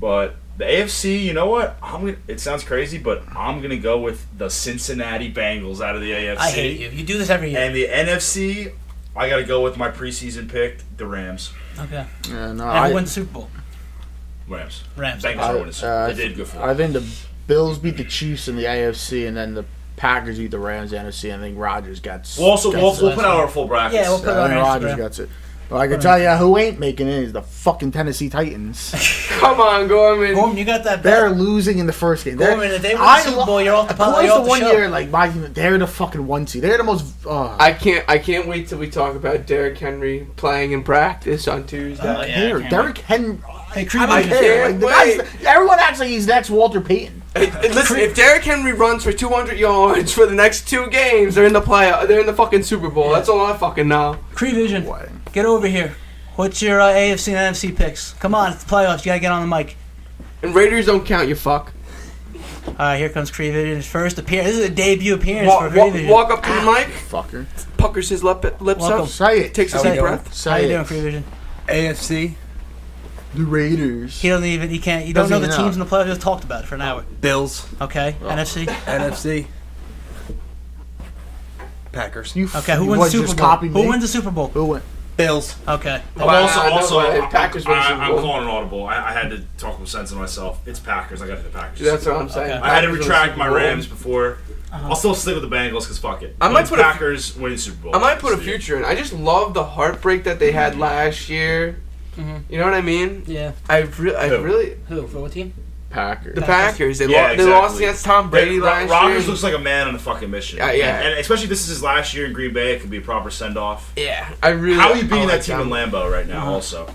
Speaker 3: but the AFC, you know what? I'm gonna, it sounds crazy, but I'm gonna go with the Cincinnati Bengals out of the AFC.
Speaker 1: I hate you. You do this every year.
Speaker 3: And the NFC, I gotta go with my preseason pick, the Rams.
Speaker 1: Okay.
Speaker 4: Yeah, no,
Speaker 1: And
Speaker 4: I,
Speaker 1: who won the Super Bowl?
Speaker 3: Rams.
Speaker 1: Rams.
Speaker 3: Bengals
Speaker 4: I-
Speaker 3: are winning.
Speaker 4: uh,
Speaker 3: they did good for.
Speaker 4: I
Speaker 3: them.
Speaker 4: think the Bills beat the Chiefs in the AFC, and then the Packers beat the Rams in the NFC. and I think Rodgers got.
Speaker 3: We'll also we'll,
Speaker 1: That's
Speaker 3: we'll
Speaker 1: the
Speaker 3: put
Speaker 1: last
Speaker 3: out
Speaker 1: one.
Speaker 3: our full brackets.
Speaker 1: Yeah, we'll put-
Speaker 4: I think
Speaker 1: on
Speaker 4: Rodgers
Speaker 1: Instagram.
Speaker 4: got it. But I can tell you who ain't making it is the fucking
Speaker 1: *laughs*
Speaker 4: Tennessee Titans.
Speaker 2: Come on, Gorman.
Speaker 1: Gorman, you got that
Speaker 4: They're
Speaker 1: bet.
Speaker 4: losing in the first game. They're,
Speaker 1: Gorman, if they win
Speaker 4: I
Speaker 1: the Super
Speaker 4: lo-
Speaker 1: Bowl, you're off the pod.
Speaker 4: Twice
Speaker 1: You're off the
Speaker 4: one
Speaker 1: show.
Speaker 4: year, like my, team- they're the fucking one seed. They're the most. Uh,
Speaker 2: I can't I can't wait till we talk about Derrick Henry playing in practice on Tuesday.
Speaker 1: Oh, yeah,
Speaker 4: here,
Speaker 1: can't
Speaker 4: Derrick Henry.
Speaker 1: Hey,
Speaker 4: I
Speaker 1: Creed
Speaker 4: don't
Speaker 2: can't
Speaker 4: care. Like, the
Speaker 2: wait.
Speaker 4: guy's- everyone acts like he's next Walter Payton.
Speaker 2: Hey, hey, Listen, if Derrick Henry runs for 200 yards for the next two games, they're in the play. They're in the fucking Super Bowl. That's all I fucking know.
Speaker 1: Cree Vision,
Speaker 4: What?
Speaker 1: get over here. What's your uh, AFC and NFC picks? Come on, it's the playoffs. You gotta get on the mic.
Speaker 2: And Raiders don't count, you fuck.
Speaker 1: All All right, here comes Creevin in his first appearance. This is a debut appearance
Speaker 2: Walk,
Speaker 1: for
Speaker 2: walk,
Speaker 1: Creevin.
Speaker 2: walk up to the mic,
Speaker 6: Fucker.
Speaker 2: puckers his lip, lips
Speaker 1: Welcome.
Speaker 2: up,
Speaker 4: Say it.
Speaker 2: takes a
Speaker 1: Say
Speaker 2: deep
Speaker 1: it.
Speaker 2: breath.
Speaker 1: How
Speaker 4: Say
Speaker 1: you doing,
Speaker 4: it.
Speaker 1: Creevin?
Speaker 6: AFC,
Speaker 4: The Raiders.
Speaker 1: He don't even. He can't. You don't
Speaker 4: Doesn't
Speaker 1: know the
Speaker 4: even
Speaker 1: teams in
Speaker 4: know.
Speaker 1: the playoffs. We Just talked about it for an hour.
Speaker 6: Bills,
Speaker 1: Okay. NFC.
Speaker 6: NFC.
Speaker 5: Packers.
Speaker 4: You f-
Speaker 1: Okay. Who
Speaker 4: you
Speaker 1: wins
Speaker 4: would
Speaker 1: the Super
Speaker 4: just
Speaker 1: Bowl?
Speaker 4: copy
Speaker 1: Who
Speaker 4: me.
Speaker 1: wins the Super Bowl?
Speaker 4: Who went?
Speaker 6: Bills.
Speaker 1: Okay.
Speaker 3: I'm
Speaker 2: Wow,
Speaker 3: also,
Speaker 2: no
Speaker 3: also,
Speaker 2: way.
Speaker 3: I'm-
Speaker 2: Packers win
Speaker 3: I,
Speaker 2: Super
Speaker 3: I'm
Speaker 2: Bowl.
Speaker 3: calling an audible. I, I had to talk some sense into myself. It's Packers. I got to hit the Packers.
Speaker 2: That's what I'm saying.
Speaker 1: Okay.
Speaker 3: I had to
Speaker 2: Packers win the
Speaker 3: retract
Speaker 2: Super
Speaker 3: my
Speaker 2: Bowl.
Speaker 3: Rams before. I'll still stick with the Bengals because fuck it.
Speaker 2: I
Speaker 3: But
Speaker 2: might
Speaker 3: it's
Speaker 2: put a-
Speaker 3: Packers winning Super Bowl.
Speaker 2: I might put a
Speaker 3: This year.
Speaker 2: future in. I just love the heartbreak that they had last year.
Speaker 1: Mhm.
Speaker 2: You know what I mean?
Speaker 1: Yeah.
Speaker 2: I really, I
Speaker 3: Who?
Speaker 2: really,
Speaker 1: Who for what team?
Speaker 6: Packers.
Speaker 2: the Packers. They,
Speaker 3: Yeah,
Speaker 2: lo- they lost
Speaker 3: exactly.
Speaker 2: against Tom Brady
Speaker 3: Brady
Speaker 2: last
Speaker 3: Rodgers
Speaker 2: year.
Speaker 3: looks like a man on a fucking mission.
Speaker 2: Yeah, yeah.
Speaker 3: And, and especially if this is his last year in Green Bay, it could be a proper send off.
Speaker 2: yeah, I really.
Speaker 3: How are
Speaker 2: I
Speaker 3: you beating
Speaker 2: like
Speaker 3: that team
Speaker 2: them.
Speaker 3: in Lambeau right now? Also,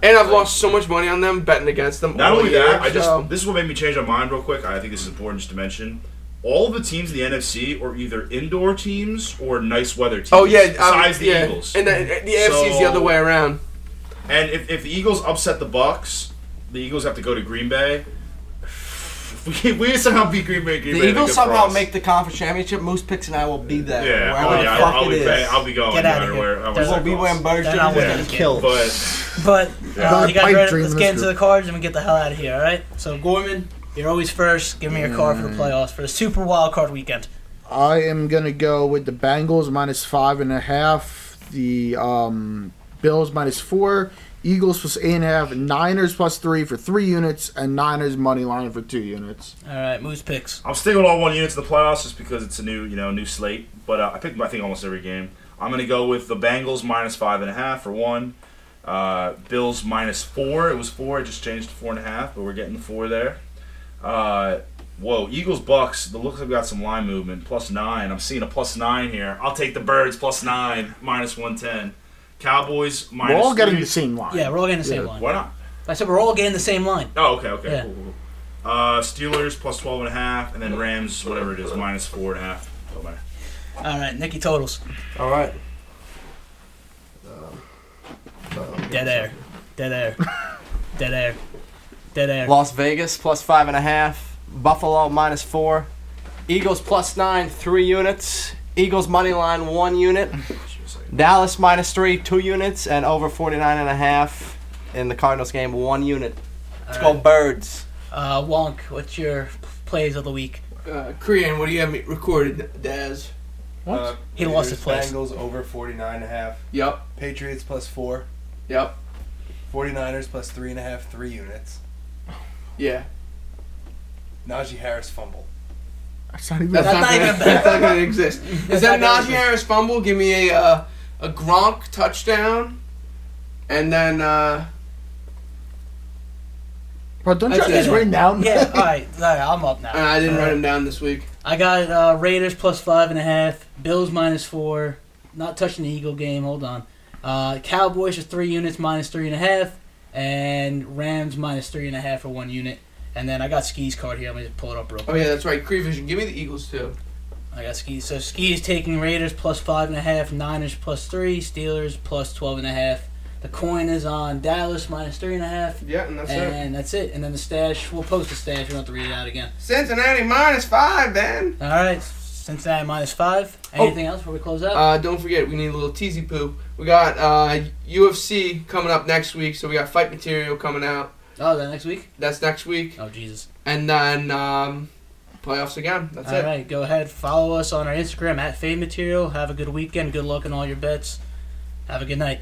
Speaker 2: And I've lost so much money on them betting against them.
Speaker 3: not
Speaker 2: all
Speaker 3: only
Speaker 2: year,
Speaker 3: that, I just
Speaker 2: so-
Speaker 3: this is what made me change my mind real quick. I think this is important just to mention. All of the teams in the NFC are either indoor teams or nice weather teams.
Speaker 2: Oh yeah,
Speaker 3: besides
Speaker 2: um,
Speaker 3: the
Speaker 2: yeah.
Speaker 3: Eagles.
Speaker 2: and the, the AFC is the
Speaker 3: So-
Speaker 2: other way around.
Speaker 3: And if, if the Eagles upset the Bucks, the Eagles have to go to Green Bay. *laughs* If we, if we somehow beat Green Bay, Green
Speaker 5: The
Speaker 3: Bay
Speaker 5: Eagles
Speaker 3: they're good for
Speaker 5: somehow
Speaker 3: us.
Speaker 5: make the conference championship. Moose picks and I will be there.
Speaker 3: Yeah,
Speaker 5: wherever
Speaker 3: oh,
Speaker 5: the
Speaker 3: yeah I'll,
Speaker 5: fuck
Speaker 3: I'll
Speaker 5: it
Speaker 3: be
Speaker 5: is.
Speaker 3: pay, I'll be going.
Speaker 1: Get
Speaker 3: no
Speaker 1: outta
Speaker 3: matter
Speaker 1: here.
Speaker 3: where- I
Speaker 1: That's-
Speaker 5: We'll
Speaker 3: want
Speaker 5: be wearing
Speaker 3: Bucks.
Speaker 5: bird
Speaker 1: Then
Speaker 5: shirts
Speaker 1: I was
Speaker 5: and
Speaker 1: gonna
Speaker 5: get
Speaker 1: kill.
Speaker 5: killed.
Speaker 3: But
Speaker 1: But
Speaker 3: Yeah.
Speaker 1: um, you guys
Speaker 4: Pipe
Speaker 1: ready?
Speaker 4: dream
Speaker 1: Let's
Speaker 4: this
Speaker 1: get into
Speaker 4: group.
Speaker 1: the cards and we get the hell out of here. All right. So Gorman, you're always first. Give me your card
Speaker 2: Mm.
Speaker 1: for the playoffs for the Super Wild Card Weekend.
Speaker 4: I am gonna go with the Bengals minus five and a half, the um, Bills minus four, Eagles plus eight and a half, Niners plus three for three units, and Niners money line for two units.
Speaker 1: All right. Moose picks.
Speaker 3: I'm sticking with all one units in the playoffs just because it's a new you know new slate. But uh, I picked I think almost every game. I'm gonna go with the Bengals minus five and a half for one. Uh, Bills minus four. It was four. It just changed to four and a half, but we're getting the four there. Uh, whoa, Eagles Bucks. The looks have got some line movement. Plus nine. I'm seeing a plus nine here. I'll take the Birds plus nine minus one ten. Cowboys minus.
Speaker 4: We're all getting
Speaker 3: three.
Speaker 4: the same line.
Speaker 1: Yeah, we're all getting the same
Speaker 4: Yeah.
Speaker 1: line.
Speaker 3: Why not?
Speaker 1: I said we're all getting the same line.
Speaker 3: Oh, okay, okay,
Speaker 1: Yeah.
Speaker 3: cool, cool, cool. Uh, Steelers plus twelve and a half, and then Rams whatever it is minus four and a half. Don't matter.
Speaker 1: All right. Nikki totals.
Speaker 5: All right.
Speaker 1: Dead air. Dead
Speaker 2: *laughs*
Speaker 1: air. Dead air. Dead air.
Speaker 5: Las Vegas plus five and a half. Buffalo minus four. Eagles plus nine, three units. Eagles money line,
Speaker 7: *laughs*
Speaker 5: one unit.
Speaker 3: Just a second.
Speaker 5: Dallas minus three, two units, and over 49 and a half in the Cardinals game, one unit. Let's go birds.
Speaker 1: Uh, Wonk, what's your plays of the week?
Speaker 2: Uh, Korean, what do you have me recorded, Daz?
Speaker 3: Uh,
Speaker 1: He lost his place.
Speaker 7: Uh, over 49 and a half.
Speaker 2: Yep,
Speaker 7: Patriots plus four.
Speaker 2: yep,
Speaker 7: 49ers plus three and a half, three units.
Speaker 2: yeah.
Speaker 7: Najee Harris fumble.
Speaker 4: That's not even.
Speaker 2: That's,
Speaker 1: That's
Speaker 2: not,
Speaker 1: not
Speaker 2: gonna,
Speaker 1: even-
Speaker 2: *laughs* that's not gonna exist. Is
Speaker 1: That's not
Speaker 2: that
Speaker 1: gonna
Speaker 2: Najee
Speaker 1: exist.
Speaker 2: Harris fumble? Give me a uh, a Gronk touchdown, and then uh,
Speaker 4: bro, don't you
Speaker 2: That's
Speaker 4: have this
Speaker 1: it.
Speaker 4: right now?
Speaker 1: Yeah, all right, all right, I'm up
Speaker 2: and
Speaker 1: now.
Speaker 2: Uh, I didn't write him down this week.
Speaker 1: I got uh, Raiders plus five and a half, Bills minus four. Not touching the Eagle game. Hold on. Uh, Cowboys is three units minus three and a half, and Rams minus three and a half for one unit. And then I got Ski's card here. Let me just pull it up real
Speaker 2: Oh
Speaker 1: quick.
Speaker 2: yeah, that's right. Creevision, give me the Eagles too.
Speaker 1: I got Ski. So Ski is taking Raiders plus five and a half, Niners plus three, Steelers plus twelve and a half. The coin is on Dallas minus three and a half.
Speaker 2: Yeah, and that's it.
Speaker 1: And that's it. And then the stash, we'll post the stash. We don't have to read it out again.
Speaker 2: Cincinnati minus five, man.
Speaker 1: All right, Cincinnati minus five. Anything else before we close out?
Speaker 2: Uh, don't forget, we need a little teasy poo. We got uh, UFC coming up next week, so we got fight material coming out.
Speaker 1: oh, is that next week?
Speaker 2: That's next week,
Speaker 1: Oh, Jesus.
Speaker 2: and then um, playoffs again. That's
Speaker 1: All
Speaker 2: it.
Speaker 1: right, go ahead. Follow us on our Instagram at Fade Material. Have a good weekend. Good luck in all your bets. Have a good night.